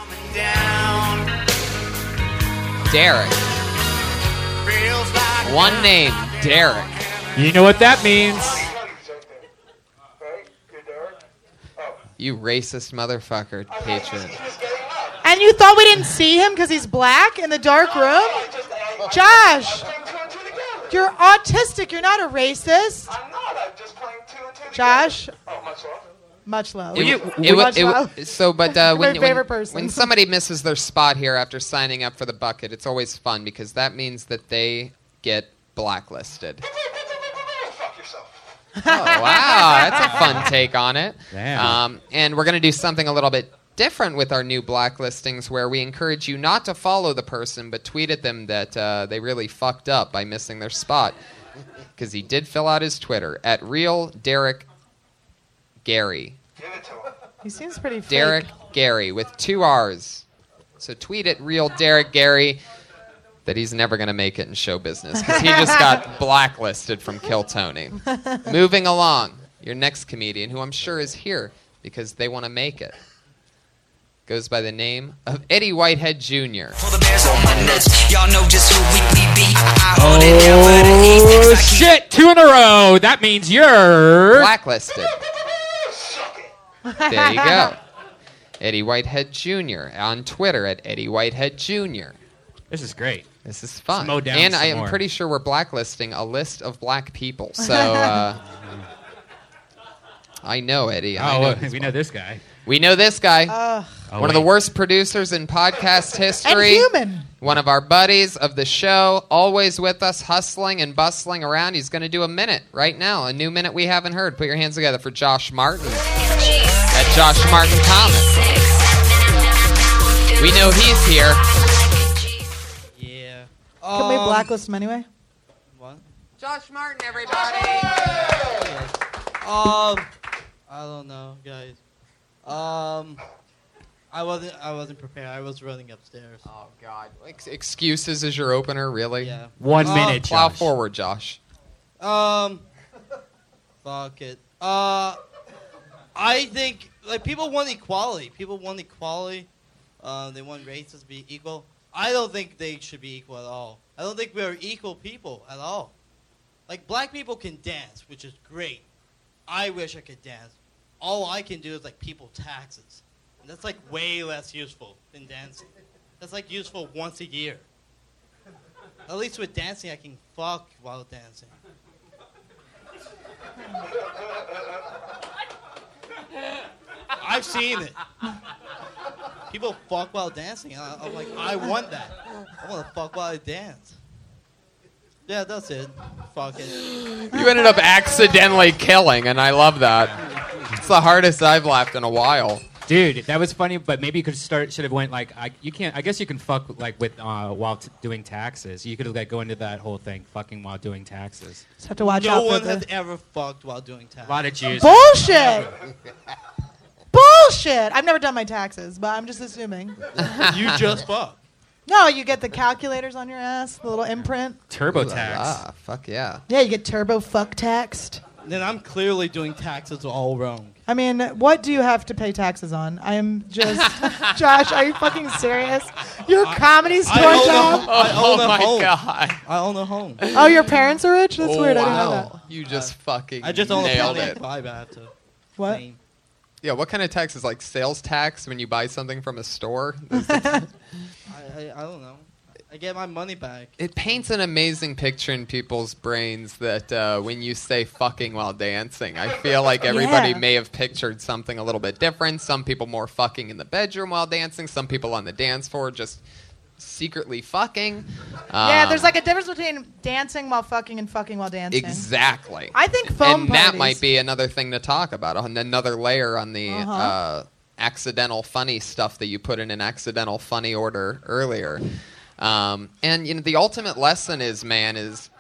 Speaker 3: Derek. One name, Derek.
Speaker 12: You know what that means.
Speaker 3: You racist motherfucker, patriot.
Speaker 6: And you thought we didn't see him because he's black in the dark room? Josh, you're autistic. You're not a racist. I'm not. I'm just playing two and two. Josh. Much love.
Speaker 3: It,
Speaker 6: Much
Speaker 3: it, wa-
Speaker 6: love.
Speaker 3: it, wa- so, but uh,
Speaker 6: My
Speaker 3: when, when-
Speaker 6: favorite person.
Speaker 3: when somebody misses their spot here after signing up for the bucket, it's always fun because that means that they get blacklisted. Oh, wow, that's a fun take on it.
Speaker 13: Damn.
Speaker 3: Um, and we're going to do something a little bit different with our new blacklistings where we encourage you not to follow the person but tweet at them that uh, they really fucked up by missing their spot because he did fill out his Twitter at real Derek Gary.
Speaker 6: He seems pretty fake.
Speaker 3: Derek Gary with two R's. So tweet at real Derek Gary that he's never going to make it in show business because he just got blacklisted from Kill Tony. Moving along, your next comedian, who I'm sure is here because they want to make it, goes by the name of Eddie Whitehead Jr.
Speaker 14: Y'all know just who we, we be. I, I hold it down for the
Speaker 12: Oh shit! Two in a row. That means you're
Speaker 3: blacklisted. There you go. Eddie Whitehead Jr. on Twitter at Eddie Whitehead Jr.
Speaker 4: this is great.
Speaker 3: This is fun.
Speaker 4: Let's mow down
Speaker 3: and
Speaker 4: some
Speaker 3: I am
Speaker 4: more.
Speaker 3: pretty sure we're blacklisting a list of black people. So uh, I know Eddie. I
Speaker 4: Oh,
Speaker 3: know
Speaker 4: well,
Speaker 3: this
Speaker 4: we
Speaker 3: one.
Speaker 4: know this guy. Oh,
Speaker 3: We know this guy.
Speaker 6: Ugh.
Speaker 3: One of the worst producers in podcast history.
Speaker 6: And human.
Speaker 3: One of our buddies of the show, always with us, hustling and bustling around. He's going to do a minute right now, a new minute we haven't heard. Put your hands together for Josh Martin at Josh Martin Comics. We know he's here.
Speaker 11: Yeah.
Speaker 6: Can we blacklist him anyway?
Speaker 3: Josh Martin, everybody.
Speaker 15: Um, I don't know, guys. Um, I wasn't. I wasn't prepared. I was running upstairs.
Speaker 3: Oh God! Excuses is your opener, really?
Speaker 15: Yeah.
Speaker 3: One
Speaker 15: One minute,
Speaker 3: Plow
Speaker 15: Josh.
Speaker 3: forward, Josh.
Speaker 15: Um, fuck it. Uh, I think like people want equality. People want equality. Uh, they want races to be equal. I don't think they should be equal at all. I don't think we are equal people at all. Like black people can dance, which is great. I wish I could dance. All I can do is like people taxes. And that's like way less useful than dancing. That's like useful once a year. At least with dancing, I can fuck while dancing. I've seen it. People fuck while dancing. I, I'm like, I want that. I want to fuck while I dance. Yeah, that's it. Fuck it.
Speaker 3: You ended up accidentally killing, and I love that. It's the hardest I've laughed in a while.
Speaker 10: Dude, that was funny, but maybe you could start. Should have went like I, you can't. I guess you can fuck like with uh, while t- doing taxes. You could like go into that whole thing, fucking while doing taxes.
Speaker 6: Just have to watch
Speaker 15: no
Speaker 6: out for
Speaker 15: one
Speaker 6: the-
Speaker 15: has ever fucked while doing tax.
Speaker 10: A lot of Jews.
Speaker 6: Bullshit. Bullshit. I've never done my taxes, but I'm just assuming.
Speaker 15: you just fuck.
Speaker 6: No, you get the calculators on your ass, the little imprint.
Speaker 10: Turbo
Speaker 3: Ah, fuck yeah.
Speaker 6: Yeah, you get turbo fuck taxed.
Speaker 15: Then I'm clearly doing taxes all wrong.
Speaker 6: I mean, what do you have to pay taxes on? I am just, Josh. Are you fucking serious? Your comedy store
Speaker 15: I own
Speaker 6: job?
Speaker 15: a, I own a home.
Speaker 3: Oh God.
Speaker 15: I own a home.
Speaker 6: Oh, your parents are rich? That's weird. I
Speaker 15: Oh,
Speaker 6: didn't know that.
Speaker 3: You just fucking
Speaker 15: I just own a
Speaker 3: nailed
Speaker 15: penny
Speaker 3: it.
Speaker 15: five. I have to.
Speaker 6: What?
Speaker 15: claim.
Speaker 3: Yeah, what kind of tax is like sales tax when you buy something from a store?
Speaker 15: I, I, I don't know. I get my money back.
Speaker 3: it paints an amazing picture in people's brains that uh, when you say fucking while dancing, I feel like everybody
Speaker 6: Yeah.
Speaker 3: may have pictured something a little bit different. Some people more fucking in the bedroom while dancing, some people on the dance floor just secretly fucking.
Speaker 6: yeah,
Speaker 3: Um,
Speaker 6: there's like a difference between dancing while fucking and fucking while dancing.
Speaker 3: Exactly.
Speaker 6: I think foam
Speaker 3: and that
Speaker 6: parties-
Speaker 3: might be another thing to talk about, on another layer on the
Speaker 6: Uh-huh.
Speaker 3: uh, accidental funny stuff that you put in an accidental funny order earlier. Um, and you know, the ultimate lesson is, man, is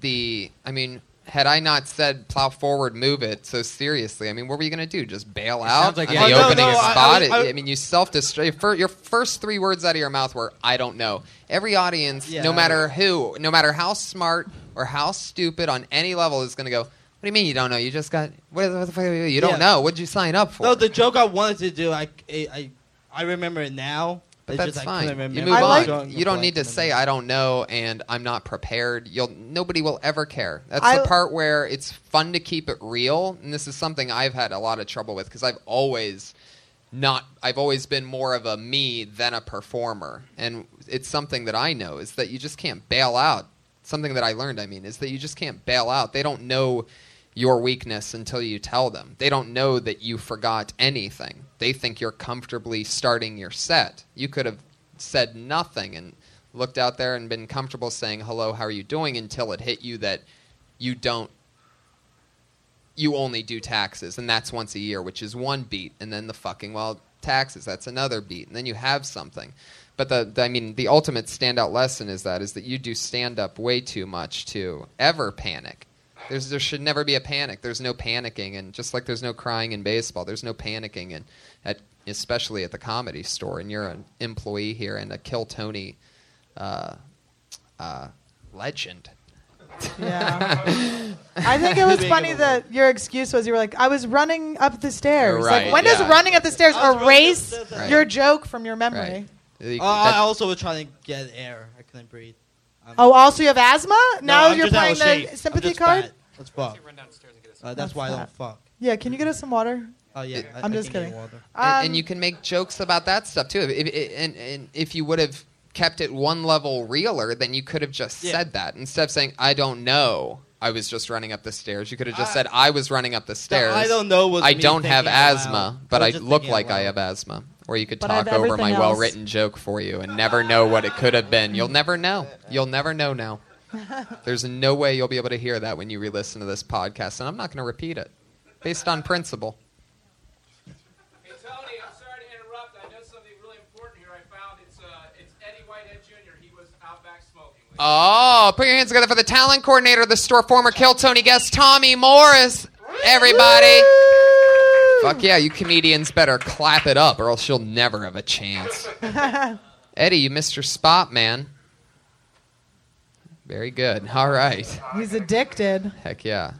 Speaker 3: the. I mean, had I not said plow forward, move it so seriously, I mean, what were you going to do? Just bail out
Speaker 15: sounds like
Speaker 3: on
Speaker 15: you-
Speaker 3: the
Speaker 15: Oh, no,
Speaker 3: opening
Speaker 15: no, I- I
Speaker 3: spot?
Speaker 15: was-
Speaker 3: I,
Speaker 15: I-
Speaker 3: mean, you self destruct. Your, first three words out of your mouth were "I don't know." Every audience,
Speaker 15: Yeah.
Speaker 3: no matter who, no matter how smart or how stupid on any level, is going to go. What do you mean you don't know? You just got what, is- what the fuck? are you- You don't
Speaker 15: Yeah.
Speaker 3: know? What'd you sign up for?
Speaker 15: No, the joke I wanted to do, I, I, I, I remember it now.
Speaker 3: But
Speaker 15: it's
Speaker 3: that's
Speaker 15: just, I
Speaker 3: fine.
Speaker 15: couldn't
Speaker 3: You
Speaker 15: remember the
Speaker 3: move on.
Speaker 15: joke
Speaker 3: you don't
Speaker 15: before
Speaker 3: need
Speaker 15: I
Speaker 3: to
Speaker 15: couldn't
Speaker 3: say
Speaker 15: remember.
Speaker 3: I don't know and I'm not prepared. You'll nobody will ever care. That's
Speaker 6: I-
Speaker 3: the part where it's fun to keep it real, and this is something I've had a lot of trouble with because I've always not I've always been more of a me than a performer. And it's something that I know is that you just can't bail out. Something that I learned, I mean, is that you just can't bail out. They don't know your weakness until you tell them. They don't know that you forgot anything. They think you're comfortably starting your set. You could have said nothing and looked out there and been comfortable saying hello, how are you doing until it hit you that you don't you only do taxes and that's once a year, which is one beat and then the fucking well taxes, that's another beat and then you have something. But the, the I mean the ultimate standout lesson is that is that you do stand up way too much to ever panic. There's, there should never be a panic. There's no panicking, and just like there's no crying in baseball, there's no panicking, and at especially at the comedy store. And you're an employee here and a Kill Tony uh, uh, legend.
Speaker 6: Yeah. I think it was funny that your excuse was you were like, I was running up the stairs.
Speaker 3: Right,
Speaker 6: like, when
Speaker 3: yeah.
Speaker 6: does running up the stairs
Speaker 15: I was running up
Speaker 6: erase
Speaker 15: the stairs.
Speaker 6: your joke from your memory?
Speaker 3: Right.
Speaker 15: Uh, I also was trying to get air. I couldn't breathe. Um,
Speaker 6: Oh, also you have asthma? now
Speaker 15: I'm
Speaker 6: you're
Speaker 15: just out
Speaker 6: playing
Speaker 15: of
Speaker 6: the
Speaker 15: shape. I'm
Speaker 6: sympathy
Speaker 15: just
Speaker 6: card?
Speaker 15: fat. Let's fuck. Uh, that's why I don't fuck.
Speaker 6: Yeah, can you get us some water?
Speaker 15: Oh yeah. I,
Speaker 6: I'm
Speaker 15: I
Speaker 6: just
Speaker 15: think I need
Speaker 6: kidding.
Speaker 15: water.
Speaker 6: Um,
Speaker 3: and, and you can make jokes about that stuff too. If, if, and, and if you would have kept it one level realer, then you could have just
Speaker 15: Yeah.
Speaker 3: said that instead of saying "I don't know." I was just running up the stairs. You could have just said, "I was running up the stairs."
Speaker 15: Ah. I don't know was
Speaker 3: I
Speaker 15: me
Speaker 3: don't have
Speaker 15: thinking out
Speaker 3: asthma,
Speaker 15: loud.
Speaker 3: but
Speaker 15: I
Speaker 3: I
Speaker 15: was just
Speaker 3: look
Speaker 15: thinking out
Speaker 3: like I
Speaker 15: loud.
Speaker 3: have asthma." Or you could
Speaker 6: But I have
Speaker 3: talk over my
Speaker 6: everything else.
Speaker 3: well-written joke for you and never know what it could have been. You'll never know. You'll never know now. There's no way you'll be able to hear that when you re-listen to this podcast, and I'm not going to repeat it, based on principle.
Speaker 2: Hey Tony, I'm sorry to interrupt. I know something really important here. I found it's uh, it's Eddie Whitehead Jr. He was out back smoking.
Speaker 3: Oh, put your hands together for the talent coordinator of the store, former Kill Tony guest Tommy Morris. Everybody. Fuck yeah, you comedians better clap it up or else you'll never have a chance. Eddie, you missed your spot, man. Very good. All right.
Speaker 6: He's addicted.
Speaker 3: Heck yeah.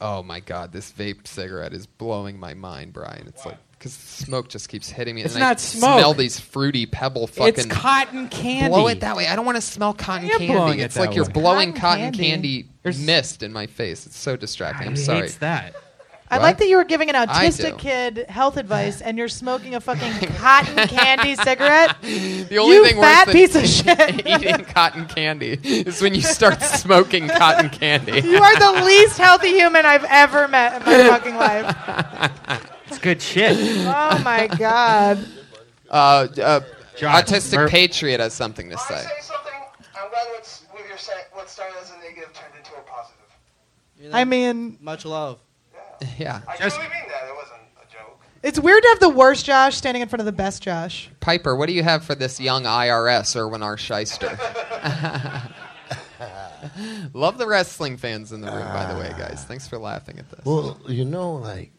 Speaker 3: Oh my god, this vape cigarette is blowing my mind, Brian. It's like because the smoke just keeps hitting me.
Speaker 16: It's
Speaker 3: and I
Speaker 16: not smoke.
Speaker 3: Smell these fruity pebble fucking.
Speaker 16: it's cotton candy.
Speaker 3: Blow it that way. I don't want to smell cotton
Speaker 16: You're
Speaker 3: candy.
Speaker 16: blowing it
Speaker 3: it's
Speaker 16: that
Speaker 3: like you're
Speaker 16: way.
Speaker 3: blowing
Speaker 6: Cotton
Speaker 3: cotton
Speaker 6: candy.
Speaker 3: candy, mist in my face. It's so distracting. I'm
Speaker 16: hates
Speaker 3: sorry.
Speaker 10: that.
Speaker 6: I like that you were giving an
Speaker 3: I
Speaker 6: autistic
Speaker 3: do.
Speaker 6: kid health advice and you're smoking a fucking cotton candy cigarette.
Speaker 3: The only
Speaker 6: you
Speaker 3: thing
Speaker 6: fat
Speaker 3: worse
Speaker 6: piece
Speaker 3: than
Speaker 6: of shit.
Speaker 3: eating cotton candy is when you start smoking cotton candy.
Speaker 6: You are the least healthy human I've ever met in my fucking life.
Speaker 3: It's good shit.
Speaker 6: Oh my god.
Speaker 3: Uh, uh,
Speaker 6: Josh,
Speaker 3: autistic
Speaker 6: Murph.
Speaker 3: patriot has something to say.
Speaker 5: I'm glad what's what you're saying, what started as a negative turned into a positive.
Speaker 6: I mean,
Speaker 15: much love.
Speaker 3: Yeah.
Speaker 5: I
Speaker 3: Just-
Speaker 5: really mean that. It wasn't a joke.
Speaker 6: it's weird to have the worst Josh standing in front of the best Josh.
Speaker 3: Piper, what do you have for this young IRS Erwin R. Shyster? Love the wrestling fans in the room, by the way, guys. Thanks for laughing at this.
Speaker 7: Well, you know, like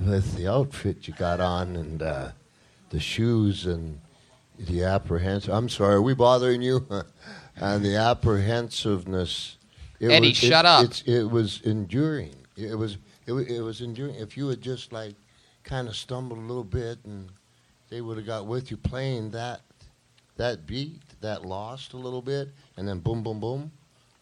Speaker 7: with the outfit you got on and uh, the shoes and the apprehensive. I'm sorry, are we bothering you? and the apprehensiveness.
Speaker 3: Eddie,
Speaker 7: was,
Speaker 3: shut up.
Speaker 7: It's, it was enduring. It was it, wa- it was enduring. If you had just like kind of stumbled a little bit and they would have got with you playing that that beat that lost a little bit and then boom boom boom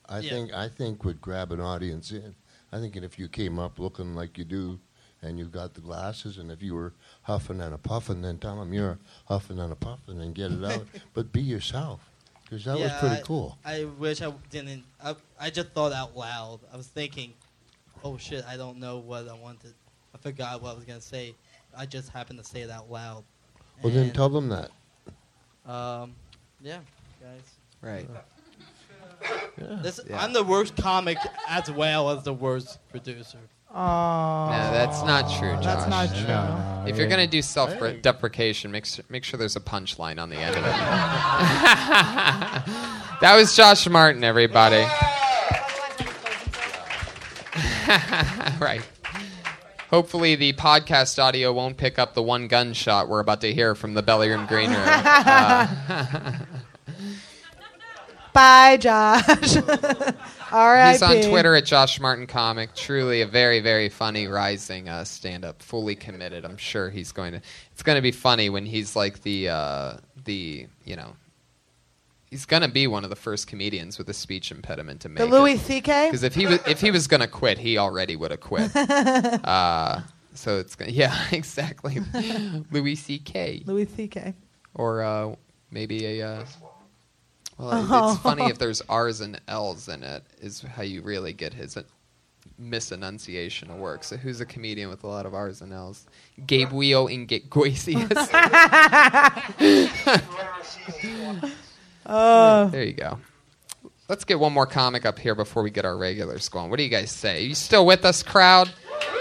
Speaker 7: i
Speaker 15: Yeah.
Speaker 7: think i think would grab an audience in i think if you came up looking like you do and you got the glasses and if you were huffing and a puffing then tell them you're huffing and a puffing and get it out but be yourself because that was
Speaker 15: Yeah,
Speaker 7: pretty
Speaker 15: I-
Speaker 7: cool
Speaker 15: I wish I didn't. I, I just thought out loud. I was thinking, oh shit, I don't know what I wanted. I forgot what I was going to say. I just happened to say it out loud.
Speaker 7: well then tell them that
Speaker 15: Um, yeah, guys.
Speaker 3: Right.
Speaker 15: This,
Speaker 3: Yeah.
Speaker 15: I'm the worst comic as well as the worst producer.
Speaker 6: Oh.
Speaker 3: No, that's not true, Josh.
Speaker 6: That's not true.
Speaker 3: If you're gonna do self-deprecation, make sure, make sure there's a punchline on the end of it. that was Josh Martin, everybody. right. Hopefully, the podcast audio won't pick up the one gunshot we're about to hear from the belly room green room. Uh,
Speaker 6: Bye, Josh. All right.
Speaker 3: He's on Twitter at Josh Martin Comic. Truly a very, very funny rising uh, stand up. Fully committed. I'm sure he's going to. It's going to be funny when he's like the uh, the you know. He's going to be one of the first comedians with a speech impediment to make
Speaker 6: The Louis C.K.?
Speaker 3: Because if he was if he was going to quit, he already would have quit. uh, so it's gonna, yeah exactly Louis C.K.
Speaker 6: Louis C.K.
Speaker 3: or uh, maybe a. Uh, well,
Speaker 6: Oh.
Speaker 3: it's funny if there's R's and L's in it is how you really get his uh, misenunciation to work. So who's a comedian with a lot of R's and L's? Gabe Weo Inget Goisius.
Speaker 6: Oh.
Speaker 3: There you go. Let's get one more comic up here before we get our regulars going. What do you guys say? you still with us, crowd?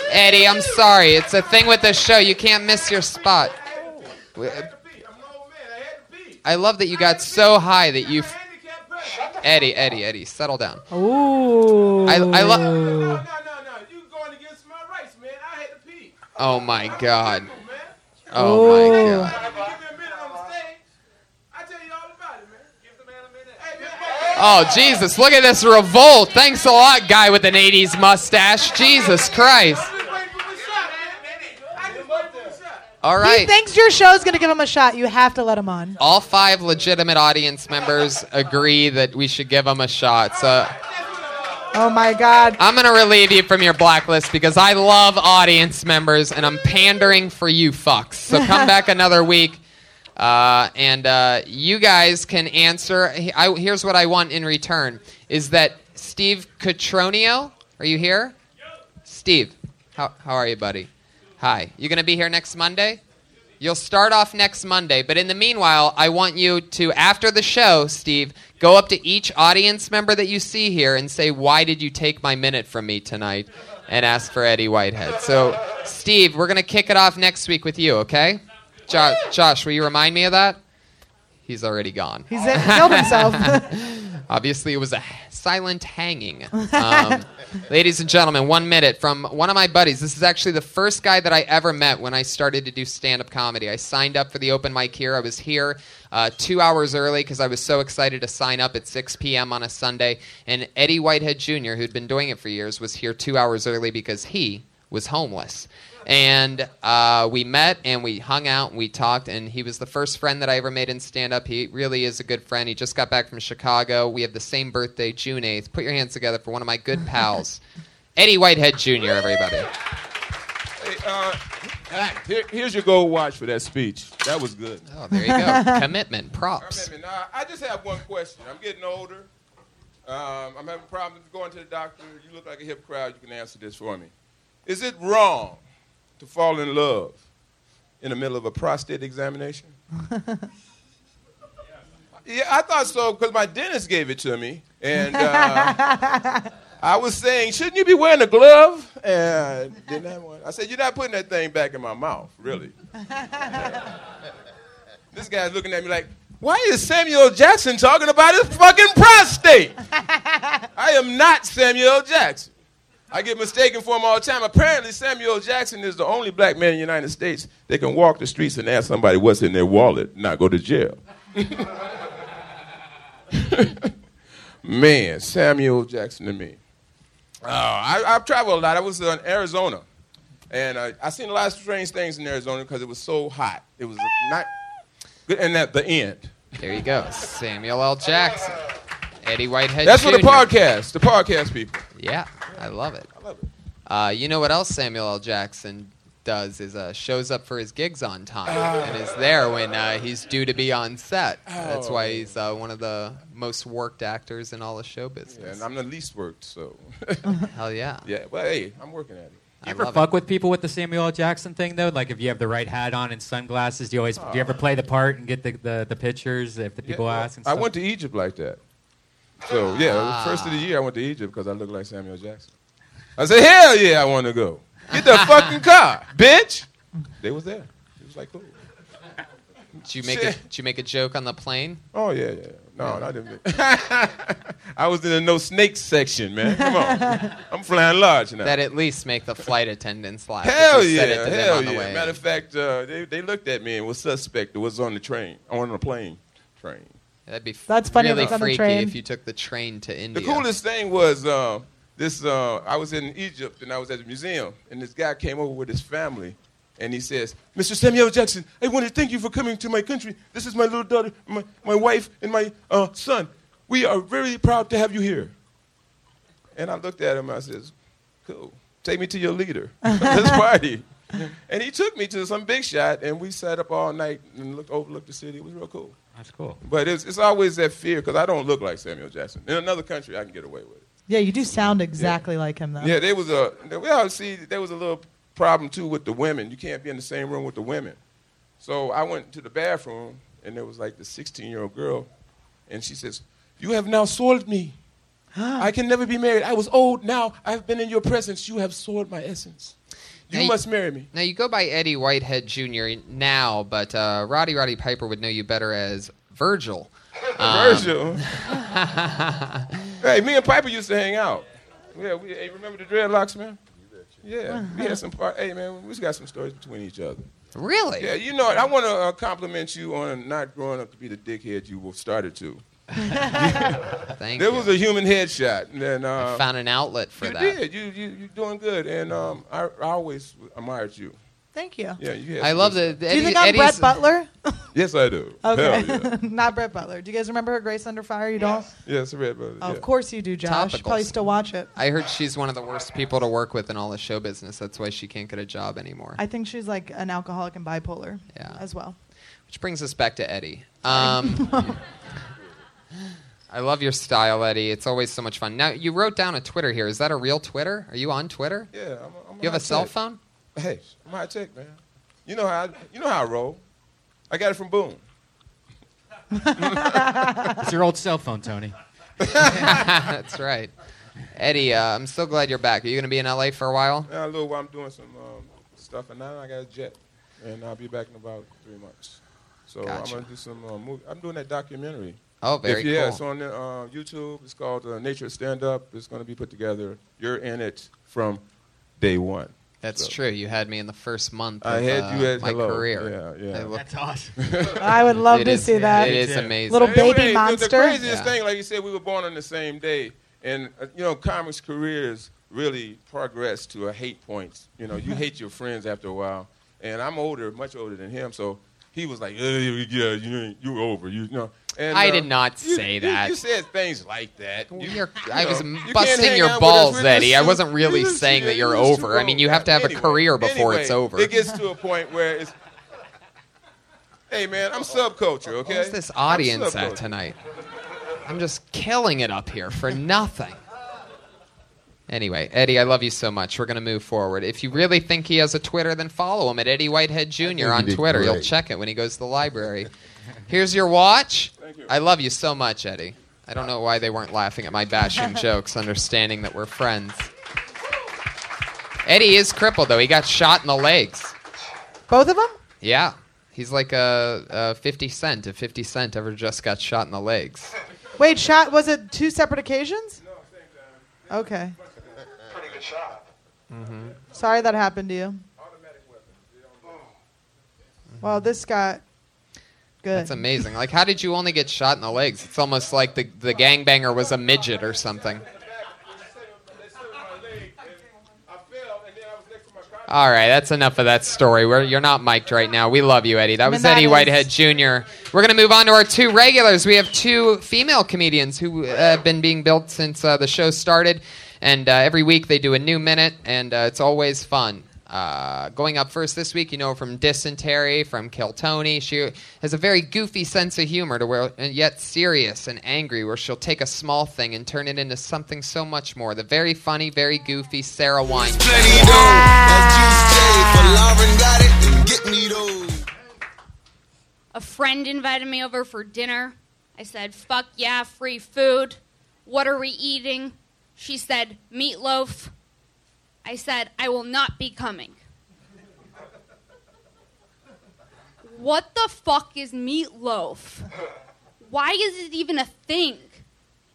Speaker 3: Eddie, I'm sorry. It's a thing with this show. You can't miss your spot. We- I love that you got so high that you. Eddie, Eddie, Eddie, settle down.
Speaker 6: Ooh.
Speaker 3: I, I love. Oh my god. Oh my god. Oh Jesus, look at this revolt. Thanks a lot, guy with an 80s mustache. Jesus Christ. All
Speaker 6: He
Speaker 3: right.
Speaker 6: thinks your show's going to give him a shot. You have to let him on.
Speaker 3: All five legitimate audience members agree that we should give him a shot. So
Speaker 6: Oh my god.
Speaker 3: I'm going to relieve you from your blacklist because I love audience members and I'm pandering for you fucks. So come back another week. Uh, and uh, you guys can answer. He- I, here's what I want in return is that Steve Catronio, are you here? Steve, how, how are you, buddy? Hi. You going to be here next Monday? You'll start off next Monday, but in the meanwhile, I want you to, after the show, Steve, go up to each audience member that you see here and say, Why did you take my minute from me tonight? and ask for Eddie Whitehead. So, Steve, we're going to kick it off next week with you, okay? Jo- Josh, will you remind me of that? He's already gone.
Speaker 6: He's it- killed himself.
Speaker 3: Obviously, it was a silent hanging. Um, ladies and gentlemen, one minute from one of my buddies. This is actually the first guy that I ever met when I started to do stand up comedy. I signed up for the open mic here. I was here uh, two hours early because I was so excited to sign up at 6 p.m. on a Sunday. And Eddie Whitehead Jr., who'd been doing it for years, was here two hours early because he was homeless. And uh, we met and we hung out and we talked. And he was the first friend that I ever made in stand up. He really is a good friend. He just got back from Chicago. We have the same birthday, June 8th. Put your hands together for one of my good pals, Eddie Whitehead Jr., everybody.
Speaker 16: Uh, ah, here- here's your gold watch for that speech. That was good.
Speaker 3: Oh, there you go. Commitment, props.
Speaker 16: Commitment. Now, I just have one question. I'm getting older. Um, I'm having problems going to the doctor. You look like a hip crowd. You can answer this for me. Is it wrong to fall in love in the middle of a prostate examination? yeah, I thought so because my dentist gave it to me, and uh, I was saying, shouldn't you be wearing a glove? And didn't have one. I said, you're not putting that thing back in my mouth, really. This guy's looking at me like, why is Samuel Jackson talking about his fucking prostate? I am not Samuel Jackson. I get mistaken for him all the time. Apparently, Samuel Jackson is the only black man in the United States that can walk the streets and ask somebody what's in their wallet, not go to jail. Man, Samuel Jackson to me. Uh, I, I've traveled a lot. I was in Arizona, and uh, I seen a lot of strange things in Arizona because it was so hot. It was not, and at the end.
Speaker 3: There you go. Samuel L. Jackson. Eddie Whitehead
Speaker 16: That's for the
Speaker 3: Jr..
Speaker 16: podcast, the podcast people.
Speaker 3: Yeah, I love it. I love it. Uh, you know what else Samuel L. Jackson does is uh, shows up for his gigs on time
Speaker 16: Ah.
Speaker 3: and is there when uh, he's due to be on set. That's
Speaker 16: Oh.
Speaker 3: why he's uh, one of the most worked actors in all of show
Speaker 16: Yeah,
Speaker 3: business.
Speaker 16: and I'm the least worked, so.
Speaker 3: Hell yeah.
Speaker 16: yeah, well, hey, I'm working at it.
Speaker 3: I
Speaker 10: You ever fuck with people with the Samuel L. Jackson thing though? Like if you have the right hat on and sunglasses, do you always do you ever play the part and get the, the, the pictures if the people ask and
Speaker 16: I
Speaker 10: stuff?
Speaker 16: went to Egypt like that. So, yeah,
Speaker 10: Ah.
Speaker 16: first of the year I went to Egypt because I looked like Samuel Jackson. I said, hell yeah, I want to go. Get the fucking car, bitch. They was there. It was like, cool.
Speaker 3: Did you make a, did you make a joke on the plane?
Speaker 16: Oh, yeah, yeah. No, no, I didn't. make- I was in the no snakes section, man. Come on. I'm flying large now.
Speaker 3: That at least make the flight attendants laugh. if
Speaker 16: Hell
Speaker 3: you
Speaker 16: yeah,
Speaker 3: said it to them
Speaker 16: hell
Speaker 3: on the
Speaker 16: yeah.
Speaker 3: way.
Speaker 16: Matter of fact, uh, they, they looked at me and was suspect. It was on the train, on the plane, train.
Speaker 3: That'd be f-
Speaker 16: That's funny if
Speaker 3: really
Speaker 16: it's on the
Speaker 3: freaky
Speaker 16: train.
Speaker 3: if you took the train to India.
Speaker 16: The coolest thing was uh, this. Uh, I was in Egypt and I was at the museum, and this guy came over with his family, and he says, "Mr. Samuel Jackson, I want to thank you for coming to my country. This is my little daughter, my, my wife, and my uh, son. We are very proud to have you here." And I looked at him. I says, "Cool, take me to your leader. Let's party." And he took me to some big shot, and we sat up all night and looked overlooked the city. It was real cool.
Speaker 10: That's cool.
Speaker 16: But it's, it's always that fear because I don't look like Samuel Jackson. In another country, I can get away with it.
Speaker 6: Yeah, you do sound exactly like him though.
Speaker 16: Yeah, there was a there- well, see, there was a little problem too with the women. You can't be in the same room with the women. So I went to the bathroom, and there was like the 16 year old girl, and she says, "You have now soiled me. I can never be married. I was old. Now I've been in your presence. You have soiled my essence. You
Speaker 3: Now
Speaker 16: must marry me."
Speaker 3: Now you go by Eddie Whitehead Jr. now, but uh, Roddy Roddy Piper would know you better as Virgil. Um,
Speaker 16: Virgil. hey, me and Piper used to hang out. Yeah, we hey, remember the dreadlocks, man. Yeah, we had some part. Hey, man, we got some stories between each other.
Speaker 3: Really?
Speaker 16: Yeah, you know, what, I want to uh, compliment you on not growing up to be the dickhead you were started to.
Speaker 3: Thank
Speaker 16: there
Speaker 3: you.
Speaker 16: was a human headshot, and then, uh,
Speaker 3: I found an outlet for
Speaker 16: you
Speaker 3: that.
Speaker 16: did. You you you're doing good, and um, I, I always admired you.
Speaker 6: Thank you.
Speaker 16: Yeah, you. had
Speaker 3: I
Speaker 16: some
Speaker 3: love
Speaker 16: good
Speaker 3: that.
Speaker 6: Do you think I'm Brett Butler?
Speaker 16: Yes, I do.
Speaker 6: Okay,
Speaker 16: Hell yeah.
Speaker 6: not Brett Butler. Do you guys remember her Grace Under Fire? You don't?
Speaker 16: Yes, Red Brother.
Speaker 6: Of course you do, Josh. You
Speaker 3: Topicals.
Speaker 6: probably still watch it.
Speaker 3: I heard she's one of the worst people to work with in all the show business. That's why she can't get a job anymore.
Speaker 6: I think she's like an alcoholic and bipolar as well.
Speaker 3: Which brings us back to Eddie. Um, I love your style, Eddie. It's always so much fun. Now you wrote down a Twitter here. Is that a real Twitter? Are you on Twitter?
Speaker 16: Yeah, I'm, I'm
Speaker 3: You have a
Speaker 16: high
Speaker 3: cell
Speaker 16: tech.
Speaker 3: phone?
Speaker 16: Hey, I'm high tech, man. You know how I, you know how I roll. I got it from Boom.
Speaker 10: it's your old cell phone, Tony.
Speaker 3: That's right. Eddie, uh, I'm so glad you're back. Are you going to be in LA for a while?
Speaker 16: Now, a little while I'm doing some um, stuff, and now I got a jet, and I'll be back in about three months. So
Speaker 3: Gotcha.
Speaker 16: I'm gonna do some uh, movie. I'm doing that documentary.
Speaker 3: Oh, very
Speaker 16: if, yeah,
Speaker 3: cool.
Speaker 16: it's on the, uh, YouTube. It's called uh, Nature Stand Up. It's gonna be put together. You're in it from day one.
Speaker 3: That's true. You had me in the first month
Speaker 16: I
Speaker 3: of
Speaker 16: had
Speaker 3: uh,
Speaker 16: you at
Speaker 3: my
Speaker 16: hello.
Speaker 3: career.
Speaker 16: Yeah, yeah.
Speaker 3: I
Speaker 16: That's
Speaker 10: awesome.
Speaker 6: I would love
Speaker 3: It
Speaker 6: to
Speaker 3: is-
Speaker 6: see that.
Speaker 3: It is amazing.
Speaker 6: Little
Speaker 16: Hey,
Speaker 6: baby
Speaker 16: wait, the-
Speaker 6: monster.
Speaker 16: The craziest
Speaker 6: Yeah.
Speaker 16: thing, like you said, we were born on the same day, and uh, you know, comics careers really progress to a hate point. You know, you hate your friends after a while, and I'm older, much older than him, so he was like, "Uh, "Yeah, you ain't- you over, you, you know." And,
Speaker 3: I
Speaker 16: uh,
Speaker 3: did not
Speaker 16: you-
Speaker 3: say
Speaker 16: you-
Speaker 3: that.
Speaker 16: You said things like that. You- you
Speaker 3: I was
Speaker 16: know, you can't
Speaker 3: busting
Speaker 16: hang
Speaker 3: your
Speaker 16: out with us
Speaker 3: balls,
Speaker 16: with
Speaker 3: Eddie.
Speaker 16: this
Speaker 3: I
Speaker 16: suit.
Speaker 3: wasn't really
Speaker 16: You're just-
Speaker 3: saying that you're
Speaker 16: you're just
Speaker 3: over.
Speaker 16: too
Speaker 3: I mean, you have to have a
Speaker 16: Anyway,
Speaker 3: career before it's
Speaker 16: anyway,
Speaker 3: over.
Speaker 16: It gets to a point where it's. Hey man, I'm subculture, okay?
Speaker 3: Where's this
Speaker 16: I'm
Speaker 3: audience
Speaker 16: subculture.
Speaker 3: at tonight? I'm just killing it up here for nothing. Anyway, Eddie, I love you so much. We're going to move forward. If you really think he has a Twitter, then follow him at Eddie Whitehead Jr. on
Speaker 7: did
Speaker 3: Twitter. You'll
Speaker 7: great.
Speaker 3: check it when he goes to the library. Here's your watch. I love you so much, Eddie. I don't know why they weren't laughing at my bashing jokes, understanding that we're friends. Eddie is crippled, though. He got shot in the legs.
Speaker 6: Both of them?
Speaker 3: Yeah. He's like a, a 50 Cent, if 50 Cent ever just got shot in the legs.
Speaker 6: Wait, shot was it two separate occasions? Okay.
Speaker 5: Pretty good shot.
Speaker 3: Mm-hmm.
Speaker 6: Sorry that happened to you. Well, this got good.
Speaker 3: That's amazing. Like, how did you only get shot in the legs? It's almost like the, the gangbanger was a midget or something. All right, that's enough of that story. We're, you're not mic'd right now. We love you, Eddie. That
Speaker 6: I
Speaker 3: was
Speaker 6: mean, that
Speaker 3: Eddie
Speaker 6: is-
Speaker 3: Whitehead Jr. We're going to move on to our two regulars. We have two female comedians who uh, have been being built since uh, the show started, and uh, every week they do a new minute, and uh, it's always fun. Uh, going up first this week, you know her from Dysentery, from Kill Tony. She has a very goofy sense of humor, to where and yet serious and angry, where she'll take a small thing and turn it into something so much more. The very funny, very goofy Sarah Wine.
Speaker 17: A friend invited me over for dinner. I said, fuck yeah, free food. What are we eating? She said, meatloaf. I said, I will not be coming. What the fuck is meatloaf? Why is it even a thing?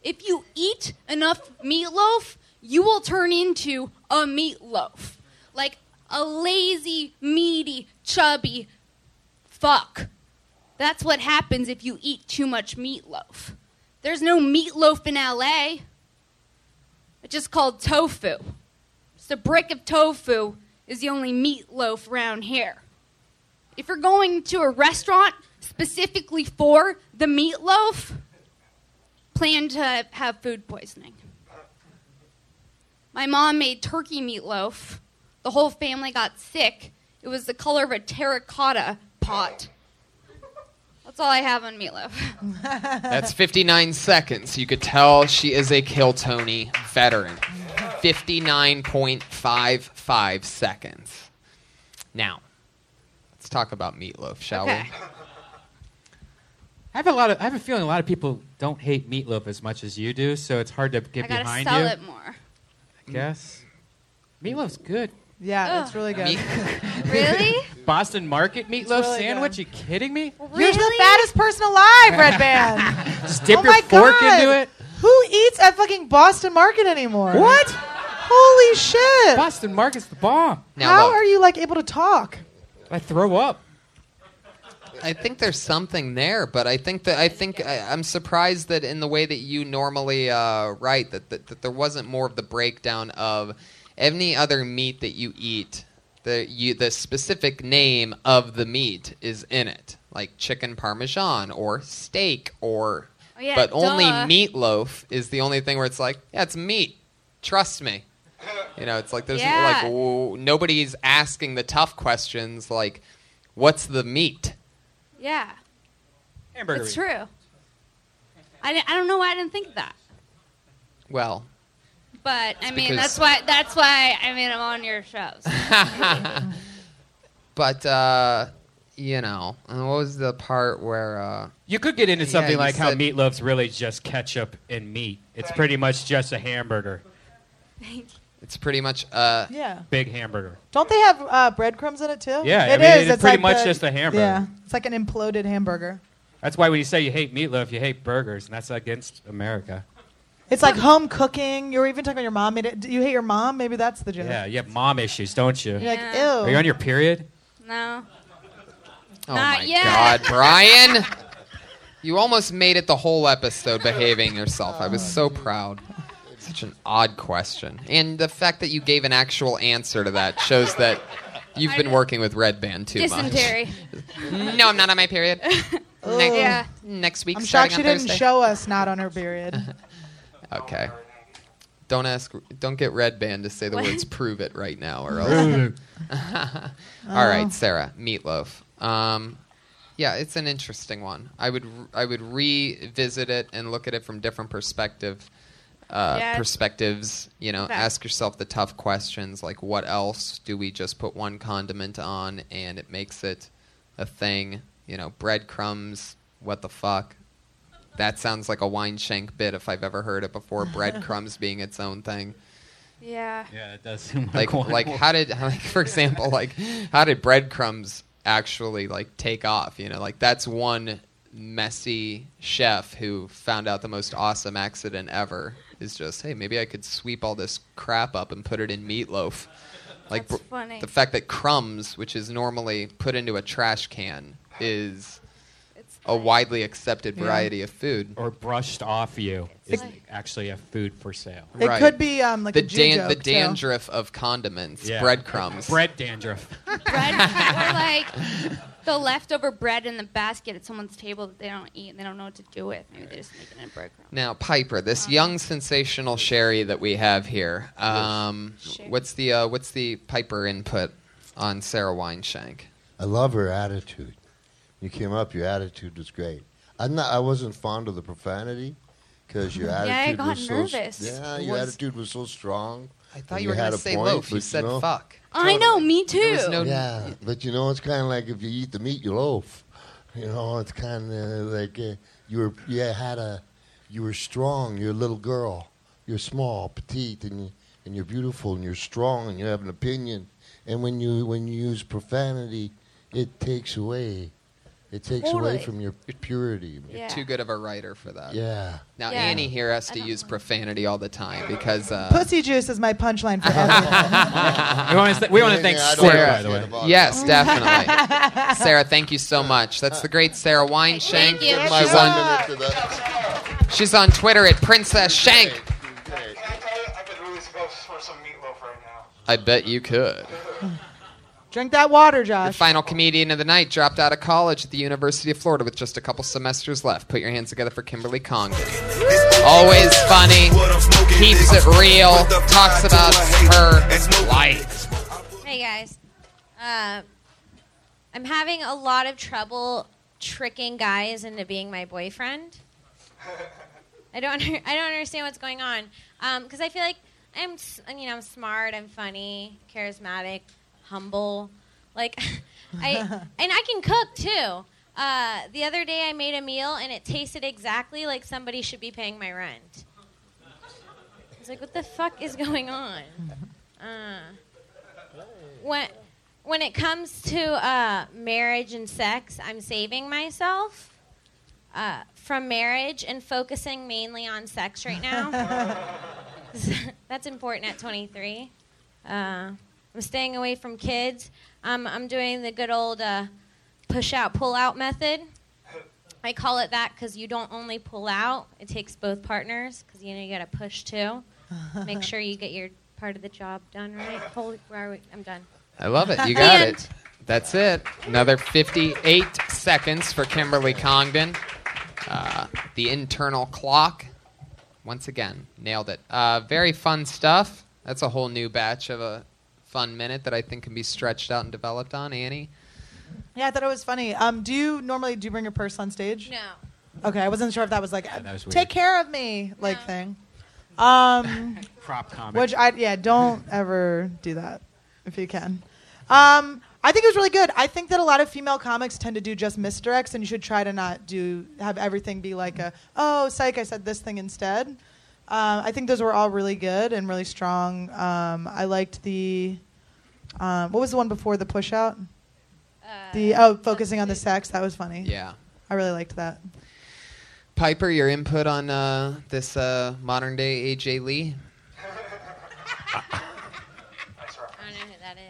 Speaker 17: If you eat enough meatloaf, you will turn into a meatloaf. Like a lazy, meaty, chubby fuck. That's what happens if you eat too much meatloaf. There's no meatloaf in LA. It's just called tofu. Just a brick of tofu is the only meatloaf around here. If you're going to a restaurant specifically for the meatloaf, plan to have food poisoning. My mom made turkey meatloaf. The whole family got sick. It was the color of a terracotta pot. That's all I have on meatloaf.
Speaker 3: That's 59 seconds. You could tell she is a Kill Tony veteran. 59.55 seconds. Now, let's talk about meatloaf, shall
Speaker 17: Okay.
Speaker 10: I have a lot of. I have a feeling a lot of people don't hate meatloaf as much as you do, so it's hard to get
Speaker 17: I gotta
Speaker 10: behind
Speaker 17: sell
Speaker 10: you.
Speaker 17: it more.
Speaker 10: I guess. Meatloaf's good.
Speaker 6: Yeah,
Speaker 17: Ugh.
Speaker 6: it's really good.
Speaker 17: really?
Speaker 10: Boston Market meatloaf
Speaker 6: really
Speaker 10: sandwich? You kidding me?
Speaker 17: Oh
Speaker 6: You're the fattest person alive, Red Band.
Speaker 10: Just dip
Speaker 6: oh
Speaker 10: your
Speaker 6: my
Speaker 10: fork
Speaker 6: God.
Speaker 10: into it.
Speaker 6: Who eats at fucking Boston Market anymore?
Speaker 10: What?
Speaker 6: Holy shit!
Speaker 10: Boston Market's the bomb.
Speaker 3: Now
Speaker 6: How
Speaker 3: look.
Speaker 6: are you like able to talk?
Speaker 10: I throw up.
Speaker 3: we? I think there's something there, but I think that I think I, I'm surprised that in the way that you normally uh, write that, that that there wasn't more of the breakdown of any other meat that you eat. The you the specific name of the meat is in it, like chicken parmesan or steak or
Speaker 17: Oh, yeah,
Speaker 3: but only
Speaker 17: duh.
Speaker 3: meatloaf is the only thing where it's like, yeah, it's meat. Trust me. You know, it's like there's
Speaker 17: Yeah.
Speaker 3: like w- nobody's asking the tough questions like, what's the meat?
Speaker 17: Yeah.
Speaker 10: Hamburger.
Speaker 17: It's true. I, di- I don't know why I didn't think of that.
Speaker 3: Well,
Speaker 17: But I
Speaker 3: It's
Speaker 17: mean
Speaker 3: because-
Speaker 17: that's why that's why I mean I'm on your shows.
Speaker 3: but uh, you know, and what was the part where uh,
Speaker 10: You could get into
Speaker 3: Yeah,
Speaker 10: something
Speaker 3: you
Speaker 10: like how
Speaker 3: said-
Speaker 10: meatloaf's really just ketchup and meat. It's pretty much just a hamburger,
Speaker 3: it's pretty much uh,
Speaker 6: Yeah.
Speaker 10: big hamburger.
Speaker 6: Don't they have uh, breadcrumbs in it too?
Speaker 10: Yeah, I
Speaker 6: It
Speaker 10: mean,
Speaker 6: is.
Speaker 10: it's pretty
Speaker 6: like
Speaker 10: much
Speaker 6: the-
Speaker 10: just a hamburger.
Speaker 6: Yeah. It's like an imploded hamburger.
Speaker 10: That's why when you say you hate meatloaf, you hate burgers, and that's against America.
Speaker 6: It's like home cooking. You were even talking about your mom. made it- Do you hate your mom? Maybe that's the joke.
Speaker 10: Yeah, you have mom issues, don't you?
Speaker 6: You're like, ew.
Speaker 10: Are you on your period?
Speaker 17: No.
Speaker 3: Oh
Speaker 17: Not
Speaker 3: my
Speaker 17: yet.
Speaker 3: God, Brian! You almost made it the whole episode behaving yourself. I was
Speaker 10: Oh,
Speaker 3: so proud. Such an odd question. And the fact that you gave an actual answer to that shows that you've been working with Red Band too
Speaker 17: Dysentery.
Speaker 3: much. No, I'm not on my period. Next-
Speaker 17: yeah.
Speaker 3: Next week,
Speaker 6: I'm shocked
Speaker 3: starting
Speaker 6: she
Speaker 3: on
Speaker 6: didn't
Speaker 3: Thursday.
Speaker 6: show us not on her period.
Speaker 3: much. Okay. Don't ask. Don't get Red Band to say the
Speaker 6: What?
Speaker 3: words "prove it" right now, or else. All
Speaker 18: Oh.
Speaker 3: right, Sarah, meatloaf. Um, yeah, it's an interesting one. I would I would revisit it and look at it from different perspective uh,
Speaker 18: Yeah, it's-
Speaker 3: perspectives. You know,
Speaker 18: Fact.
Speaker 3: ask yourself the tough questions like, what else do we just put one condiment on and it makes it a thing? You know, breadcrumbs. What the fuck? That sounds like a wine shank bit if I've ever heard it before. Breadcrumbs being its own thing
Speaker 17: Yeah.
Speaker 10: Yeah, it does seem
Speaker 3: like
Speaker 10: one
Speaker 3: like
Speaker 10: more.
Speaker 3: how did like for example like how did breadcrumbs actually like take off you know like that's one messy chef who found out the most awesome accident ever is just hey maybe i could sweep all this crap up and put it in meatloaf like
Speaker 17: That's
Speaker 3: br-
Speaker 17: funny.
Speaker 3: the fact that crumbs which is normally put into a trash can is a widely accepted
Speaker 10: Yeah.
Speaker 3: variety of food
Speaker 10: or brushed off you is actually a food for sale.
Speaker 6: It could be, um, like
Speaker 3: the
Speaker 6: a Jew
Speaker 3: the
Speaker 6: joke, so-
Speaker 3: dandruff of condiments,
Speaker 10: Yeah.
Speaker 3: breadcrumbs,
Speaker 10: bread dandruff.
Speaker 17: bread or like the leftover bread in the basket at someone's table that they don't eat and they don't know what to do with. Maybe they're just making it a burger.
Speaker 3: Now, Piper,
Speaker 17: Um,
Speaker 3: this young sensational Sherry that we have here. Um,
Speaker 17: Sherry.
Speaker 3: what's the uh, what's the Piper input on Sarah Wineshank?
Speaker 7: I love her attitude. You came up, your attitude was great. I'm not. I wasn't fond of the profanity because your
Speaker 17: Yeah, I
Speaker 7: attitude
Speaker 17: got
Speaker 7: was so. s-
Speaker 17: nervous.
Speaker 7: Yeah, your
Speaker 3: Was-
Speaker 7: attitude was so strong. I
Speaker 3: thought you were gonna say loaf, you said fuck.
Speaker 17: I know, me too.
Speaker 7: yeah, but you know, it's kind of like if you eat the meat, you loaf. You know, it's kind of like uh, you were. You had a. You were strong. You're a little girl. You're small, petite, and you, and you're beautiful, and you're strong, and you have an opinion. And when you when you use profanity, it takes away. It takes
Speaker 3: Totally.
Speaker 7: away from your purity.
Speaker 3: You're too good of a writer for that.
Speaker 7: Yeah.
Speaker 3: Now
Speaker 6: Yeah.
Speaker 3: Annie here has to use profanity all the time because uh,
Speaker 6: Pussy juice is my punchline for everything.
Speaker 3: we want to
Speaker 6: we wanna thank Sarah,
Speaker 7: by the way.
Speaker 3: Yes, definitely. Sarah, thank you so much. That's the great Sarah Wineshank.
Speaker 17: Thank you.
Speaker 7: Give my
Speaker 3: She's
Speaker 7: one minute
Speaker 3: on,
Speaker 7: to the-
Speaker 3: she's on Twitter at Princess Shank. I bet you could.
Speaker 6: Drink that water,
Speaker 3: Your
Speaker 6: Josh.
Speaker 3: final comedian of the night dropped out of college at the University of Florida with just a couple semesters left. Put your hands together for Kimberly Congdon. Always funny, keeps it real, talks about her life.
Speaker 19: Hey guys, uh, I'm having a lot of trouble tricking guys into being my boyfriend. I don't I don't understand what's going on because I feel like I'm s- you know I'm smart, I'm funny, charismatic, humble, like I and I can cook too. Uh, the other day I made a meal and it tasted exactly like somebody should be paying my rent. I was like, what the fuck is going on? Uh, when when it comes to uh, marriage and sex, I'm saving myself uh, from marriage and focusing mainly on sex right now. That's important at 23. Uh, I'm staying away from kids. Um, I'm doing the good old uh, push out, pull out method. I call it that because you don't only pull out; it takes both partners because you know you got to push too. Make sure you get your part of the job done right. Holy, where are we? I'm done.
Speaker 3: I love it.
Speaker 19: The
Speaker 3: You got
Speaker 19: end.
Speaker 3: it. That's it. Another 58 seconds for Kimberly Congdon. Uh, the internal clock. Once again, nailed it. Uh, very fun stuff. That's a whole new batch of a fun minute that I think can be stretched out and developed on. Annie?
Speaker 6: yeah, I thought it was funny. Um, do you normally do you bring your purse on stage?
Speaker 19: No.
Speaker 6: Okay, I wasn't sure if that was like
Speaker 19: that was
Speaker 6: take
Speaker 19: weird.
Speaker 6: care of me like thing. Um,
Speaker 10: Prop comic.
Speaker 6: Which I yeah, don't ever do that if you can. Um, I think it was really good. I think that a lot of female comics tend to do just misdirects, and you should try to not do have everything be like a oh psych I said this thing instead. Um, I think those were all really good and really strong. Um, I liked the um, what was the one before the push out? The oh, focusing on the sex. That was funny.
Speaker 3: Yeah.
Speaker 6: I really liked that.
Speaker 3: Piper, your input on uh, this uh, modern day AJ Lee?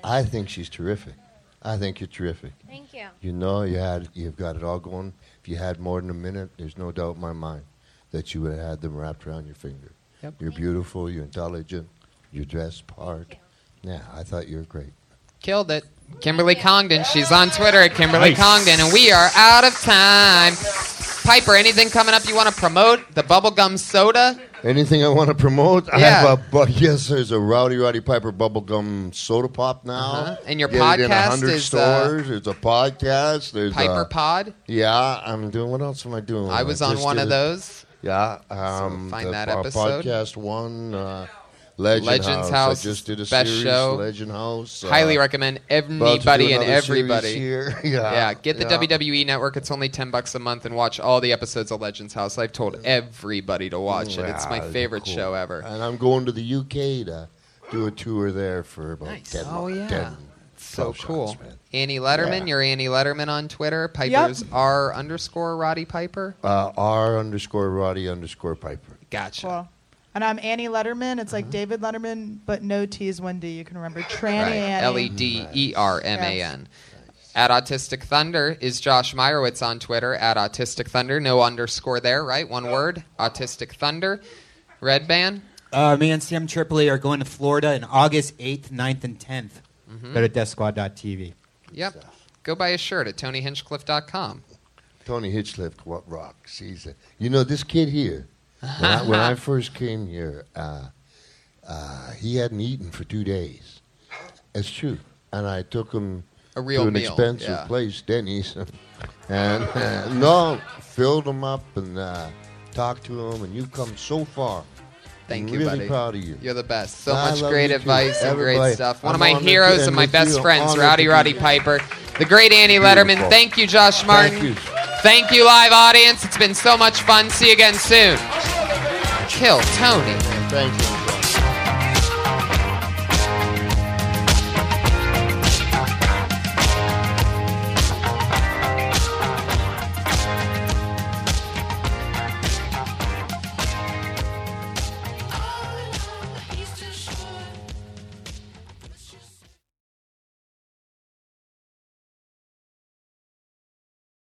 Speaker 7: I think she's terrific. I think you're terrific.
Speaker 19: Thank you.
Speaker 7: You know, you had you've got it all going. If you had more than a minute, there's no doubt in my mind that you would have had them wrapped around your finger.
Speaker 19: Yep.
Speaker 7: You're beautiful. You're intelligent. You're dressed part. Yeah, I thought you were great.
Speaker 3: Killed it. Kimberly Congdon. She's on Twitter at Kimberly Congdon, and we are out of time. Piper, anything coming up you want to promote? The bubblegum soda?
Speaker 7: Anything I want to promote? I
Speaker 3: Yeah.
Speaker 7: have a but yes, there's a Rowdy Roddy Piper bubblegum soda pop now.
Speaker 3: Uh-huh. And your
Speaker 7: Get it in
Speaker 3: podcast
Speaker 7: 100
Speaker 3: is, uh,
Speaker 7: stores. It's a podcast. There's
Speaker 3: Piper
Speaker 7: a-
Speaker 3: Pod?
Speaker 7: Yeah, I'm doing. What else am I doing?
Speaker 3: I was on
Speaker 7: just
Speaker 3: one of
Speaker 7: did-
Speaker 3: those.
Speaker 7: Yeah, um,
Speaker 3: find
Speaker 7: the-
Speaker 3: that
Speaker 7: our
Speaker 3: episode.
Speaker 7: Podcast one, uh, Legend
Speaker 3: Legends
Speaker 7: House.
Speaker 3: House
Speaker 7: I just did a
Speaker 3: best
Speaker 7: series,
Speaker 3: show.
Speaker 7: Legend House. uh,
Speaker 3: Highly recommend
Speaker 7: about to do
Speaker 3: anybody and
Speaker 7: another series
Speaker 3: everybody.
Speaker 7: Here. yeah,
Speaker 3: Get the
Speaker 7: yeah.
Speaker 3: WWE Network. It's only ten bucks a month, and watch all the episodes of Legends House. I've told everybody to watch it. It's my
Speaker 7: Yeah,
Speaker 3: favorite
Speaker 7: cool. Uh,
Speaker 3: show ever.
Speaker 7: And I'm going to the UK to do a tour there for about ten.
Speaker 3: Oh
Speaker 7: mo-
Speaker 3: yeah.
Speaker 7: 10
Speaker 3: so
Speaker 7: 12
Speaker 3: cool.
Speaker 7: shots, man.
Speaker 3: Annie Letterman,
Speaker 7: Yeah.
Speaker 3: you're Annie Letterman on Twitter. Piper's R underscore Roddy Piper.
Speaker 7: Uh, R underscore Roddy underscore Piper.
Speaker 3: Gotcha.
Speaker 6: Cool. And I'm Annie Letterman. It's
Speaker 3: Uh-huh.
Speaker 6: like David Letterman, but no T is one D. You can remember. Tranny Annie.
Speaker 3: L E D E R M A N. At Autistic Thunder is Josh Meyerowitz on Twitter. At Autistic Thunder, no underscore there, right? One word. Autistic Thunder. Red Band.
Speaker 18: Uh, me and Sam Tripoli are going to Florida in August 8th, 9th, and 10th.
Speaker 3: Mhm.
Speaker 18: Go to DeathSquad.tv.
Speaker 3: Yep. Go buy a shirt at TonyHinchcliffe.com.
Speaker 7: Tony Hitchliff, what rocks? He's a, you know this kid here. When I, when I first came here, uh, uh, he hadn't eaten for two days. It's true, and I took him
Speaker 3: A real
Speaker 7: to an
Speaker 3: meal,
Speaker 7: expensive
Speaker 3: yeah.
Speaker 7: place, Denny's, and uh, no, filled him up and uh, talked to him, and you've come so far.
Speaker 3: Thank
Speaker 7: I'm
Speaker 3: you,
Speaker 7: really
Speaker 3: buddy.
Speaker 7: proud of you.
Speaker 3: You're the best. So
Speaker 7: I
Speaker 3: much
Speaker 7: love
Speaker 3: great
Speaker 7: you too.
Speaker 3: advice and great
Speaker 7: Everybody,
Speaker 3: stuff. One
Speaker 7: I'm
Speaker 3: of my
Speaker 7: honored to-
Speaker 3: heroes and my
Speaker 7: with
Speaker 3: best
Speaker 7: you,
Speaker 3: friends,
Speaker 7: honored
Speaker 3: Rowdy
Speaker 7: to be
Speaker 3: Roddy
Speaker 7: here.
Speaker 3: Piper, the great Annie Letterman.
Speaker 7: Beautiful.
Speaker 3: Thank you, Josh Martin.
Speaker 7: Thank you.
Speaker 3: Thank you, live audience. It's been so much fun. See you again soon. Kill Tony.
Speaker 7: Thank you.